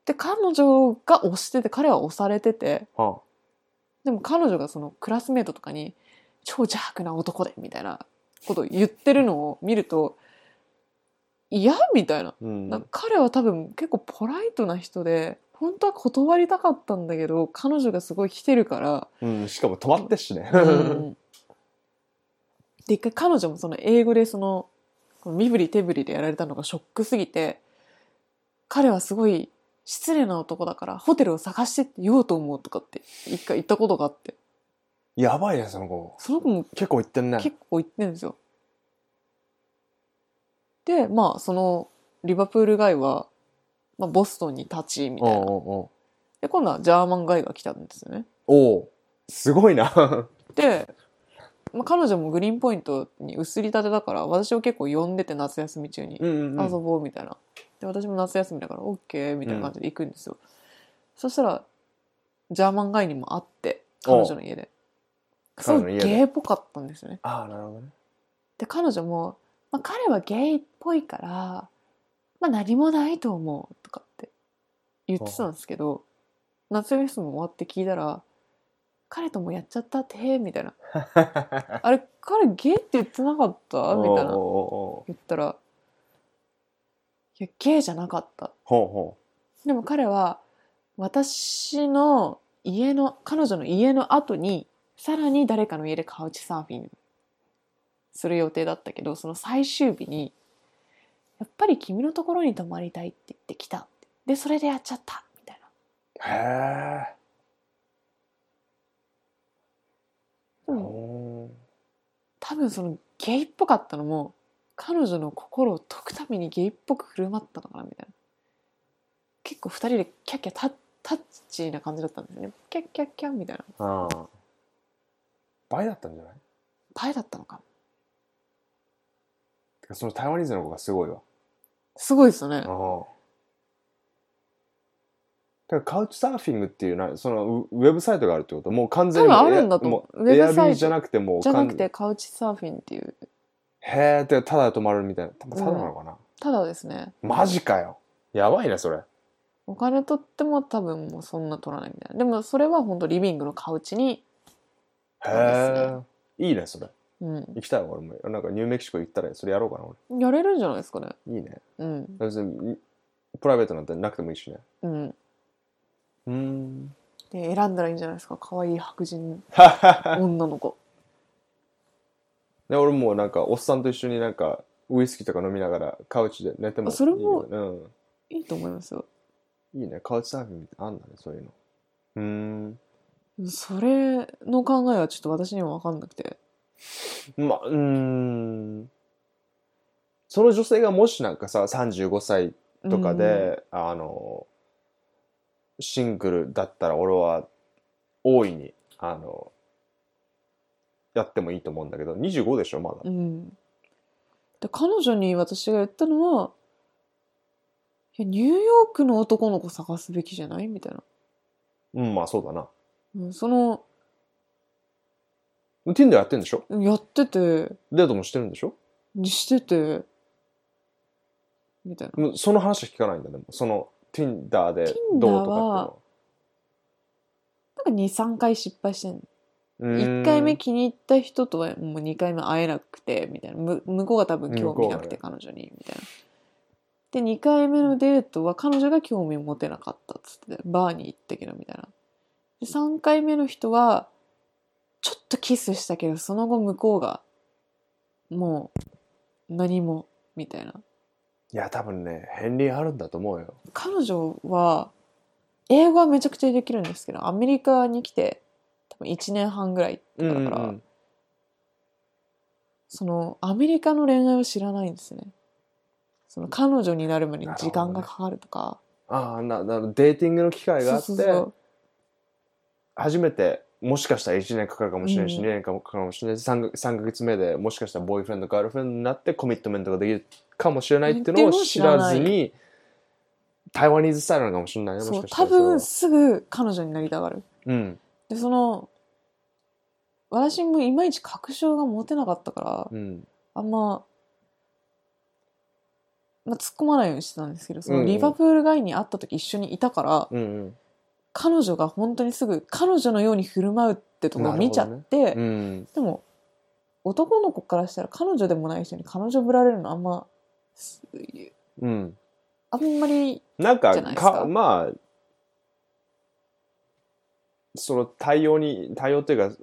A: で彼女が押してて彼は押されてて
B: は
A: でも彼女がそのクラスメートとかに「超邪悪な男で」みたいなことを言ってるのを見ると「嫌?」みたいな
B: あうん
A: なんか彼は多分結構ポライトな人で本当は断りたかったんだけど彼女がすごい来てるから、
B: うんしかも止まってっしね
A: うんで一回彼女もその英語でそのこの身振り手振りでやられたのがショックすぎて彼はすごい失礼な男だからホテルを探してって言おうと思うとかって一回言ったことがあって
B: *laughs* やばいねその子
A: その子も
B: 結構いってんね
A: 結構行ってるんですよ。でまあそのリバプール街は、まあ、ボストンに立ちみたいな。
B: お
A: で今度はジャーマン街が来たんですよね。
B: おおうすごいな
A: で、まあ、彼女もグリーンポイントに移りたてだから私を結構呼んでて夏休み中に
B: *laughs* うんうんう
A: 遊
B: ん
A: ぼうみたいな。で私も夏休みだから OK みたいな感じで行くんですよ。そしたらジャーマン街にも会って彼女の家で。す
B: 彼
A: ご
B: 女の
A: い
B: 家
A: ゲ
B: で
A: ーっぽかったんですよね。
B: ああなるほどね
A: で彼女も、まあ、彼はゲイっぽいから、まあ、何もないと思うとかって言ってたんですけど夏休みも終わって聞いたら「彼ともやっちゃったって」みたいな
B: *laughs*
A: 「あれ彼ゲイって言ってなかった?」みたい
B: おう
A: な
B: おうおう
A: 言ったら「いやゲイじゃなかった」
B: ほうほ
A: でも彼は私の家の彼女の家の後にさらに誰かの家でカウチサーフィンする予定だったけどその最終日に「やっぱり君のところに泊まりたい」って言ってきたってでそれでやっちゃったみたいな
B: うへえ
A: でも多分そのゲイっぽかったのも彼女の心を解くためにゲイっぽく振る舞ったのかなみたいな結構二人でキャッキャタッタッチな感じだったんですよねキャッキャッキャンみたいな
B: ああ倍だったんじゃない
A: パイだったのかも
B: てかその台湾人の子がすごいわ
A: すごいですよね
B: ああだからカウチサーフィングっていうなそのウウェブサイトがあるってこともう完全に
A: 多分あ
B: もうエア
A: るんだと思う
B: もう
A: ウ
B: エ
A: ェ
B: ア
A: ブ
B: ビ
A: サイト
B: ーじゃなくてもう
A: じゃな
B: 完
A: くてカウチサーフィンっていう
B: へえってただで泊まるみたいなただなのかな、
A: ただですね
B: マジかよやばいねそれ
A: お金取っても多分もうそんな取らないみたいなでもそれは本当リビングのカウチに
B: へ
A: です
B: えいいねそれ
A: うん
B: 行きたいわ俺もなんかニューメキシコ行ったらそれやろうかな
A: やれるんじゃないですかね
B: 俺いいね
A: うん
B: 別にプライベートなんてなくてもいいしね
A: うん
B: うん
A: で選んだらいいんじゃないですか可愛い白人女の子
B: で俺もなんかおっさんと一緒になんかウイスキーとか飲みながらカウチで寝てもいい
A: あそれも
B: うん
A: いいと思いますよ
B: いいね、カウチサーフィンみたいなのあんだね、そういうの。うーん。
A: それの考えはちょっと私には分かんなくて
B: まあ、うーん。その女性がもしなんかさ、35歳とかで、あの、シングルだったら俺は大いに、あの、やってもいいと思うんだけど、25でしょ、まだ。
A: うん、うんで彼女に私が言ったのはいやニューヨークの男の子探すべきじゃないみたいな、
B: うん、まあそうだな。
A: うん、その
B: Tinder やってんでしょ
A: やってて
B: デートもしてるんでしょ
A: にしててみたいな
B: もうその話は聞かないんだね、もうその Tinder でどうとか
A: なんか23回失敗してんの
B: っていうのは。うーん
A: 1回目気に入った人とはもう2回目会えなくてみたいなむ向こうが多分興味なくて
B: 向
A: 彼女にみたいなで2回目のデートは彼女が興味持てなかったっつってバーに行ったけどみたいなで3回目の人はちょっとキスしたけどその後向こうがもう何もみたいない
B: や、多分ね、片鱗あるんだと思うよ。
A: 彼女は英語はめちゃくちゃできるんですけどアメリカに来て多分1年半ぐらいとかだから、
B: うんうんうん
A: そのアメリカの恋愛を知らないんですねその彼女になるまでに時間がかかるとか
B: ああななるほどデーティングの機会があって
A: そうそうそう
B: 初めてもしかしたら1年かかるかもしれないし、
A: うん
B: 2年かかるかもしれないし 3, 3ヶ月目でもしかしたらボーイフレンドガールフレンドになってコミットメントができるかもしれないっていうのを知らず
A: でも知ら
B: に台湾ニーズスタイルなのかもしれないねも
A: そ
B: し
A: う
B: かした
A: 多
B: られは
A: 分すぐ彼女になりたがる
B: うん
A: でその私もいまいち確証が持てなかったから
B: うん
A: あんま、まあ、突っ込まないようにしてたんですけどそ
B: うんう
A: の
B: ん
A: リバプール街に会った時一緒にいたから、
B: うん
A: 彼女が本当にすぐ彼女のように振る舞うってとこ見ちゃって、
B: うんうん
A: でも男の子からしたら彼女でもない人に彼女ぶられるのあんます
B: うん
A: あんまり
B: なんか
A: じゃないですか
B: かまあその対応に対応っていうか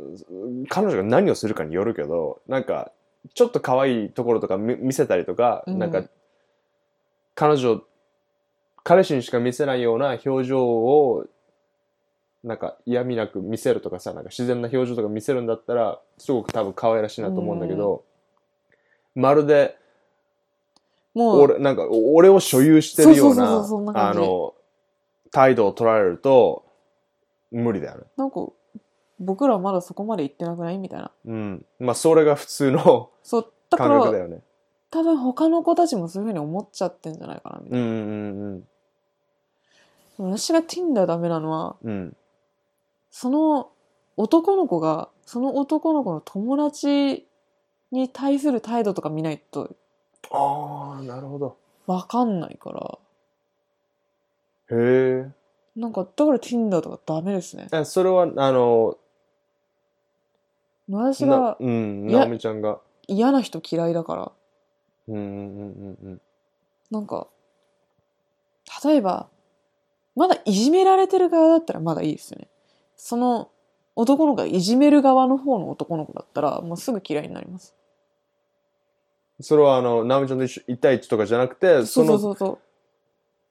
B: 彼女が何をするかによるけどなんかちょっと可愛いところとか見見せたりとか、
A: うん
B: なんか彼女彼氏にしか見せないような表情をなんか嫌味なく見せるとかさなんか自然な表情とか見せるんだったらすごく多分可愛らしいなと思うんだけど、まるで
A: もう
B: 俺なんか俺を所有してる
A: そ
B: よう
A: うそうそう
B: な
A: そうそんな感
B: あ
A: じ
B: の態度を取られると無理だよね。
A: なんか僕らまだそこまで行ってなくないみたいな
B: うん、まあそれが普通の
A: そうだか
B: 感覚
A: ら
B: だよね。
A: 多分他の子たちもそういうふうに思っちゃってんじゃないかなみた
B: う
A: い
B: んう
A: な、
B: ん
A: 私が Tinder ダメなのは
B: うんうん
A: その男の子がその男の子の友達に対する態度とか見ないと
B: ああなるほど。
A: 分かんないから
B: へ
A: なんかだから Tinder とかダメですね
B: え。えそれはあの
A: 私
B: な
A: が
B: うん
A: いや
B: 直美ちゃんが
A: 嫌な人嫌いだから
B: うんうんうんうん
A: なんか例えばまだいじめられてる側だったらまだいいですよねその男の子がいじめる側の方の男の子だったらもうすぐ嫌いになります
B: それはあの直美ちゃんと一緒一対一とかじゃなくて
A: そ
B: そう
A: そう
B: の
A: そうそう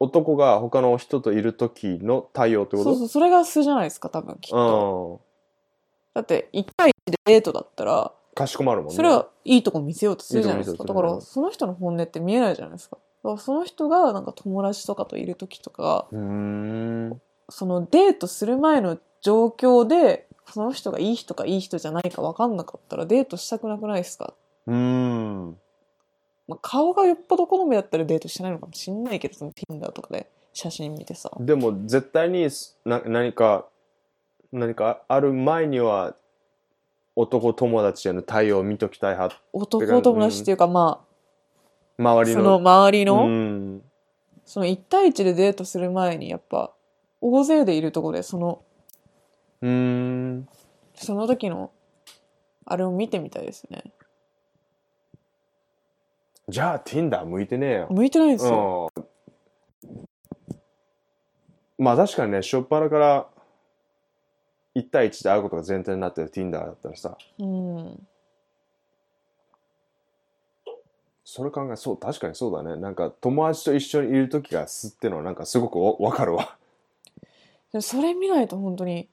B: 男が他の人といる時の対応ってこ
A: そうそうそれが素じゃないですか多分きっと
B: と
A: だって1対1でデートだったら
B: うんかしこまるもんね。
A: それはいいとこ見せようとするじゃないです
B: いい
A: か
B: とこ
A: だ
B: 見せ
A: か
B: よう
A: ら
B: と
A: その人の本音って見えないじゃないですかだからその人がなんか友達とかといる時とか
B: うーん
A: そのデートする前の状況でその人がいい人かいい人じゃないか分かんなかったらデートしたくなくないですか、
B: うーん
A: まあ、顔がよっぽど好みだったらデートしてないのかもしんないけどその Tinder とかで写真見てさ
B: でも絶対にすな何か何かある前には男友達への対応を見ときたい派
A: 男友達っていうかまあ
B: 周り
A: その
B: の
A: 周り
B: う
A: の
B: ん
A: その1対1でデートする前にやっぱ大勢でいるとこでその
B: うーん
A: その時のあれを見てみたいですね
B: じゃあ Tinder 向いてねえよ、
A: 向いてないんですよ
B: うん、まあ確かにね初っ端から1対1で会うことが前提になってる Tinder だったらさ
A: うん
B: それ考えそう確かにそうだねなんか友達と一緒にいる時がすってのはなんかすごくおわかるわ
A: でもそれ見ないと本当にい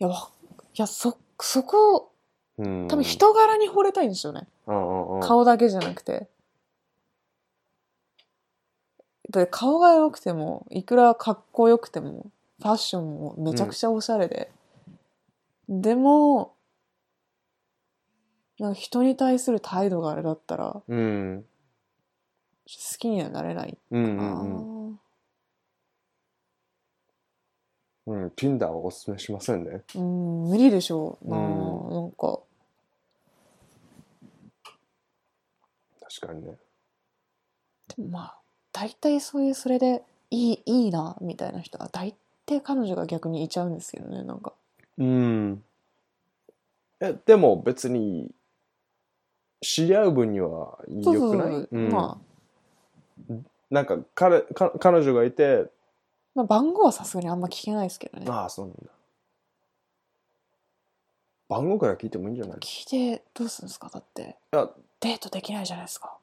A: やわいやそそこ
B: うん
A: 多分人柄に惚れたいんですよね、
B: うんうんうん
A: 顔だけじゃなくてだって顔が良くてもいくらかっこよくてもファッションもめちゃくちゃおしゃれで、でもなんか人に対する態度があれだったら好
B: うん
A: きにはなれない
B: うん
A: な、
B: うんうんうん Tinder はおすすめしませんね
A: うん、無理でしょうなあ、
B: う
A: なんか
B: 確かにね
A: でもまあ大体そういうそれでいいいいなみたいな人は大抵彼女が逆にいちゃうんですけどねなんか
B: うんえでも別に知り合う分には良
A: そうそう
B: く
A: そ、
B: ないううん
A: まあ、
B: なんか彼か彼女がいて
A: まあ番号はさすがにあんま聞けないですけどね
B: ああそうなんだ番号から聞いてもいいんじゃない
A: 聞いてどうするんですかだって
B: あ
A: デートできないじゃないですか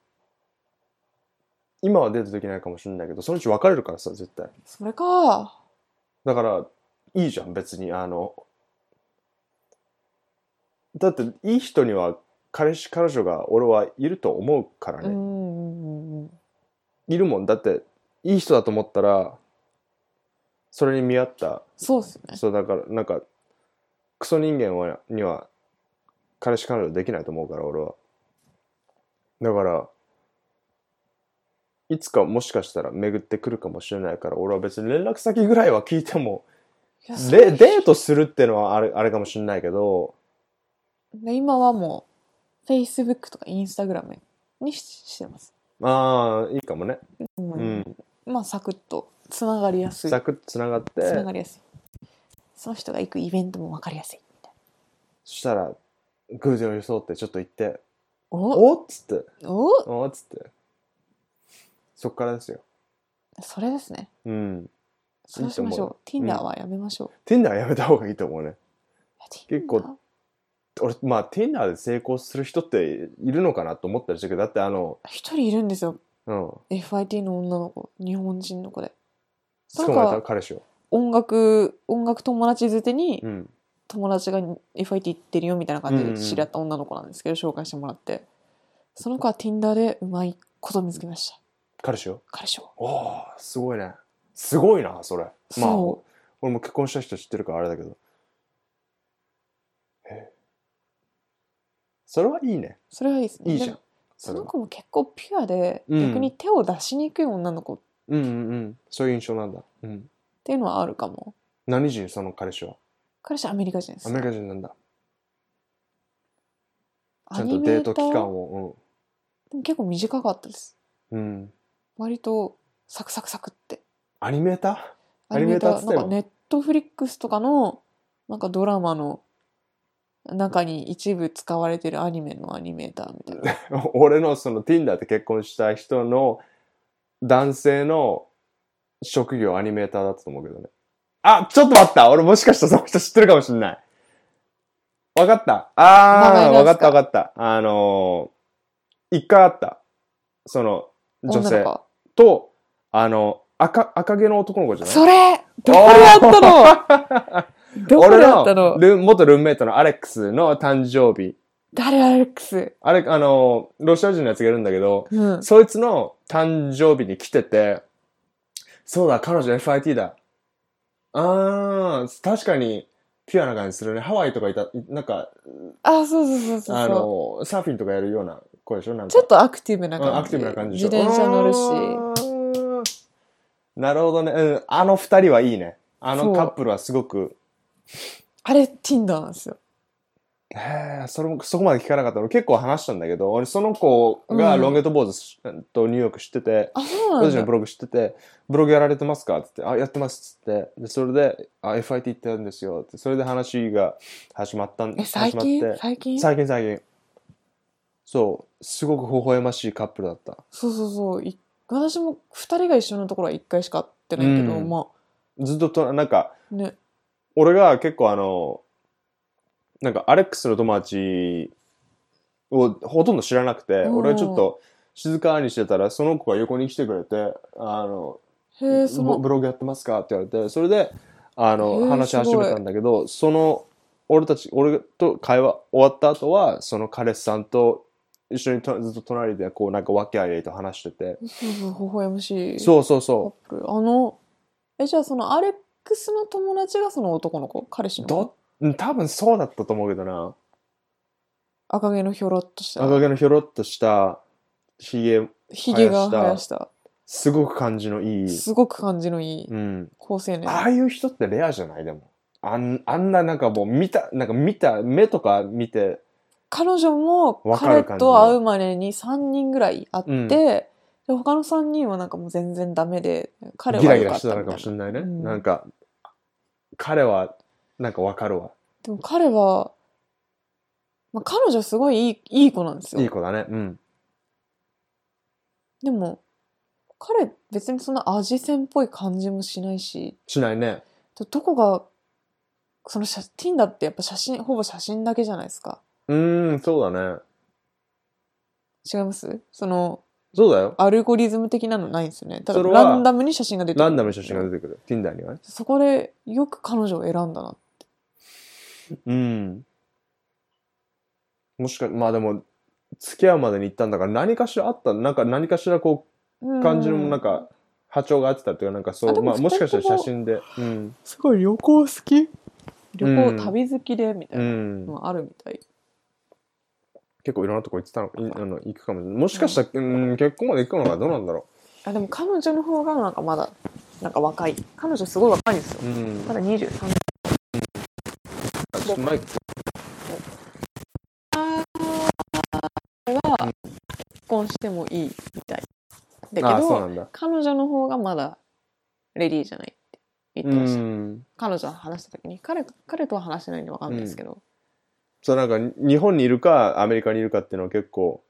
B: 今はデートできないかもしれないけどそのうち別れるからさ絶対
A: それか
B: だからいいじゃん別にあのだっていい人には彼氏彼女が俺はいると思うから
A: う
B: ね、
A: んうんうんうん
B: いるもんだっていい人だと思ったらそれに見合った
A: そうっすね
B: そうだからなんかクソ人間はには彼氏彼女できないと思うから俺はだからいつかもしかしたら巡ってくるかもしれないから俺は別に連絡先ぐらいは聞いても
A: いや
B: でデートするってのはあれあれかもしれないけど
A: で今はもう Facebook とか Instagram にししてます、
B: ああいいかもね
A: うん
B: うん
A: まあサクッとつながりやすい
B: サクッとつながって
A: つながりやすいその人が行くイベントも分かりやすいみたいな
B: そしたら偶然を装ってちょっと行って「
A: お
B: おっ!」つって「
A: お
B: おっ!」つってそっからですよ
A: それですね
B: うん
A: そうしましょう
B: いいと思う
A: Tinder はやめましょう、
B: Tinder はやめた方がいいと思うね
A: いや
B: 結構
A: Tinder
B: 俺まあ Tinder で成功する人っているのかなと思ったりしたけどだってあの
A: 一人いるんですよ
B: うん
A: FIT の女の子日本人の子でなん
B: 捕まえた
A: か
B: 彼氏を
A: 音楽音楽友達づてに
B: うん
A: 友達が FIT 行ってるよみたいな感じ
B: うんう
A: で
B: ん
A: 知り合った女の子なんですけど、紹介してもらってその子は Tinder でうまいこと見つけました
B: 彼氏を
A: 彼氏を
B: おーすごいねすごいなそれまあ
A: そ
B: 俺も結婚した人知ってるからあれだけどえそれはいいね
A: それはいいですね
B: いいじ
A: で
B: ゃん
A: も
B: そ
A: そ
B: れ
A: の
B: は
A: 子も結構ピュアで、
B: うん
A: 逆に手を出しにくい女の子っ
B: うんうんうんそういう印象なんだうん
A: ていうのはあるかも
B: 何人その彼氏は
A: 彼氏アメリカ人です
B: アメリカ人なんだ
A: ア
B: ちゃん
A: ニ
B: と
A: メ
B: デ
A: ー
B: ー
A: タ
B: ト
A: ー
B: 期間を
A: でも結構短かったです
B: うん、うん、
A: 割とサクサクサクって
B: アニメータ
A: アニメータ
B: アニメーターっ
A: ー
B: つっ
A: な
B: て
A: ん
B: も
A: かネットフリックスとかのなんかドラマの中に一部使われてるアニメのアニメーターみたいな
B: ー *laughs* 俺のその Tinder で結婚した人の男性の職業アニメーターだったと思うけどねあちょっと待った俺もしかしたらその人知ってるかもしんないわかったあ
A: 名前
B: ー
A: な
B: わ
A: ん
B: か
A: す
B: った
A: か
B: わかったあのー一回あったその女
A: 女の
B: 性
A: 子
B: とあの赤赤毛の男の子じゃない
A: それどこでやっ
B: *laughs*
A: たのどこでやったの
B: 俺のル元ルームメイトのアレックスの誕生日
A: 誰アレックス
B: あれあのロシア人のやつがいるんだけど
A: うん
B: そいつの誕生日に来ててそうだ彼女 FIT だあー確かにピュアな感じするねハワイとかいたなんか
A: あそうそうそうそう
B: あ
A: そう
B: のサーフィンとかやるような子でしょなんか
A: ちょっとアクティブな感
B: う
A: じ
B: んアクティブな感じでし
A: 自
B: ょ
A: 転車乗るし
B: しなるほどね、うん、あの二人はいいねあ
A: そ
B: の
A: う
B: カップルはすごく
A: あれ Tinder なんですよ
B: へえ、それも、そこまで聞かなかった。俺結構話したんだけど、俺その子が
A: うん
B: ロンゲット坊主しとニューヨーク知ってて、
A: あそう
B: 私
A: なん
B: の
A: だ
B: ブログ知ってて、ブログやられてますかって言って、あ、やってますっつって、で、それで、あ、FIT 行ってるんですよって、それで話が始まったん
A: え最近
B: 始まって
A: 最近
B: 最近最近。そう、すごく微笑ましいカップルだった。
A: そうそうそうい私も二人が一緒のところは一回しか会ってないけど、
B: うん
A: ま
B: ずっとと、なんか、
A: あね
B: 俺が結構あの、なんかアレックスの友達をほとんど知らなくて、
A: うん
B: 俺はちょっと静かにしてたら、その子が横に来てくれて、あの、
A: へえそ
B: ブ
A: の
B: ブログやってますかって言われて、それで、あ
A: へ
B: の、
A: ー
B: 話し始めたんだけど、その、俺たち、俺と会話終わった後は、その彼氏さんと一緒にとずっと隣で、こう、なんか和気あいあいと話してて、
A: そうそう微笑ましい
B: そうそう
A: カッ
B: そ
A: プルあのえじゃあそのアレックスの友達がその男の子彼氏
B: う、
A: の
B: ど、うん多分そうだったと思うけどな。
A: 赤毛のひょろっとした
B: 赤毛のひょろっとした、ひげ
A: ひげが生やした
B: すごく感じのいい。
A: すごく感じのいい
B: うん。
A: 好青年
B: ああいう人ってレアじゃないでも。あんあんななんかもう見た、なんか見た、目とか見て、
A: 彼女も
B: わか
A: 彼
B: る感じ
A: と会うまでに3人ぐらい会って、
B: うん
A: で他の3人はなんかもう全然ダメで彼
B: ギ
A: は
B: ラギ
A: 良
B: ラ
A: かっ
B: して
A: たみ
B: た
A: た
B: の
A: いな
B: かもしれないね。
A: うん
B: なんか、彼は、なんかわかるわ。
A: でも彼は、まあ、彼女すごいいいいい子なんですよ
B: いい子だね。うん。
A: でも彼別にそんな味線っぽい感じもしないし
B: しないね。
A: どどこがその写 Tinder ってやっぱ写真ほぼ写真だけじゃないですか
B: うーん、そうだね。
A: 違いますその
B: そうだよ。
A: アルゴリズム的なのないんですよねただ
B: それは
A: ランダムに写真が出て
B: ランダムに写真が出てくる。Tinder にはね。
A: そこでよく彼女を選んだな
B: うん。もしか、まあでも、付き合うまでに行ったんだから、何かしらあった、なんか何かしらこう、
A: うん
B: 感じのなんか波長が合ってたっていうかなんかそ
A: あで
B: う
A: も
B: まあもしかしたら
A: 二人と
B: 写
A: も
B: 真でうん
A: すごい旅行好き旅行、
B: うん
A: 旅好きでみたいうなんのあるみたい、
B: 結構いろんなとこ行ってたのいあの行くかもしれないもしかしたら、うん、結婚まで行くのかどうなんだろ
A: あでも彼女の方がなんかまだなんか若い彼女すごい若いんですよ
B: う、うん、
A: まだ23歳
B: あちょっとマイク
A: は結婚してもいいみたいだけ
B: あそうな
A: ど
B: んだ
A: 彼女の方がまだレディーじゃないって言
B: う
A: ってました、
B: ん
A: 彼女は話した時に彼彼とは話してないんでわかんないですけど、
B: そうなんか日本にいるかアメリカにいるかっていうのは結構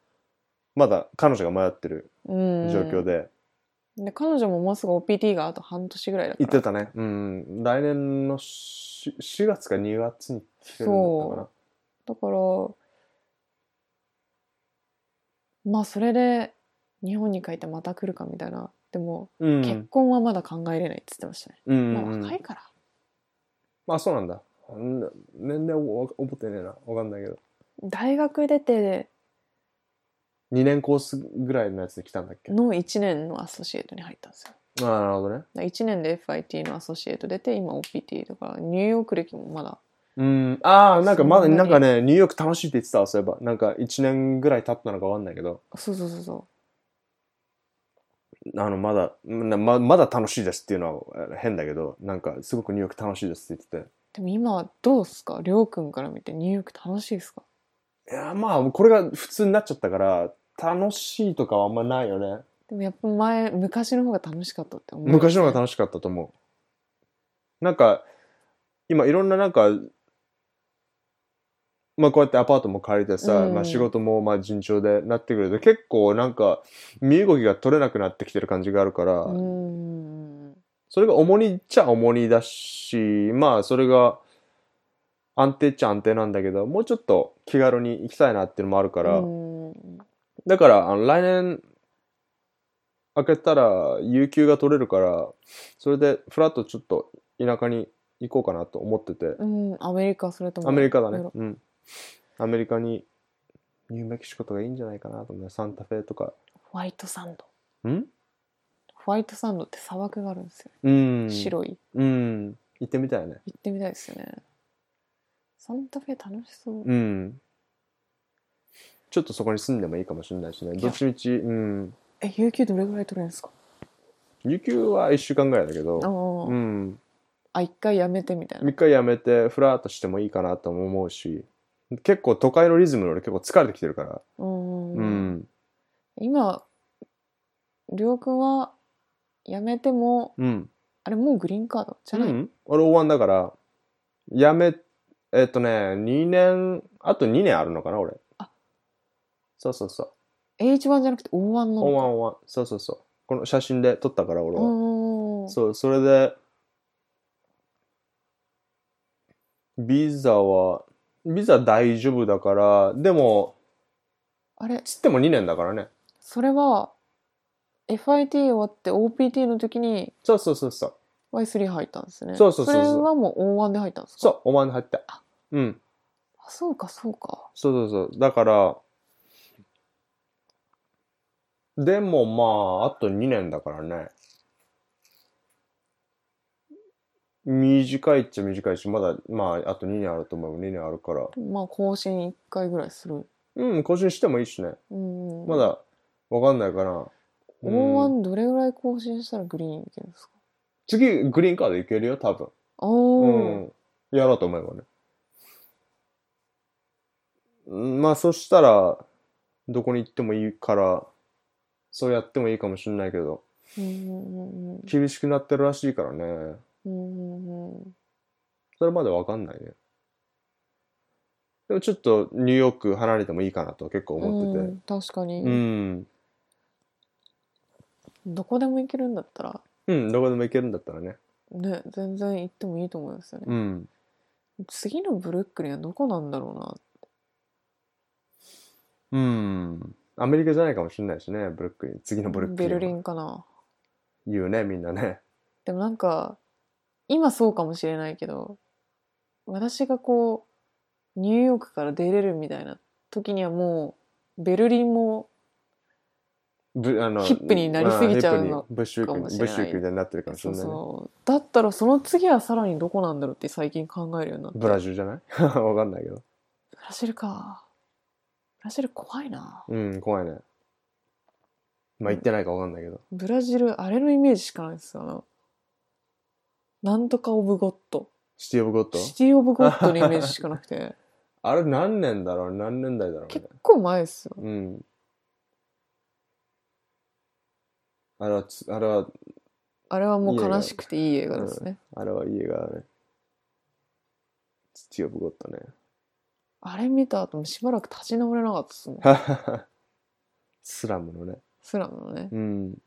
B: まだ彼女が迷ってる
A: うん、
B: 状況で、
A: で彼女ももうすぐ OPT があと半年ぐらいだから
B: 行ってたねうん来年のし 4, 月か2月に来てるんだったかな
A: だからまあそれで日本に帰ってまた来るかみたいなでも
B: う
A: 結
B: ん
A: 婚はまだ考えれないって言ってましたね、
B: うん
A: まあ
B: うん
A: 若いから
B: まあそうなんだうん年齢を覚えてねえなわかんないけど
A: 大学出て
B: 2年コースぐらいのやつで来たんだっけ
A: の1年のアソシエイトに入ったんですよ
B: ああなるほどね
A: 1年で FIT のアソシエイト出て今 OPT だからニューヨーク歴もまだ
B: うんああなんかまだ
A: そんな
B: なん
A: に
B: かねニューヨーク楽しいって言ってたわそういえばなんか1年ぐらい経ったのかわかんないけど
A: そうそうそうそ
B: あのまだなままだ楽しいですっていうのはえ変だけどなんかすごくニューヨーク楽しいですって言って
A: うでも今はどうっすかりょうくんから見てニューヨーク楽しいですか
B: ていやまあこれが普通になっちゃったから楽しいとかはあんまないよね
A: でもやっぱ前昔の方が楽しかったって思う
B: 昔の方が楽しかったと思うなんか今いろんななんかまあこうやってアパートも借りてさ、
A: うん
B: まあ仕事もまあ順調でなってくると結構なんか身動きが取れなくなってきてる感じがあるから、
A: うーん
B: それが重荷っちゃ重荷だしまあそれが安定っちゃ安定なんだけどもうちょっと気軽に行きたいなっていうのもあるから、
A: うん
B: だからあの来年開けたら有給が取れるからそれでフラッとちょっと田舎に行こうかなと思ってて
A: うん、アメリカそれとも
B: アメリカだね
A: ヨーロ
B: うんアメリカにニューメキシコとかいいんじゃないかなと思うねサンタフェとか
A: ホワイトサンド
B: ん
A: ホワイトサンドって砂漠があるんですよ、
B: うん
A: 白い
B: うん行ってみたいね
A: 行ってみたいですよねサンタフェ楽しそう、
B: うんちょっとそこに住んでもいいかもしれないしねどっちみちうん
A: え有給どれぐらい取れるんですか
B: 有給は1週間ぐらいだけ
A: あ
B: ど
A: ー、
B: うん
A: あ一回やめてみたいな
B: 一回やめてフラーっとしてもいいかなとも思うし結構都会のリズムの俺結構疲れてきてるから
A: うん
B: うん
A: 今りょうくんはやめても
B: うん
A: あれもうグリーンカードじゃ
B: う
A: ない、
B: ん俺 O1 だからやめえっとね2年あと2年あるのかな俺
A: あ
B: そうそうそう
A: H1 じゃなくて O1 の
B: O1O1 そうそうそうこの写真で撮ったから俺は
A: うん
B: そう、それで、ビザは、ビザ大丈夫だから、でも、
A: あれ
B: つっても2年だからね。
A: それは FIT 終わって OPT の時に
B: そうそうそうそう。
A: Y3 入ったんですね
B: そうそうそうそう
A: れはもう O1 で入ったんですか
B: そう、お前に入った。うん。
A: あそうかそうか
B: そうそうそう。だから、でもまあ、あと2年だからね。短いっちゃ短いし、まだ、まあ、あと2年あると思う。2年あるから。
A: まあ更新1回ぐらいする
B: うん、更新してもいいしね。
A: うん
B: まだわかんないかな。うん
A: O1 どれぐらい更新したらグリーンいけるんですか
B: 次、グリーンカードいけるよ、多分。
A: お
B: う
A: ー
B: ん。やろうと思えばね。うんまあ、そしたら、どこに行ってもいいから、そうやってもいいかもしれないけど、
A: うんうんうん
B: 厳しくなってるらしいからね。
A: うんうんうん
B: それまでわかんないね。でもちょっとニューヨーク離れてもいいかなと結構思って
A: う
B: て。
A: ん確かに、
B: うん。
A: どこでも行けるんだったら
B: うん、どこでも行けるんだったらね。
A: ね全然行ってもいいと思いますよね、
B: うん。
A: 次のブルックリンはどこなんだろうな
B: うん。アメリカじゃないかもしれないしね、ブルックリン。次のブルックリン
A: ベ
B: は。
A: ルリンかな
B: 言うね、みんなね。
A: でもなんか今そうかもしれないけど私がこうニューヨークから出れるみたいな時にはもうベルリンも
B: ぶあの
A: ヒップになりすぎちゃうの
B: んヒップにブッシュウィーク
A: か
B: ブ
A: も
B: ッ
A: し
B: シ
A: れない
B: ュウィークみたいになってるかもし
A: そ
B: れ
A: う
B: ないね
A: そうだったらその次はさらにどこなんだろうって最近考えるようになって
B: ブラジルじゃない *laughs* わかんないけど
A: ブラジルかブラジル怖いな
B: うん怖いねまあ行ってないかわかんないけど
A: ブラジルあれのイメージしかないですよあのなんとかオブゴッド
B: シティ・オブ・ゴッド
A: シティ・オブ・ゴッドのイメージしかなく
B: *laughs*
A: て
B: あれ何年だろう何年代だろうね
A: 結構前ですよ
B: うんあれはつあれは
A: あれはもう悲しくていい映画ですね
B: あれは家がねシティ・オブ・ゴッドね
A: あれ見た後もしばらく立ち直れなかったっすもん
B: スラムのね
A: スラムのね
B: うん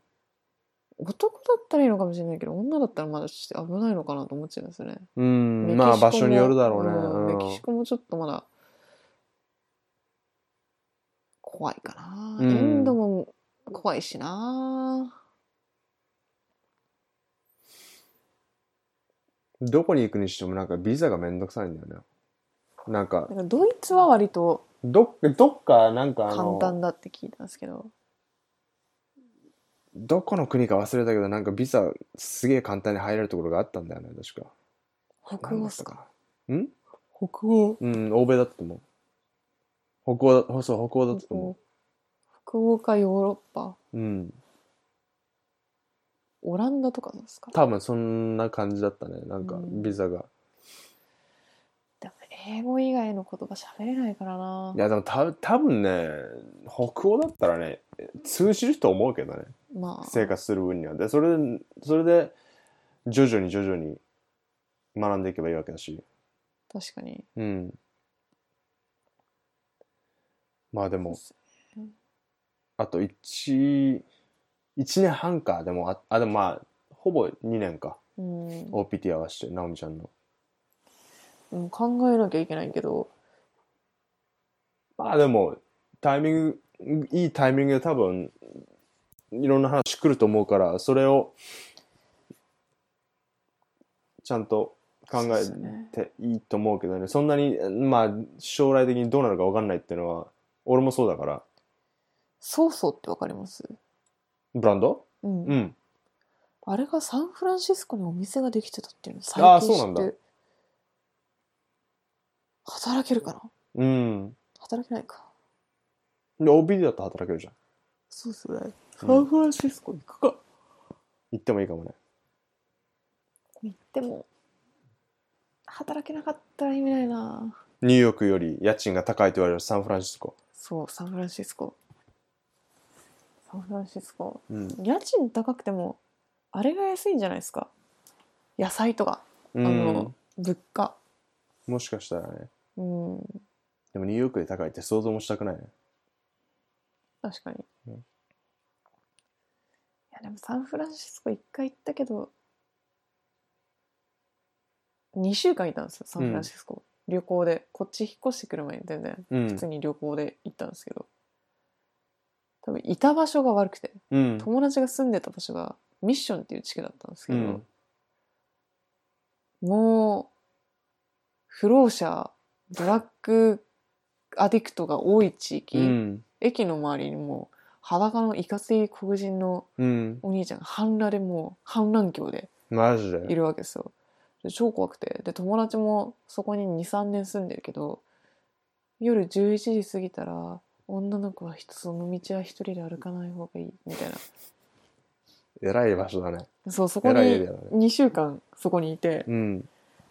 A: 男だったらいいのかもしれないけど女だったらまだちょっと危ないのかなと思っちゃいますね
B: うん
A: メキシコも
B: まあ場所によるだろうね
A: ん
B: うん
A: メキシコもちょっとまだ怖いかな、
B: うん
A: インドも怖いしな
B: どこに行くにしてもなんかビザがめんどくさいんだよねなんか
A: なんかドイツは割と
B: どっかどっかなんかあ
A: 簡
B: の
A: 単だって聞いたんですけど
B: どこの国か忘れたけどなんかビザすげえ簡単に入れるところがあったんだよね確か
A: 北欧っすか
B: なんだった
A: 北欧
B: かなうん欧米だったと思う北欧だそう北欧だったと
A: 北
B: 思
A: 欧北欧かヨーロッパ
B: ううん
A: オランダとかですか
B: 多分そんな感じだったねなんか
A: うん
B: ビザが、
A: でも英語以外の言葉喋れないからない
B: やでもた多分ね北欧だったらね通じると思うけどね
A: まあ
B: 生活する分にはでそれでそれで徐々に徐々に学んでいけばいいわけだし
A: 確かに
B: うんまあでもあと11年半かでもああでもまあほぼ2年か
A: うん、
B: OPT 合わせて直美ちゃんの
A: うん考えなきゃいけないけど
B: まあでもタイミングいいタイミングで多分いろんな話来ると思うからそれをちゃんと考
A: そうっすね
B: えていいと思うけどねそんなにまあ将来的にどうなるか分かんないっていうのは俺もそうだから
A: ソーソーってわかります
B: ブランド
A: うん、
B: うん
A: あれがサンフランシスコにお店ができてたっていうの最
B: あー
A: 近知って
B: そうなんだ
A: 働けるかな
B: うん
A: 働けないか
B: で OBD だと働けるじゃん
A: そうですねサ
B: うん
A: ンフランシスコ行くか、
B: 行ってもいいかもね
A: 行っても働けなかったら意味ないな
B: ニューヨークより家賃が高いと言われるサンフランシスコ
A: そうサンフランシスコサンフランシスコ
B: うん
A: 家賃高くてもあれが安いんじゃないですか野菜とか
B: う
A: あ
B: ん
A: の、物価
B: もしかしたらね
A: うん
B: でもニューヨークで高いって想像もしたくないね
A: 確かに、
B: うん
A: いやでもサンフランシスコ一回行ったけど2週間いたんですよサンフランシスコ、旅行でこっち引っ越してくる前に全然
B: うん
A: 普通に旅行で行ったんですけど、多分いた場所が悪くて
B: うん
A: 友達が住んでた場所がミッションっていう地区だったんですけど、
B: うん
A: もう不老者ドラッグアディクトが多い地域、
B: うん
A: 駅の周りにもう裸のいかつい黒人の
B: うん
A: お兄ちゃんが半裸でもう半乱鏡で
B: マジで
A: いるわけですよで超怖くてで友達もそこに23年住んでるけど夜11時過ぎたら女の子はひとその道は一人で歩かない方がいいみたい
B: えらい場所だね。
A: なそうそこ
B: え
A: に
B: らいエリアだね。
A: 2週間そこにいて
B: うん。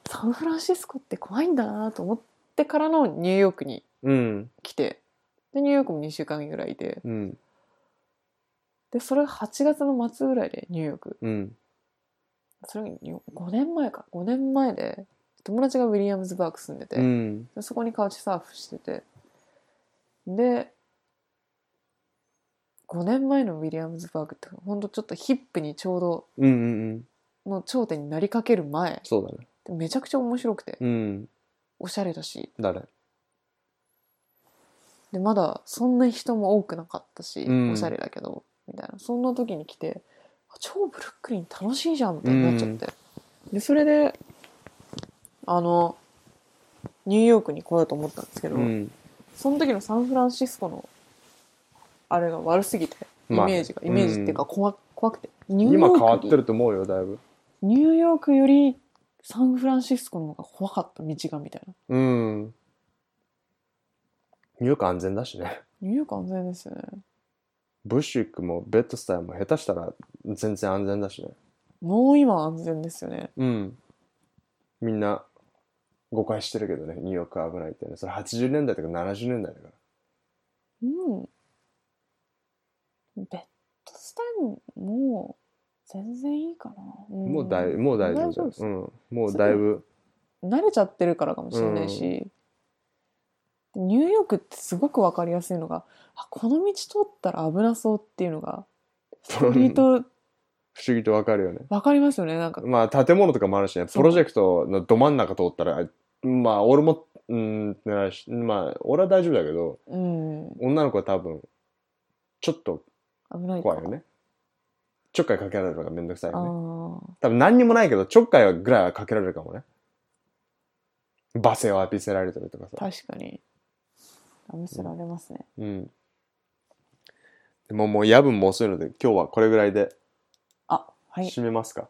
A: サンフランシスコって怖いんだなと思ってからのニューヨークに
B: うん。
A: 来てでニューヨークも2週間ぐらいいて
B: うん。
A: でそれが8月の末ぐらいでニューヨーク
B: うん。
A: それ5年前か5年前で友達がウィリアムズバーグ住んでて、
B: うん。
A: でそこにカウチサーフしててで5年前のウィリアムズバーグってほんとちょっとヒップにちょうど
B: うん。うん。
A: の頂点になりかける前
B: そうだね。
A: でめちゃくちゃ面白くて
B: うん。
A: おしゃれだし
B: 誰
A: でまだそんなに人も多くなかったし、
B: うん
A: おしゃれだけどみたいなそんな時に来てあ超ブルックリン楽しいじゃんみたいになっちゃって、でそれであのニューヨークに来ようと思ったんですけど、
B: うん。
A: その時のサンフランシスコのあれが悪すぎてイ
B: まあ
A: メージが、イメージっていうか怖,、怖くてニューヨ
B: 今変わ
A: ー
B: っ
A: ク
B: て
A: より
B: ると思うよだいぶ
A: ニューヨークよりサンフランシスコの方が怖かった道がみたいな
B: うんニューヨーク安全だしね
A: ニューヨーク安全ですよね
B: ブッシュックもベッドスタイルも下手したら全然安全だしね
A: もう今安全ですよね
B: うんみんな誤解してるけどねニューヨークは危ないってねそれ80年代とか70年代だから
A: うんベッドスタイルもう全然いいかな、ん
B: もうだいもう大丈夫
A: 大丈夫です
B: だようん、もうだいぶ
A: 慣れちゃってるからかもしれないし、ニューヨークってすごく分かりやすいのがあこの道通ったら危なそうっていうのがストリート
B: 不思議とわかるよね
A: 分かりますよねなんか
B: まあ建物とかもあるしね
A: そう
B: プロジェクトのど真ん中通ったらまあ俺もうんってなるしまあ俺は大丈夫だけど
A: うん
B: 女の子は多分ちょっと
A: 危ないか
B: 怖いよねちょっかいかけられるのがめんどくさい
A: あ
B: よね
A: ー
B: 多分何にもないけどちょっかいぐらいはかけられるかもね罵声を浴びせられたりとかさ、
A: 確かに試せられますね、
B: うん、でももう夜分も遅いので今日はこれぐらいで
A: あはい
B: 締めますか、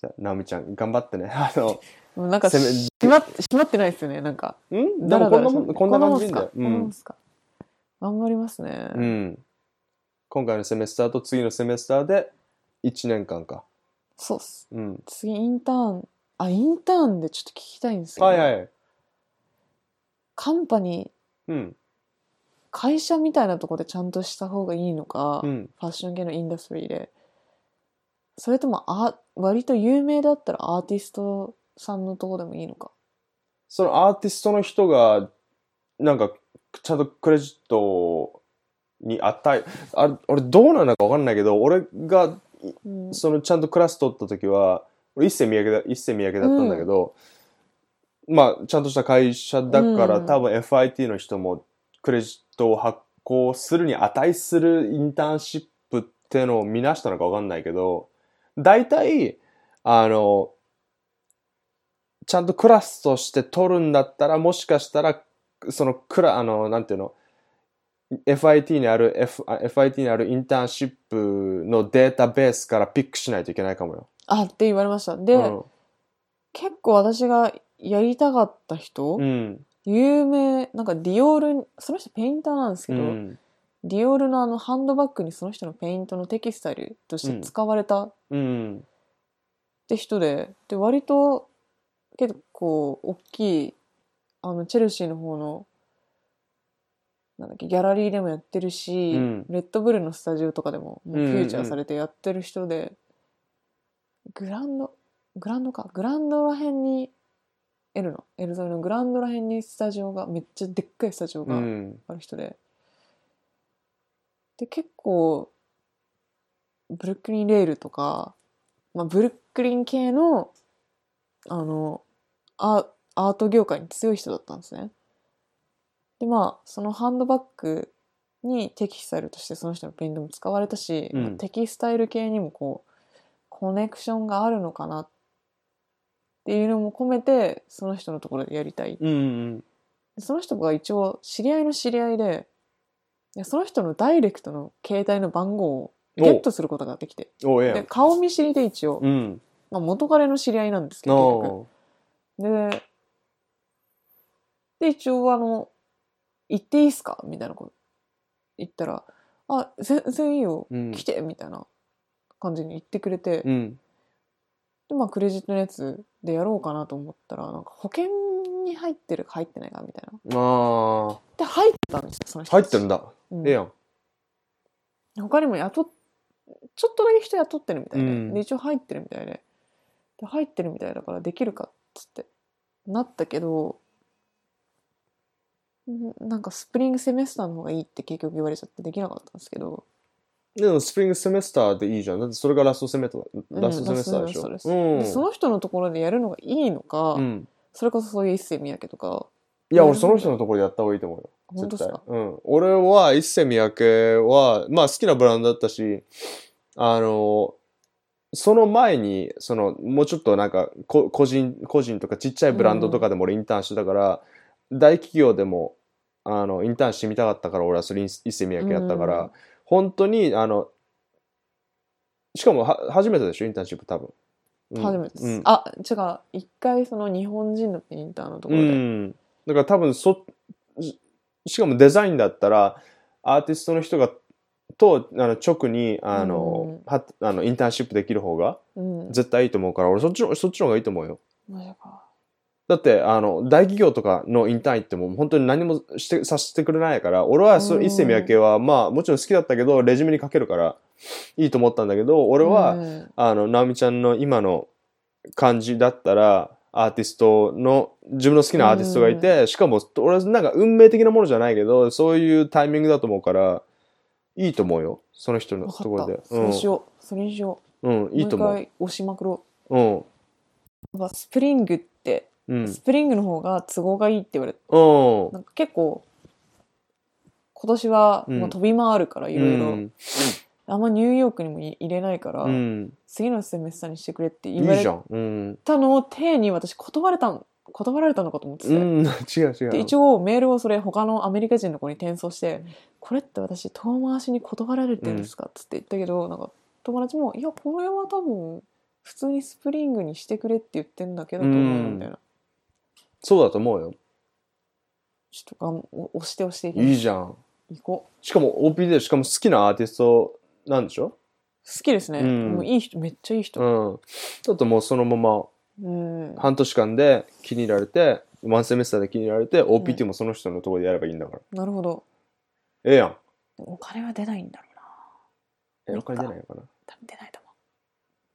B: じゃあ直美ちゃん頑張ってねあの
A: もうなんか
B: せめ
A: 閉まっ閉まってないですよねなんか
B: んでもこんなもんこんな感じでいいんだよ。
A: こんなもんっすかこんなもんっすか頑張りますね、
B: うんうん今回のセメスターと次のセメスターで1年間か。
A: そうっす
B: うん。
A: 次インターンあインターンでちょっと聞きたいんですけど、
B: はいはい。
A: カンパニー
B: うん。
A: 会社みたいなところでちゃんとした方がいいのか、フ
B: うん。
A: ァッション系のインダストリーでそれともあ割と有名だったらアーティストさんのとこでもいいのか
B: そのアーティストの人が、なんか、ちゃんとクレジットに与え、あれ、俺どうなのかわかんないけど、俺が、
A: うん
B: そのちゃんとクラス取った時は、俺一世三宅だ、一世三宅だったんだけど、まあ、ちゃんとした会社だから、
A: うん
B: 多分 FIT の人もクレジットを発行するに値するインターンシップってのを見なしたのかわかんないけど、大体、あの、ちゃんとクラスとして取るんだったら、もしかしたら、そのクラ、あの、なんていうの、FIT にある、F、あ FIT にあるインターンシップのデータベースからピックしないといけないかもよ。
A: あって言われましたで、結構私がやりたかった人、
B: うん。うん。
A: 有名なんかディオールその人ペインターなんですけ
B: う
A: ど、
B: ん。
A: ディオールのあのハンドバッグにその人のペイントのテキスタイルとして使われたっ
B: うん。
A: て人で,、で割と結構大きいあのチェルシーの方のなんだっけギャラリーでもやってるし、
B: うん
A: レッドブルのスタジオとかでももうフ
B: うんうんうん
A: ューチャーされてやってる人で、グランドグランドかグランドらへんに L の L 沿いのグランドらへんにスタジオがめっちゃでっかいスタジオ
B: う
A: が。
B: ん。
A: ある人で。で、結構、ブルックリンレールとか、まあ、ブルックリン系の、あの、アアート業界に強い人だったんですね。で、まあ、そのハンドバッグにテキスタイルとしてその人のペイントも使われたし、
B: うん
A: まあテキスタイル系にもこう、コネクションがあるのかなっていうのも込めて、その人のところでやりたい
B: うん。
A: でその人が一応知り合いの知り合いでいやその人のダイレクトの携帯の番号をゲットすることができて
B: おうええや
A: で
B: ん。
A: 顔見知りで一応、
B: うん。
A: まあ、元彼の知り合いなんですけど
B: お
A: 結局でで一応あの「行っていいっすか?」みたいなこと言ったら「あ全然いいよ
B: う。うん
A: 来。て」みたいな感じに言ってくれて、
B: うん。
A: でまあクレジットのやつでやろうかなと思ったらなんか保険に入ってるか入ってないかみたいな。
B: あ
A: で入ってたんですよその
B: あ。
A: 人
B: 入って
A: た
B: る
A: ち
B: んだ。
A: うん
B: ええやん。
A: 他にも雇っちょっとだけ人雇ってるみたいで,、
B: うん
A: で一応入ってるみたいでで入ってるみたいだからできるかっつってなったけどんなんかスプリングセメスターの方がいいって結局言われちゃってできなかったんですけど、
B: でもスプリングセメスターでいいじゃん。だってそれがラストセメスター、
A: うん
B: ラストセメスターでし
A: ラストセメスタ
B: ょ。
A: でその人のところでやるのがいいのか、
B: うん。うん。
A: それこそそういう一世三宅とか
B: いや、俺その人のところでやった方がいいと思うよ。
A: 本当ですか
B: うん。俺は、一世三宅は、まあ好きなブランドだったし、あの、その前に、その、もうちょっとなんか、こ個人、個人とかちっちゃいブランドとかでも俺インターンしてたから、大企業でも、あの、インターンしてみたかったから、俺はそれ一世三宅やったから、本当に、あの、しかもは初めてでしょ、インターンシップ多分。うん
A: 初めてです、
B: うん
A: あ違う一回その日本人のインターンのところで、
B: うん、だから多分そししかもデザインだったらアーティストの人がとあの直にあの、はあのインターンシップできる方が
A: うん
B: 絶対いいと思うから俺そっちのそっちの方がいいと思うよ
A: マジか
B: だってあの大企業とかのインターン行っても本当に何もしてさせてくれないから俺はそううん一世三宅は、まあもちろん好きだったけどレジュメに書けるからいいと思ったんだけど俺は、
A: うん
B: あの直美ちゃんの今の感じだったらアーティストの自分の好きなアーティストがいて、しかも俺なんか運命的なものじゃないけどそういうタイミングだと思うからいいと思うよその人の
A: わか
B: ところ
A: っ
B: で
A: た、それしようそれにしよ
B: うん、うん、
A: う
B: いいと
A: もう一
B: 思
A: 回押しまくろ
B: ううん
A: うなんかスプリングって、
B: うん
A: スプリングの方が都合がいいって言われて
B: うん
A: なんか結構今年は
B: うん
A: もう飛び回るからいろいろあんまニューヨークにもい入れないから、
B: うん
A: 次のセメスターにしてくれって
B: い
A: 言わ
B: い
A: れ
B: じゃんうん、
A: たのを体に私断れたん断られたのかと思ってて、
B: うん、 *laughs* 違う違う
A: で一応メールをそれ他のアメリカ人の子に転送して「これって私遠回しに断られてるんですか?」っつって言ったけどなんか友達も「いやこれは多分普通にスプリングにしてくれって言ってんだけど」と思うみたいな、
B: そうだと思うよ
A: ちょっとがんお押して押してい
B: いい
A: き
B: じゃん
A: 行こう
B: しかも OP でしかも好きなアーティストなんでしょ
A: 好きですね、
B: うん
A: もういい人めっちゃいい人
B: うんちょっともうそのまま
A: うん、
B: 半年間で気に入られてワンセメスターで気に入られて OPT もその人のところでやればいいんだから、
A: なるほど
B: ええやん
A: でもお金は出ないんだろうな
B: えお金出ないのかな
A: 多分出ないと思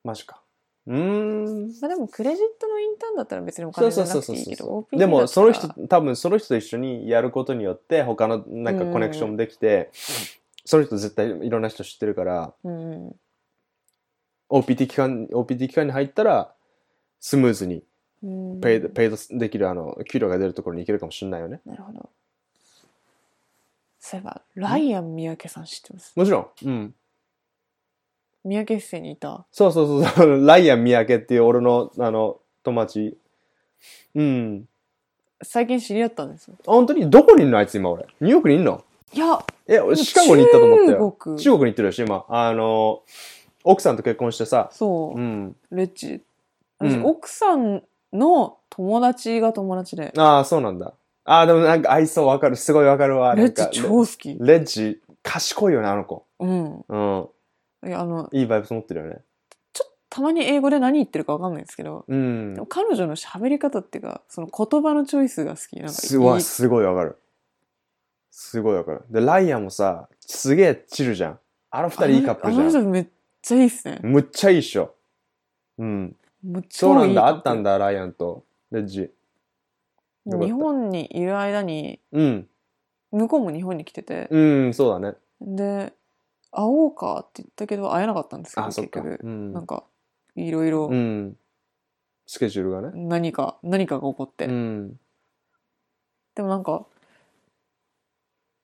B: マジかうーん
A: うまあでもクレジットのインターンだったら別にお
B: そ
A: 金
B: うそ
A: 出
B: うそ
A: なくて
B: うそう
A: いいけど
B: そ
A: OPT
B: うでもその
A: だ
B: 人
A: ったら
B: 多分その人と一緒にやることによって他のなんかコネクションもできて、その人絶対いろんな人知ってるから
A: うん
B: OPT 期間 OPT 期間に入ったらスムーズに
A: うん
B: ペイ,、ペイドできるあの給料が出るところに行けるかもしれないよね
A: なるほど。そういえば、ライアン三宅さん知ってます。
B: もちろんうん
A: 三宅市にいた。
B: そうそうそうそう、ライアン三宅っていう俺の、あの、友達。うん。
A: 最近知り合ったんですよ。
B: あ本当にどこにいるのあいつ今俺。ニューヨークにいるの
A: いや、
B: え、俺シカゴに行ったと思ったよ。
A: 中国。
B: 中国に行ってるでしょ、今。あの、奥さんと結婚してさ。
A: そう、
B: うん。
A: レッチ。私、
B: うん
A: 奥さんの友達が友達で。
B: ああ、そうなんだ。ああ、でもなんか愛想わかる。すごいわかるわ。
A: レ
B: な
A: ッ
B: んか
A: チ超好き。
B: レッジ、賢いよね、あの子。
A: うん。
B: うん。
A: いや、あの、
B: いいバイブス持ってるよね。
A: たまに英語で何言ってるかわかんないんですけど、
B: う
A: でも
B: ん。
A: 彼女の喋り方っていうか、その言葉のチョイスが好き。なんかいい
B: すごい、すごいわかる。すごいわかる。で、ライアンもさ、すげえチルじゃん。あの二人いいカップルじゃん。
A: あの人めっちゃいいっすね。
B: むっちゃいいっしょ。うん。
A: もう超
B: そうなん
A: いい
B: だ、
A: カ
B: あ
A: ップル
B: ったんだ、ライアンと、レッジ。よかった
A: 日本にいる間に、
B: うん。
A: 向こうも日本に来てて、
B: うん、そうだね。
A: で会おうかって言ったけど会えなかったんですけど
B: あ、そ
A: 結
B: っか。
A: 局
B: う、
A: なん
B: ん。
A: かいろいろ
B: うん。スケジュールがね。
A: 何か、何かが起こって、
B: うん。
A: でもなんか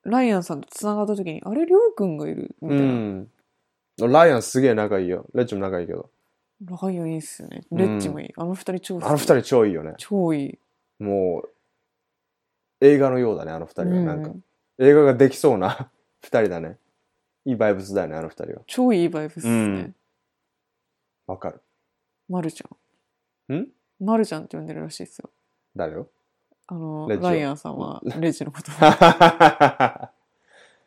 A: ライアンさんとつながった時に「あれりょうくんがいる」みた
B: う
A: いな、
B: ん。ライアンすげえ仲いいよ。レッジも仲いいけど。
A: ライアンいいっすよねレッチもいい、あの二人超好き
B: あの二人超いいよね。
A: 超いい、
B: もう、映画のようだね、あの二人は。なんか
A: う、ん
B: 映画ができそうな *laughs* 二人だね。いいバイブスだよね、あの二人は。
A: 超いいバイブスっすね、
B: うんわかる。
A: まるちゃん
B: ん
A: まるちゃんって呼んでるらしいですよ
B: 誰 *laughs* よ
A: あの
B: レッジを
A: ライアンさんはレッジのこと *laughs*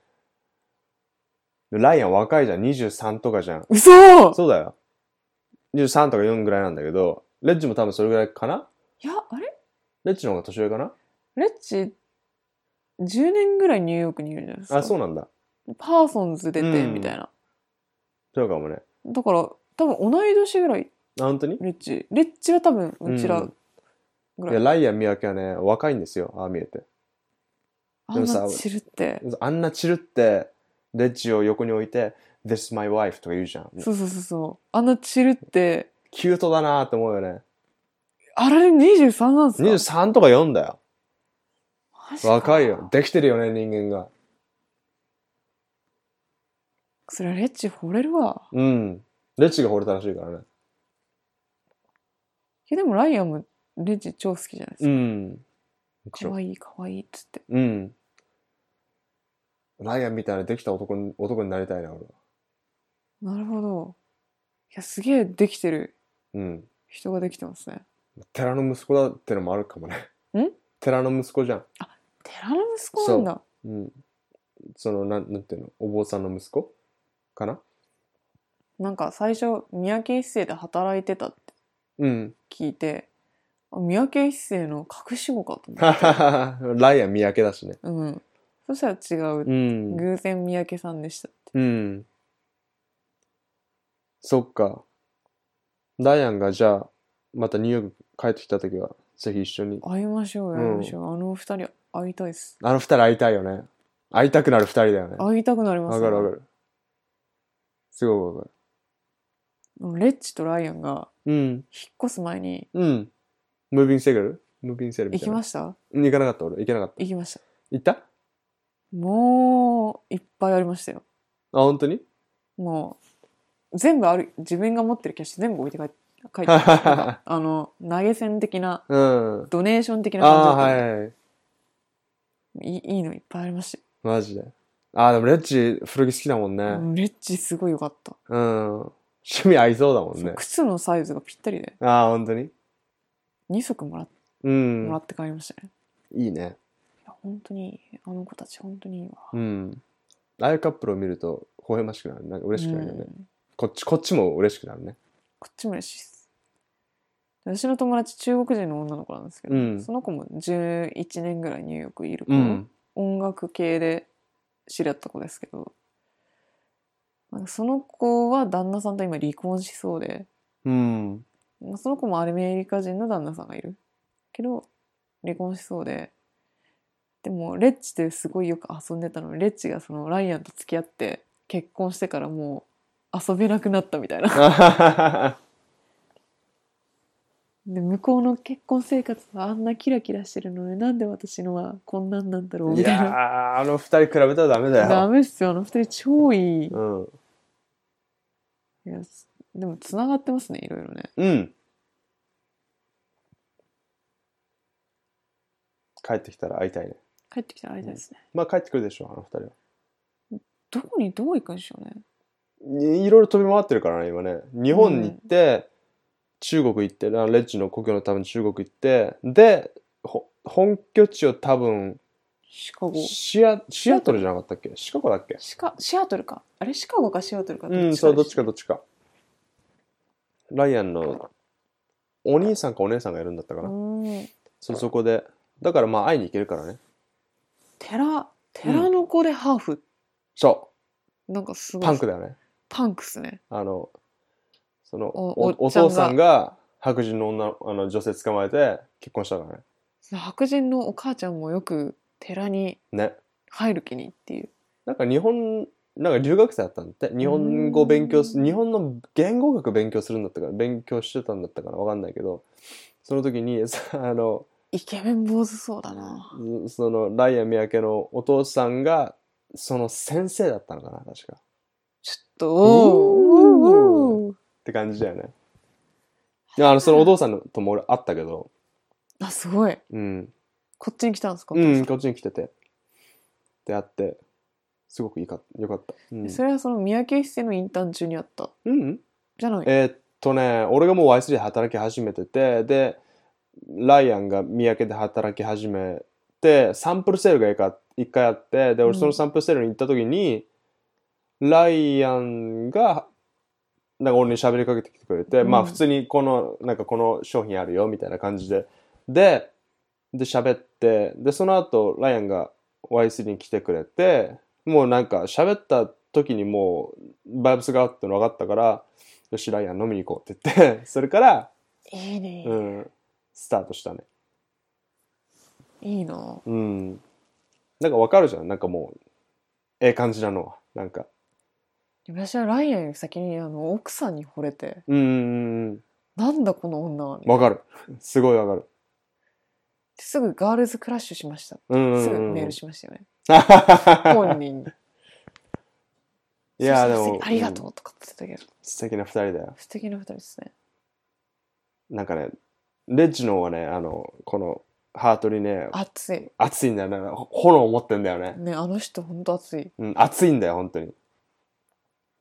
B: ライアン若いじゃん、23とかじゃん。
A: 嘘
B: そうだよ。23とか4ぐらいなんだけど、レッジも多分それぐらいかない
A: やあれ
B: レッジの方が年上かな
A: レッチ10年ぐらいニューヨークにいるじゃないですか。
B: あ、そうなんだ。
A: パーソンズ出て
B: うん
A: みたいな。
B: そうかもね。
A: だから多分同い年ぐらい
B: あ、本当にい
A: レッチ。レッチは多分うちらぐらい。
B: や、ライアン三宅はね、若いんですよ。ああ見えて。
A: あ
B: で
A: ん
B: もさ
A: な散るって。
B: あんなチルって、レッジを横に置いて、This is my wife とか言うじゃん。
A: そうそうそうそう。あんな散るって。
B: キュートだなーって思うよね。
A: あれ23なんですか
B: 23とか4だよ。
A: マジか
B: 若いよ。。できてるよね、人間が。
A: それはレッチ惚れるわ。
B: うん。レッジが惚れたらしいからね。
A: いやでもライアンもレッチ超好きじゃないです
B: うん。も
A: か。
B: ちろ
A: か
B: ん
A: わいいかわいいっつって。
B: うん。ライアンみたいなできた男に男になりたいな、俺は。
A: なるほど。いや、すげえできてる
B: うん。
A: 人ができてますね。
B: 寺の息子だってのもあるかもね。
A: ん
B: 寺の息子じゃん。
A: 寺の息子なんだ。
B: うん。その、なん、なんていうのお坊さんの息子かな
A: なんか最初、三宅一生で働いてたって
B: うん。 *laughs*
A: 聞いて、あ三宅一生の隠し子かと思
B: *laughs*
A: って。
B: ライアン三宅だしね。
A: うん。そしたら違う。
B: うん。
A: 偶然三宅さんでしたって。
B: うん。そっか。ダイアンがじゃあ、またニューヨーク帰ってきたときは、ぜひ一緒に。
A: 会いましょうよ、
B: うん
A: 会いましょう。あの二人会いたいです。
B: あの二人会いたいよね。会いたくなる二人だよね。
A: 会いたくなります
B: わ
A: ね
B: かるわかる。すごいわかる。
A: レッチとライアンが
B: うん。
A: 引っ越す前に
B: うん。ムービングセグルムービングセグルみ
A: 行
B: た
A: き
B: いな。
A: ました
B: うん行かなかった俺。行けなかった。
A: 行きました。
B: 行ったあ、
A: もういっぱいありましたよ。
B: 本当に
A: もう全部ある自分が持ってるキャッシュ全部置いて帰って帰ってなん
B: *laughs*
A: かあの投げ銭的な
B: うん。あ
A: ドネーション的な感じだ
B: あ
A: っ
B: ー、
A: た
B: は
A: んで、
B: いはい。
A: いいいいのいっぱいありましたよ
B: マジで。ああ、でもレッチ古着好きだもんね。
A: うんレッチすごい良かった、
B: うん。趣味合いそうだもん
A: そう
B: ね。
A: 靴のサイズがぴったりで
B: ああ、本当に
A: 2足もらっ
B: うん
A: もら。って帰りましたね、
B: いいね。
A: いや本当にあの子たち本当にいいわ
B: うん。ああいうカップルを見ると、微笑ましくなる。なんか嬉しくなるよね。
A: うん
B: こっち、こっちも嬉しくなるね。
A: こっちも嬉しいです私の友達中国人の女の子なんですけど、
B: うん
A: その子も11年ぐらいニューヨークいる子、
B: うん。
A: 音楽系で知り合った子ですけどなんかその子は旦那さんと今離婚しそうで
B: うん。
A: まあその子もアメリカ人の旦那さんがいるけど離婚しそうででもレッチってすごいよく遊んでたのにレッチがそのライアンと付き合って結婚してからもう遊べなくなったみたいな *laughs* で向こうの結婚生活はあんなキラキラしてるのになんで私のはこんなんなんだろう
B: い
A: みたい
B: や
A: な
B: ー、あの二人比べたらダメだ
A: ダ
B: よ。
A: メっすよあの二人超いい
B: うん。
A: いやすでもつながってますねいろいろね
B: うん。帰ってきたら会いたいね。
A: 帰ってきたら会いたいですね、
B: まあ帰ってくるでしょ、あの二
A: どこにどう行くんでしょうね
B: 人は。いいろいろ飛び回ってるからね、今ね。日本に行って、中国行って、あのレッジの故郷の多分中国行って、で、ほ本拠地を多分、
A: シカゴ
B: シアシアトルじゃなかったっけシカゴだっけ
A: シカシアトルかあれシカゴかシアトルか
B: うんそうどっちか
A: と
B: どっちかライアンのお兄さんかお姉さんがいるんだったか
A: う
B: な、
A: ん
B: そうそこでだからまあ会いに行けるからね
A: 寺寺の子でハーフ、
B: そ
A: なんかす
B: う
A: ごい
B: パンクだよね
A: パンクっすね
B: あのその
A: お
B: お
A: お
B: お
A: っちゃんが
B: 父さんが白人の女あの女性捕まえて結婚したからね
A: 白人のお母ちゃんもよく寺に
B: ね
A: 入る気にっていう
B: なんか日本なんか留学生だったんだって日本語勉強す
A: うん
B: 日本の言語学勉強するんだったから勉強してたんだったかなわかんないけどその時に *laughs* さあの
A: イケメン坊主そうだな
B: うんそのライアン三宅のお父さんがその先生だったのかな確かっ
A: ちょっとおーおー
B: て感じだよねいやあのそのお父さんとも俺会ったけど
A: あすごい
B: うん、
A: こっちに来たんですか、
B: うん、こっちに来ててで会ってすごくいいかよかった、うん、
A: それはその三宅一生のインターン中にあった
B: うん
A: じゃない
B: えーっとね俺がもう Y3 で働き始めててでライアンが三宅で働き始めてサンプルセールが一回一回あってで
A: う
B: 俺
A: ん
B: そのサンプルセールに行った時に、ライアンがなんか俺に喋りかけてきてくれて、
A: うん
B: まあ普通にこのなんかこの商品あるよみたいな感じででで喋ってでその後ライアンが Y3 に来てくれてもうなんか喋った時にもうバイブスがあっての分かったからよしライアン飲みに行こうって言って *laughs* それから、
A: いいね、
B: うん、スタートしたね
A: いいな
B: うんなんか分かるじゃんなんかもうええ感じなのはなんか
A: 私はライアンより先にあの奥さんに惚れて
B: うんうんうん
A: なんだこの女は
B: 分かるすごい分かる
A: すぐガールズクラッシュしました
B: うんうん
A: すぐ
B: うん *laughs*
A: メールしましたよね
B: い
A: 本
B: *laughs*
A: 人に
B: やで
A: そして
B: も
A: ありがと
B: うん
A: うとかって言ってたけど
B: 素敵な2人だよ
A: 素敵な二人ですね
B: なんかねレッジのはねあのこのハートにね、
A: 熱い。
B: 熱いんだよね。ほ炎を持ってんだよね。
A: ね、あの人ほんと熱い。
B: うん、熱いんだよ、本当に。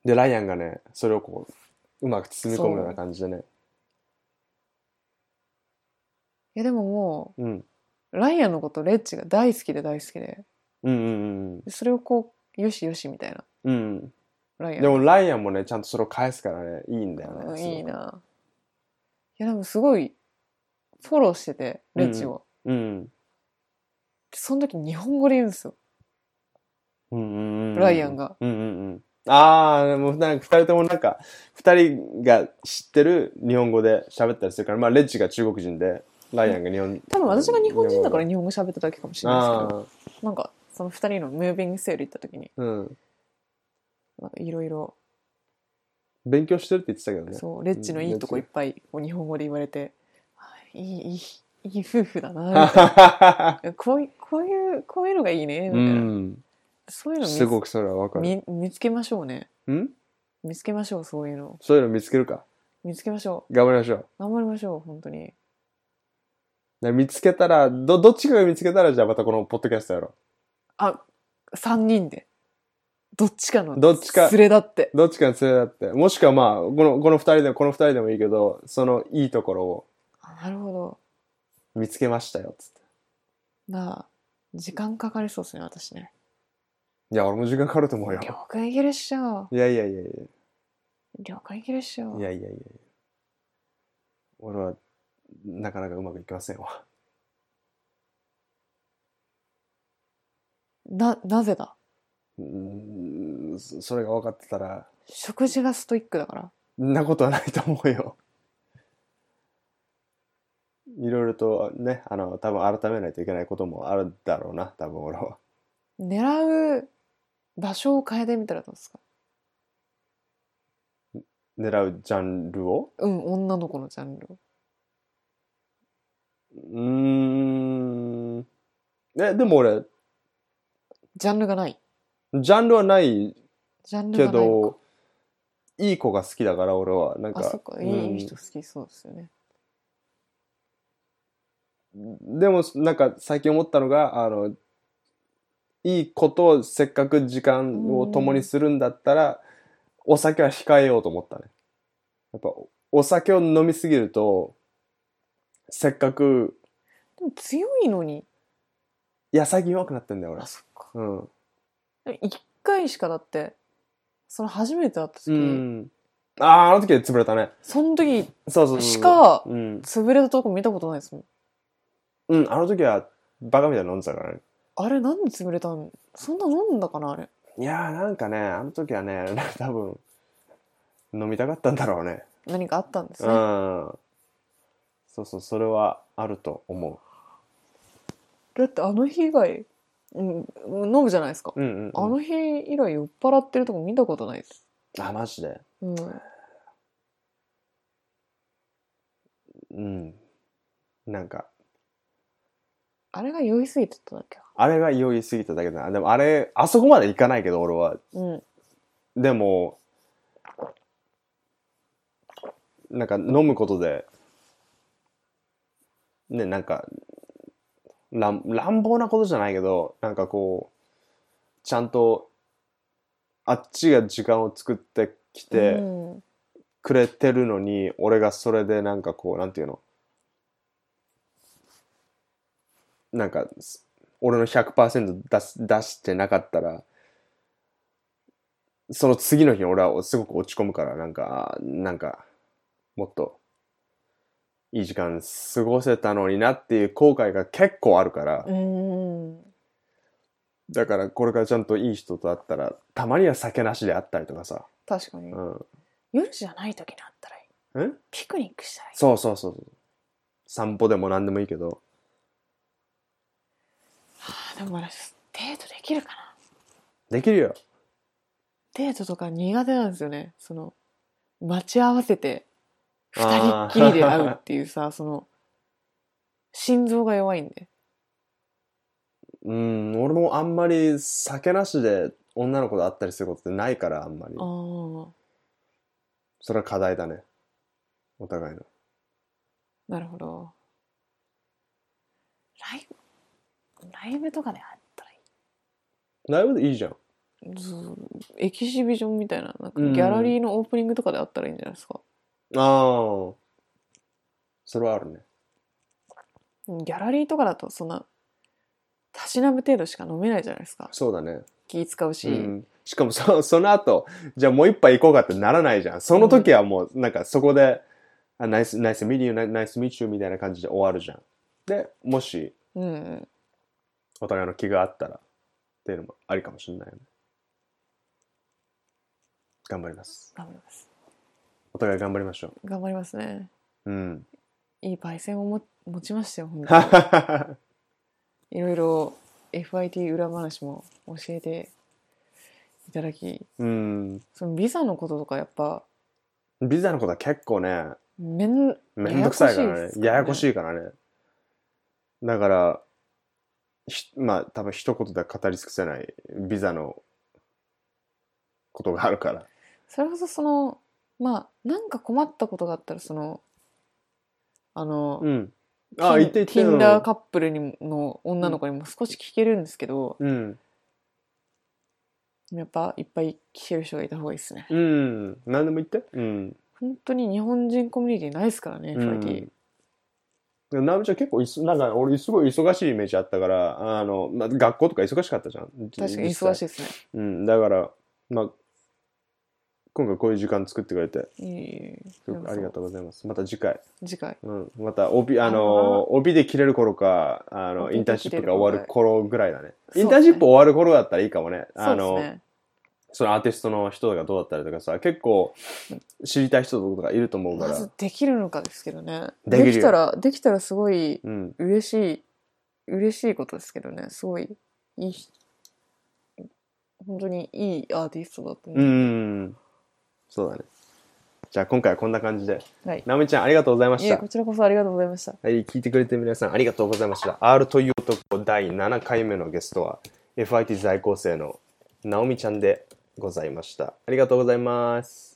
B: で、ライアンがね、それをこう、うまく包み込むような感じでね。
A: いやでもも
B: うん。
A: う、ライアンのことレッチが大好きで大好きで、
B: うんうん
A: でそれをこう、よしよしみたいな、
B: うんうん。
A: ライ
B: う
A: ア
B: ん。
A: ン。
B: でも、ライアンもね、ちゃんとそれを返すからね、いいんだよ
A: うん
B: ね。
A: いいな。いやでもすごい、フォローしてて、レッチを。
B: うん。
A: でその時日本語で言うんですよ、
B: うんうんうんうん。
A: ライアンが。
B: うんうんうん。ああ、でもなんか二人ともなんか、二人が知ってる日本語で喋ったりするから、まあ、レッジが中国人で、ライアンが日本
A: 多分私が日本人だから
B: 日
A: 日本語喋っただけかもしれ
B: 本
A: ない
B: 語
A: ですけど、なんか、その二人のムービングセール行った時に、
B: あーうん。
A: なんかいろいろ、
B: 勉強してるって言ってたけどね。
A: そう、レッチのいいとこいっぱい、こう日本語で言われて、あいい、いい、いい夫婦だなみたいな。
B: *laughs*
A: こういこういう、こういうのがいいね、み
B: う
A: たいな。
B: ん。
A: そういうの見つ
B: すごくそれはわかる。
A: 見見つけましょうね。
B: ん
A: 見つけましょう、そういうの。
B: そういうの見つけるか。
A: 見つけましょ
B: 頑張りましょう。
A: う。頑張りましょう、本当に。
B: で見つけたら、ど、どっちかが見つけたら、じゃあまたこのポッドキャストやろ
A: あ、三人で。どっちかの。
B: どっちか
A: 連れだって
B: う。。どっちかに連れだって。もしくはまあ、この、この二人でも、この二人でもいいけど、そのいいところを
A: あなるほど。
B: 見つけましたよ、つって。
A: なあ、時間かかりそうですね、私ね。
B: いや、俺も時間かかると思うよ。
A: 了解いけるっしょ。
B: いやいやいやいや。
A: 了解いけるっしょ
B: い。やいやいやいや俺はなかなかうまくいきませんわ
A: な、なぜだ
B: うーんそそれが分かってたら
A: 食事がストイックだから。
B: んなことはないと思うよいろいろとねあの多分改めないといけないこともあるだろうな多分俺は
A: 狙う場所を変えてみたらどうですか
B: 狙うジャンルを
A: うん、女の子のジャンルを。
B: うーんえでも俺
A: ジャンルがない。
B: ジャンルはない
A: ジャンル
B: け
A: がないのか。
B: どいい子が好きだから俺はなんか
A: あ、そっか。
B: うん
A: いい人好きそうですよね。
B: でもなんか最近思ったのがあのいいことをせっかく時間を共にするんだったら、お酒は控えようと思ったねやっぱお酒を飲みすぎるとせっかく
A: でも強いのに。
B: いや最近弱くなってんだよ俺
A: あ、、そっか。
B: うん
A: でも一回しかだって、その初めて会った時、
B: うん、あああの時は潰れたね
A: その時、
B: そうそうそう
A: しか
B: うん、
A: 潰れたとこ見たことないですもん。
B: うん、あの時はバカみたいに飲んでたからね
A: あれ、なんで潰れたんそんな飲んだかな、あれ。
B: いやーなんかねあの時はね *laughs* 多分飲みたかったんだろうね
A: 何かあったんです
B: う
A: ね。
B: ん。そうそう、それはあると思
A: だってあの日以外、うん、飲むじゃないですか。
B: う。うんうん、うん。
A: あの日以来酔っ払ってるとこ見たことないです。
B: あ、マジで。
A: うん。
B: うん。なんか、
A: あれが酔いすぎてただけか。
B: あれが酔いすぎただけだな。でもあれ、あそこまで行かないけど、俺は。
A: うん。
B: でも、なんか飲むことで、ね、なんか、乱乱暴なことじゃないけど、なんかこう、ちゃんと、あっちが時間を作ってきて、
A: うん、
B: くれてるのに俺がそれでなんかこうなんていうのなんかす俺の100%出す出してなかったらその次の日に俺はすごく落ち込むからなんかあーなんかもっといい時間過ごせたのになっていう後悔が結構あるから、
A: うん。
B: だからこれからちゃんといい人と会ったらたまには酒なしであったりとかさ、
A: 確かに。
B: うん、
A: 夜じゃない時にあったらいい。
B: え
A: ピクニックしたらいい。
B: そうそうそうそう散歩でも何でもいいけど
A: あでも私、デートできるかな。
B: できるよ。
A: デートとか苦手なんですよね。その、待ち合わせて、二人
B: あー
A: っきりで会うっていうさ、その、心臓が弱いんで。
B: うん、俺もあんまり酒なしで女の子と会ったりすることってないから、あんまり
A: あ。あ。
B: それは課題だね。お互いの。
A: なるほど。イブライブとかであったらいい
B: ライブでいいじゃん。
A: そうエキシビジョンみたいななんか
B: うん
A: ギャラリーのオープニングとかであったらいいんじゃないですか、
B: ああ。それはあるね。
A: うんギャラリーとかだとそんなたしなむ程度しか飲めないじゃないですか
B: そうだね。
A: 気使うし、
B: うん、しかもそその後、じゃあもう一杯行こうかってならないじゃん。その時はもう、なんかそこで、あナイス、ナイスミーユー、ナイスミーチューみたいな感じで終わるじゃん。で、もし、
A: うんうん
B: お互いの気があったら、っていうのもありかもしれないよね。頑張ります。
A: 頑張ります
B: お互い頑張りましょ
A: 頑張りますね
B: う。 *laughs* うん。
A: いい焙煎をも持ちましたよ本当に
B: はい
A: ろいろ FIT 裏話も教えていただき
B: うん。
A: そのビザのこととかやっぱ
B: ビザのことは結構ね、
A: めん
B: めんどくさいからね。や
A: や
B: や
A: や
B: こ
A: こ
B: し
A: し
B: いからね。だから、ひまあ多分一言では語り尽くせないビザのことがあるから。
A: それこそそのまあなんか困ったことがあったらそのあの、
B: うん。
A: テ
B: あ、言って言って。
A: ィンダーカップルにもの女の子にも少し聞けるんですけど、
B: うん。
A: やっぱいっぱい聞ける人がいた方がいいですね
B: うん。何でも言って。うん。
A: 本当に日本人コミュニティないですからね、
B: う
A: FIT
B: ん。なおみちゃん結構いそ、なんか俺すごい忙しいイメージあったから、あの、まあ、学校とか忙しかったじゃん。
A: 確かに忙しい
B: い。
A: ですね
B: うん。だから、まあ、今回こういう時間作ってくれて、
A: いえいえ
B: すごくありがとうございます。また次回。
A: 次回
B: うん、また帯、あ
A: あ
B: の帯で切れる頃か、あの、
A: 帯で
B: インターンシップが終わる頃ぐらいだね。
A: 切
B: イ
A: れ
B: ン
A: る頃ぐ
B: ターン
A: らい
B: シップ終わる頃だったらいいかもね。
A: そ
B: あ
A: うです
B: の、
A: ね
B: そのアーティストの人がどうだったりとかさ、結構知りたい人とかいると思うか
A: ま
B: ら。
A: ずできるのかですけどね
B: でき
A: で
B: るよ
A: きたらできたらすごい
B: うん。
A: 嬉しい嬉しいことですけどねすごいいい本当にいいアーティストだと思
B: う
A: う、
B: ん。そうだね。じゃあ今回はこんな感じで。
A: はい
B: なおみちゃんありがとうございま
A: い
B: し
A: え
B: た
A: こ。ちらこそありがとうございました
B: はい、聞いてくれて皆さんありがとうございました。R という男第7回目のゲストは FIT 在校生のなおみちゃんでございました。ありがとうございます。